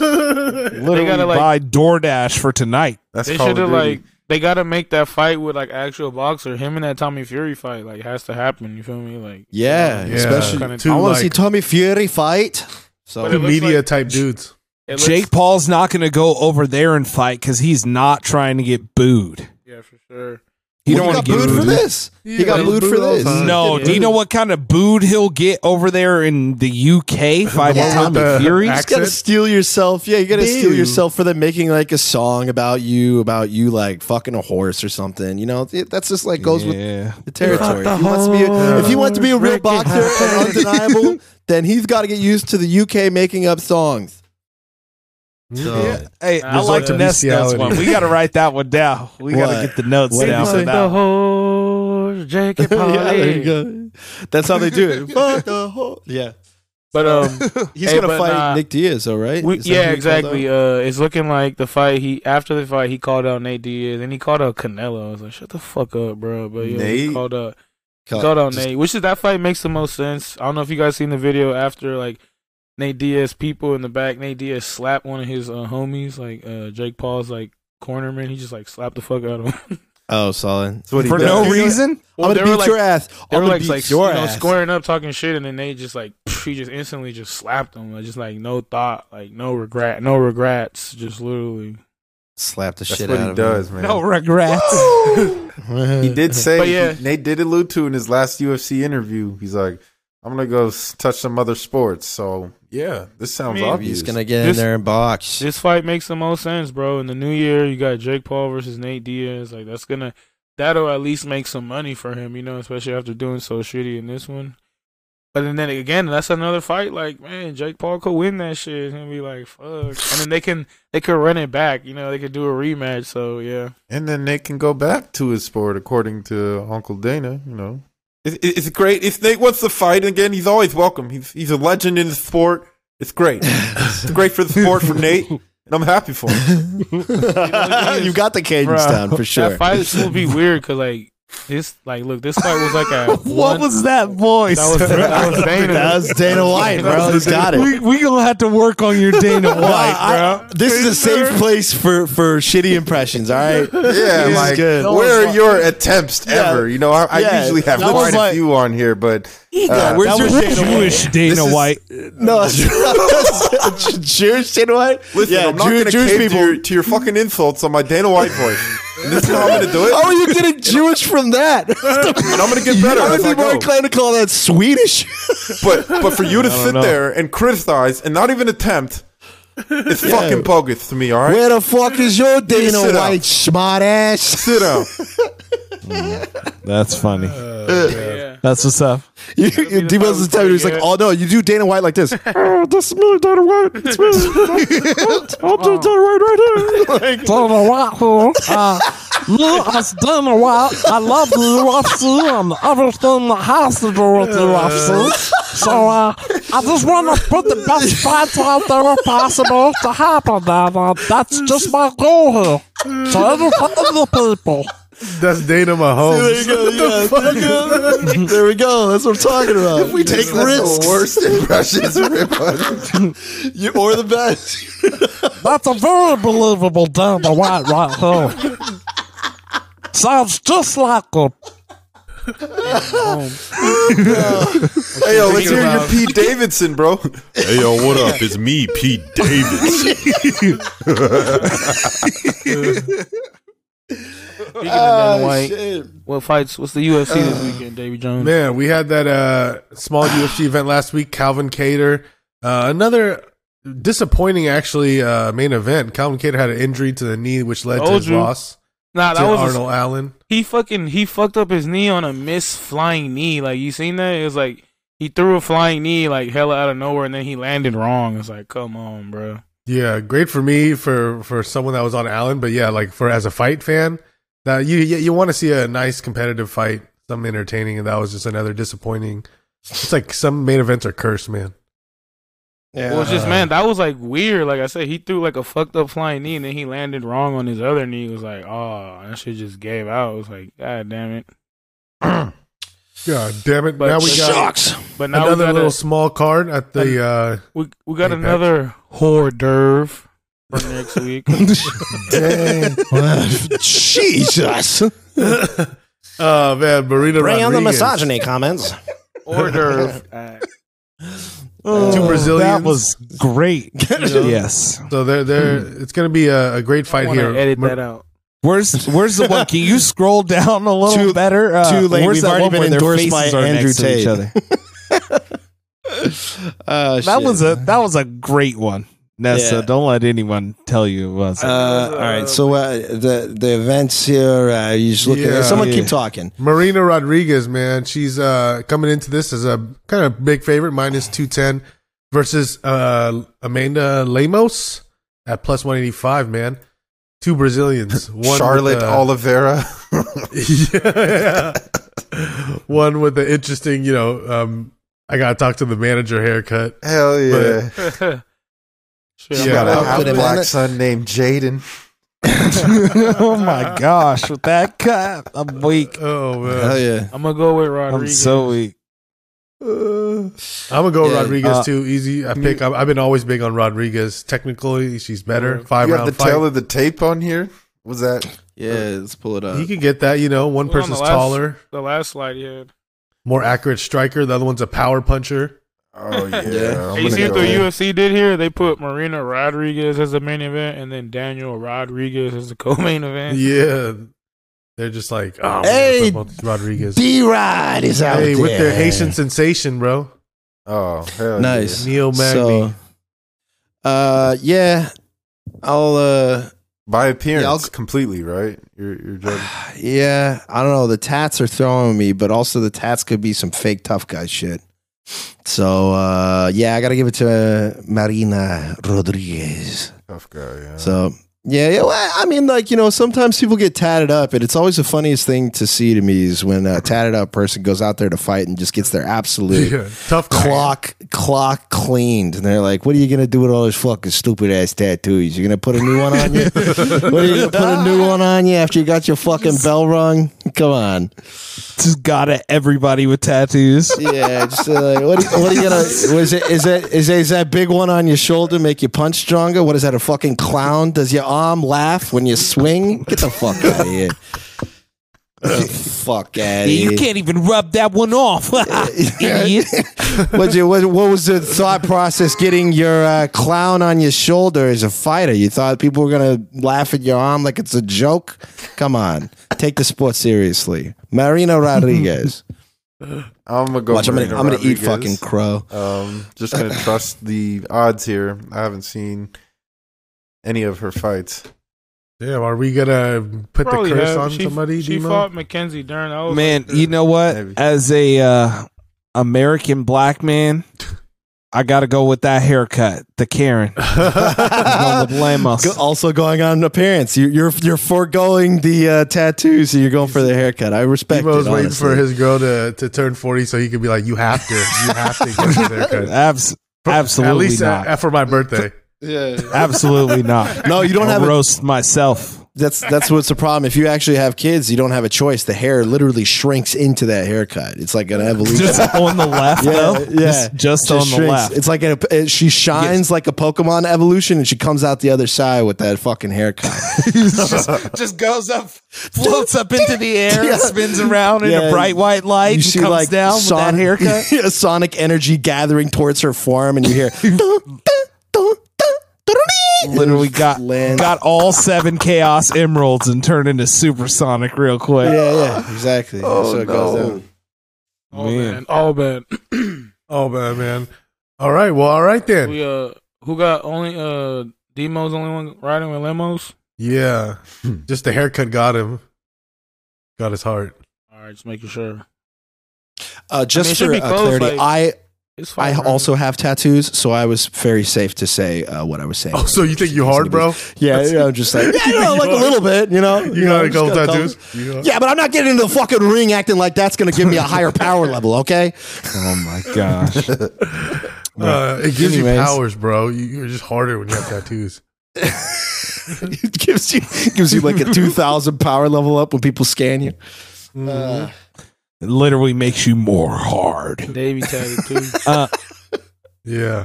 Literally gotta, like- buy DoorDash for tonight. That's they Call of should have Duty. like they gotta make that fight with like actual boxer. Him and that Tommy Fury fight like has to happen. You feel me? Like, Yeah, Yeah. especially. Kinda- Two, I want to like, see Tommy Fury fight. But it So looks media like- type dudes. it looks- Jake Paul's not going to go over there and fight because he's not trying to get booed. Yeah, for sure. You Well, don't got want to get booed for booed. this. he Yeah, got he's booed for booed all the this. time. No, Yeah. do you know what kind of booed he'll get over there in the UK fighting with Tommy the Fury? You just gotta Accent? steal yourself. Yeah, you gotta steal Boo. yourself for them making like a song about you, about you like fucking a horse or something. You know, it, that's just like goes with Yeah. the territory. If he, wants to be a, horse, if he wants to be a real Ricky boxer and undeniable, then he's got to get used to the UK making up songs. So, Yeah. Hey, I Resort like to the Nest Notes bestiality. one. We got to write that one down. We got What? to get the notes What'd down you for say? that. one. horse, Jake yeah, there you go. That's how they do it. Fuck the whole- Yeah, But um. he's Hey, gonna but, fight nah, Nick Diaz, though, right? We, Is that yeah, who he called exactly. out? Uh, it's looking like the fight. He after the fight, he called out Nate Diaz, and he called out Canelo. I was like, "Shut the fuck up, bro!" But yeah, he Nate? called out, he Call- called out just- Uh, Nate, which is that fight makes the most sense. I don't know if you guys seen the video after like Nate Diaz people in the back. Nate Diaz slapped one of his uh, homies, like uh, Jake Paul's like cornerman. He just like slapped the fuck out of him. Oh, solid. That's what he For does. no reason? Well, I'm they gonna were beat like your ass. they were I'm gonna like beat like your you know, ass. squaring up, talking shit, and then Nate just like he just instantly just slapped him, like, just like no thought, like no regret, no regrets, just literally. Slap the That's shit what out he of does, man. No regrets. him. He did say, But yeah. he- Nate did allude to in his last UFC interview. He's like, I'm going to go s- touch some other sports. So, yeah, this sounds mean, obvious. He's gonna get This- in there and box. This fight makes the most sense, bro. In the new year, you got Jake Paul versus Nate Diaz. Like that's gonna that'll at least make some money for him, you know, especially after doing so shitty in this one. But then, then again, that's another fight. Like man, Jake Paul could win that shit and be like, fuck. And then they can they could run it back, you know, they could do a rematch. So yeah, and then Nate can go back to his sport, according to Uncle Dana, you know. It, it- it's great. If Nate wants to fight again, he's always welcome. He's, he's a legend in the sport. It's great. it's great for the sport for Nate, and I'm happy for him. you got the cadence Bro. down for sure. that fight will be weird because like this, like look, this fight was like a what one- was that voice? that was that was Dana. That was Dana White, bro. He's got it. we we gonna have to work on your Dana White, No, I- bro. this is a safe place for, for shitty impressions, all right? Yeah, This is like good. where are your attempts Yeah. ever? You know, I, I Yeah. usually have That was quite a like- few on here, but uh, Where's That your was Dana White? Jewish Dana This is- White. No, Jewish Dana White? listen, yeah, I'm not Jew- going to Jewish cave to people. your, to your fucking insults on my Dana White voice. And this is how I'm going to do it, How are you getting Jewish from that? I'm and I'm going to get better as I be more go. inclined to call that Swedish. But but for you to sit there and criticize and not even attempt, it's fucking bogus to me. All right, Where the fuck is your Dana sit down. White, smart ass? sit down. That's funny. Uh, Yeah. That's what's up. You, you, the D final was the time he was like, play, yeah. "Oh no, you do Dana White like this." oh, that's me, Dana White. It's me. I'll do Dana White right here. Like, Dana White. Uh, Look, it's dinner while I love the UFC and everything that has to do with the UFC. So uh, I just want to put the best fights out there possible to happen, and uh, that's just my goal here. To entertain the people. That's Dana Mahomes. There you go. Yeah, there, you go. there we go. That's what I'm talking about. If we take That's risks. the worst. worst impressions of everybody. You, or the best. That's a very believable down the white right here. Sounds just like a hey, yo, let's hear your about- Pete Davidson, bro. hey, yo, what up? It's me, Pete Davidson. Speaking of Dana Oh, White, shit. what fights? What's the UFC this weekend, Davy Jones? Man, we had that uh, small UFC event last week. Calvin Cater, uh, another disappointing actually uh, main event. Calvin Cater had an injury to the knee, which led to Told his you. loss Nah, to that was Arnold Allen. he fucking he fucked up his knee on a miss flying knee. Like you seen that? It was like he threw a flying knee like hella out of nowhere, and then he landed wrong. It's like, come on, bro. Yeah, great for me for for someone that was on Allen, but yeah, like for as a fight fan, that you you, you want to see a nice competitive fight, something entertaining, and that was just another disappointing. It's like some main events are cursed, man. Yeah. Well, it's just man, that was like weird. Like I said, he threw like a fucked up flying knee, and then he landed wrong on his other knee. It was like, oh, that shit just gave out. It was like, god damn it. God damn it! But- now we got Shocks. But now another we got little a, small card at the. Uh, we, we got Apex. another hors d'oeuvre for next week. Jesus. oh man, Marina Bring on the Rodriguez. misogyny comments. hors d'oeuvre. Uh, Two Brazilians. That was great. yes. So they're, they're it's going to be a, a great I fight want here. to edit Mar- that out. Where's Where's the one? Can you scroll down a little Too- better? Uh, too late. Where's We've that already one been where their endorsed by faces are Andrew next to Tate. each other? Uh, That shit. was a That was a great one, Nessa. Yeah. Don't let anyone tell you it was. Uh, all right, so uh, the the events here, uh, you just look Yeah. at someone Yeah. keep talking. Marina Rodriguez, man, she's uh, coming into this as a kind of big favorite, minus two ten, versus uh, Amanda Lemos at plus one eighty five. Man, two Brazilians, one with Charlotte the- Oliveira. yeah, one with the interesting, you know, um, I gotta talk to the manager haircut. Hell yeah. Shit, She got Yeah. I'm gonna- a I'll half put him in black it. son named Jaden. oh my gosh, with that cut, I'm weak. Oh man, Hell yeah, I'm gonna go with I'm Rodriguez. so weak. Uh, I'm gonna go Yeah, Rodriguez uh, too. Easy, I pick. I've, I've been always big on Rodriguez. Technically, she's better. Five You have round the fight. tail of the tape on here? Was that? yeah. Let's pull it up. he could get that. You know, one Well, on the person's last- taller, The last slide he had. more accurate striker. The other one's a power puncher. Oh, yeah. Yeah. I'm Hey, you gonna see what go the with- UFC did here? They put Marina Rodriguez as the main event, and then Daniel Rodriguez as the co-main event. Yeah, they're just like, oh, Hey, hey, Rodriguez. D Rod is out hey, there with their Haitian sensation, bro. Oh, hell Nice. yeah. Neil Magny. So, uh, yeah, I'll uh, By appearance, Yeah, I'll- completely, right? You're, you're judging. yeah, I don't know. The tats are throwing me, but also the tats could be some fake tough guy shit. So uh, yeah, I gotta give it to uh, Marina Rodriguez. Tough guy, yeah. So yeah, yeah. Well, I mean, like you know, sometimes people get tatted up, and it's always the funniest thing to see to me is when a tatted up person goes out there to fight and just gets their absolute Yeah, tough guy. clock clock cleaned, and they're like, "What are you gonna do with all those fucking stupid ass tattoos? You're gonna put a new one on you? what are you gonna put a new one on you after you got your fucking bell rung? Come on, Just got at everybody with tattoos. yeah. Just uh, like, what, are, what are you gonna? Was it is that is, is that big one on your shoulder make you punch stronger? What is that? A fucking clown? Does your arm laugh when you swing? Get the fuck out of here. Get the fuck out of you here. can't even rub that one off, idiot. What'd you- what, what was the thought process getting your uh, clown on your shoulder as a fighter? You thought people were going to laugh at your arm like it's a joke? Come on. Take the sport seriously. Marina Rodriguez. I'm going to go Watch, I'm going Marina to eat Rodriguez. fucking crow. Um, just going to trust the odds here. I haven't seen any of her fights. Damn, are we gonna put Probably the curse have. on she, somebody? She Demo? fought Mackenzie Dern. I was man, like, you know what? Maybe. As a uh, American black man, I got to go with that haircut, the Karen. I'm going with Lemos. Go- also going on an appearance. You, you're you're foregoing the uh, tattoo, so you're going for the haircut. I respect. Debo's it, waiting honestly. for his girl to, to turn 40 so he could be like, you have to. You have to get this haircut. Abs- absolutely At least not. uh, for my birthday. absolutely not. No, you don't I'll have. A, roast myself. that's that's what's the problem. If you actually have kids, you don't have a choice. The hair literally shrinks into that haircut. It's like an evolution. Just on the left, Yeah, though. yeah. Just, just Just on the shrinks. left. It's like a, it- she shines like a Pokemon evolution, and she comes out the other side with that fucking haircut. just, just goes up, floats up into the air, Yeah. spins around in Yeah. a bright white light, and comes down Son- with that haircut. yeah, sonic energy gathering towards her form, and you hear "Dun, dun, dun, dun, dun-dun-dee." Literally got Land. got all seven chaos emeralds and turned into supersonic real quick. Yeah, yeah, exactly. Oh, so it goes down. All Man. bad. All bad. Oh, man, man. All right. Well, all right then. we uh who got only uh Demo's only one riding with Lemos? Yeah. Just the haircut got him. Got his heart. Alright, just making sure. Uh, I mean, it just should be for uh, close, clarity, like- I It's fine. I bro. also have tattoos, so I was very safe to say uh, what I was saying. Oh, so you think you hard, bro? Yeah, yeah, I'm just like, yeah, you know, like a little bit, you know. You got a couple just tattoos? Yeah, but I'm not getting into the fucking ring acting like that's going to give me a higher power level, okay? Oh my gosh. Uh, it gives you Anyways. powers, bro. You, you're just harder when you have tattoos. it gives you gives you like a 2000 power level up when people scan you. It literally makes you more hard. Uh, Davey tatted too. Yeah.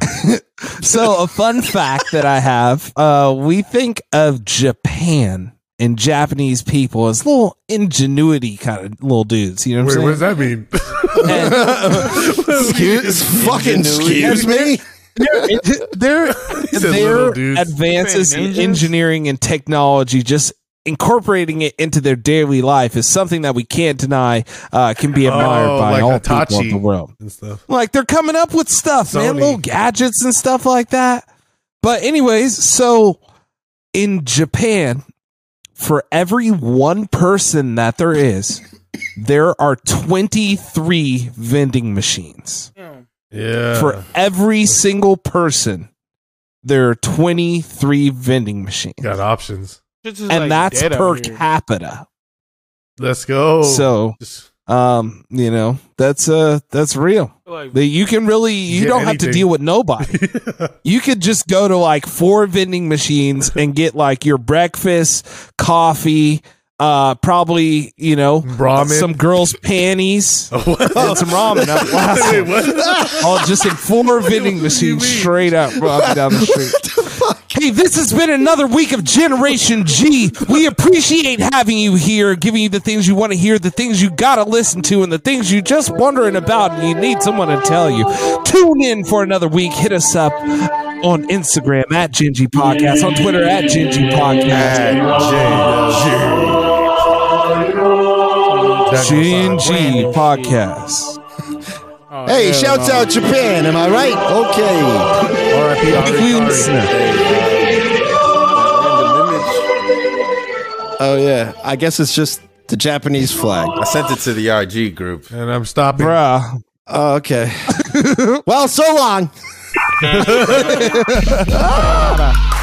So, a fun fact that I have uh, we think of Japan and Japanese people as little ingenuity kind of little dudes. You know what Wait, I'm what saying? does that mean? And- Excuse, fucking excuse me. their said little their dudes. advances in Ninjas? engineering and technology just incorporating it into their daily life is something that we can't deny uh, can be admired Oh, by like all people Hitachi. of the world and stuff. like they're coming up with stuff man Sony. little gadgets and stuff like that but anyways so in japan for every one person that there is there are 23 vending machines Yeah. for every single person there are 23 vending machines got options. Shit's just, and like, that's dead per out here. capita Let's go. so Just- um you know that's uh that's real Like, That you can really you Get don't have to anything. deal with nobody you could just go to like four vending machines and get like your breakfast coffee uh probably you know Ramen. Oh. some girls panties and some ramen up Wait, last what? all just in four vending machines straight up up down the street hey this has been another week of generation g we appreciate having you here giving you the things you want to hear the things you gotta listen to and the things you just wondering about and you need someone to tell you tune in for another week hit us up on instagram at gingy podcast on twitter at gingy podcast gingy podcast oh, Hey, hell shouts no. out Japan, am I right? Okay. R.I.P. If we listen- Oh yeah, I guess it's just the Japanese flag. I sent it to the IG group. And I'm stopping. bruh Oh, okay. well, so long.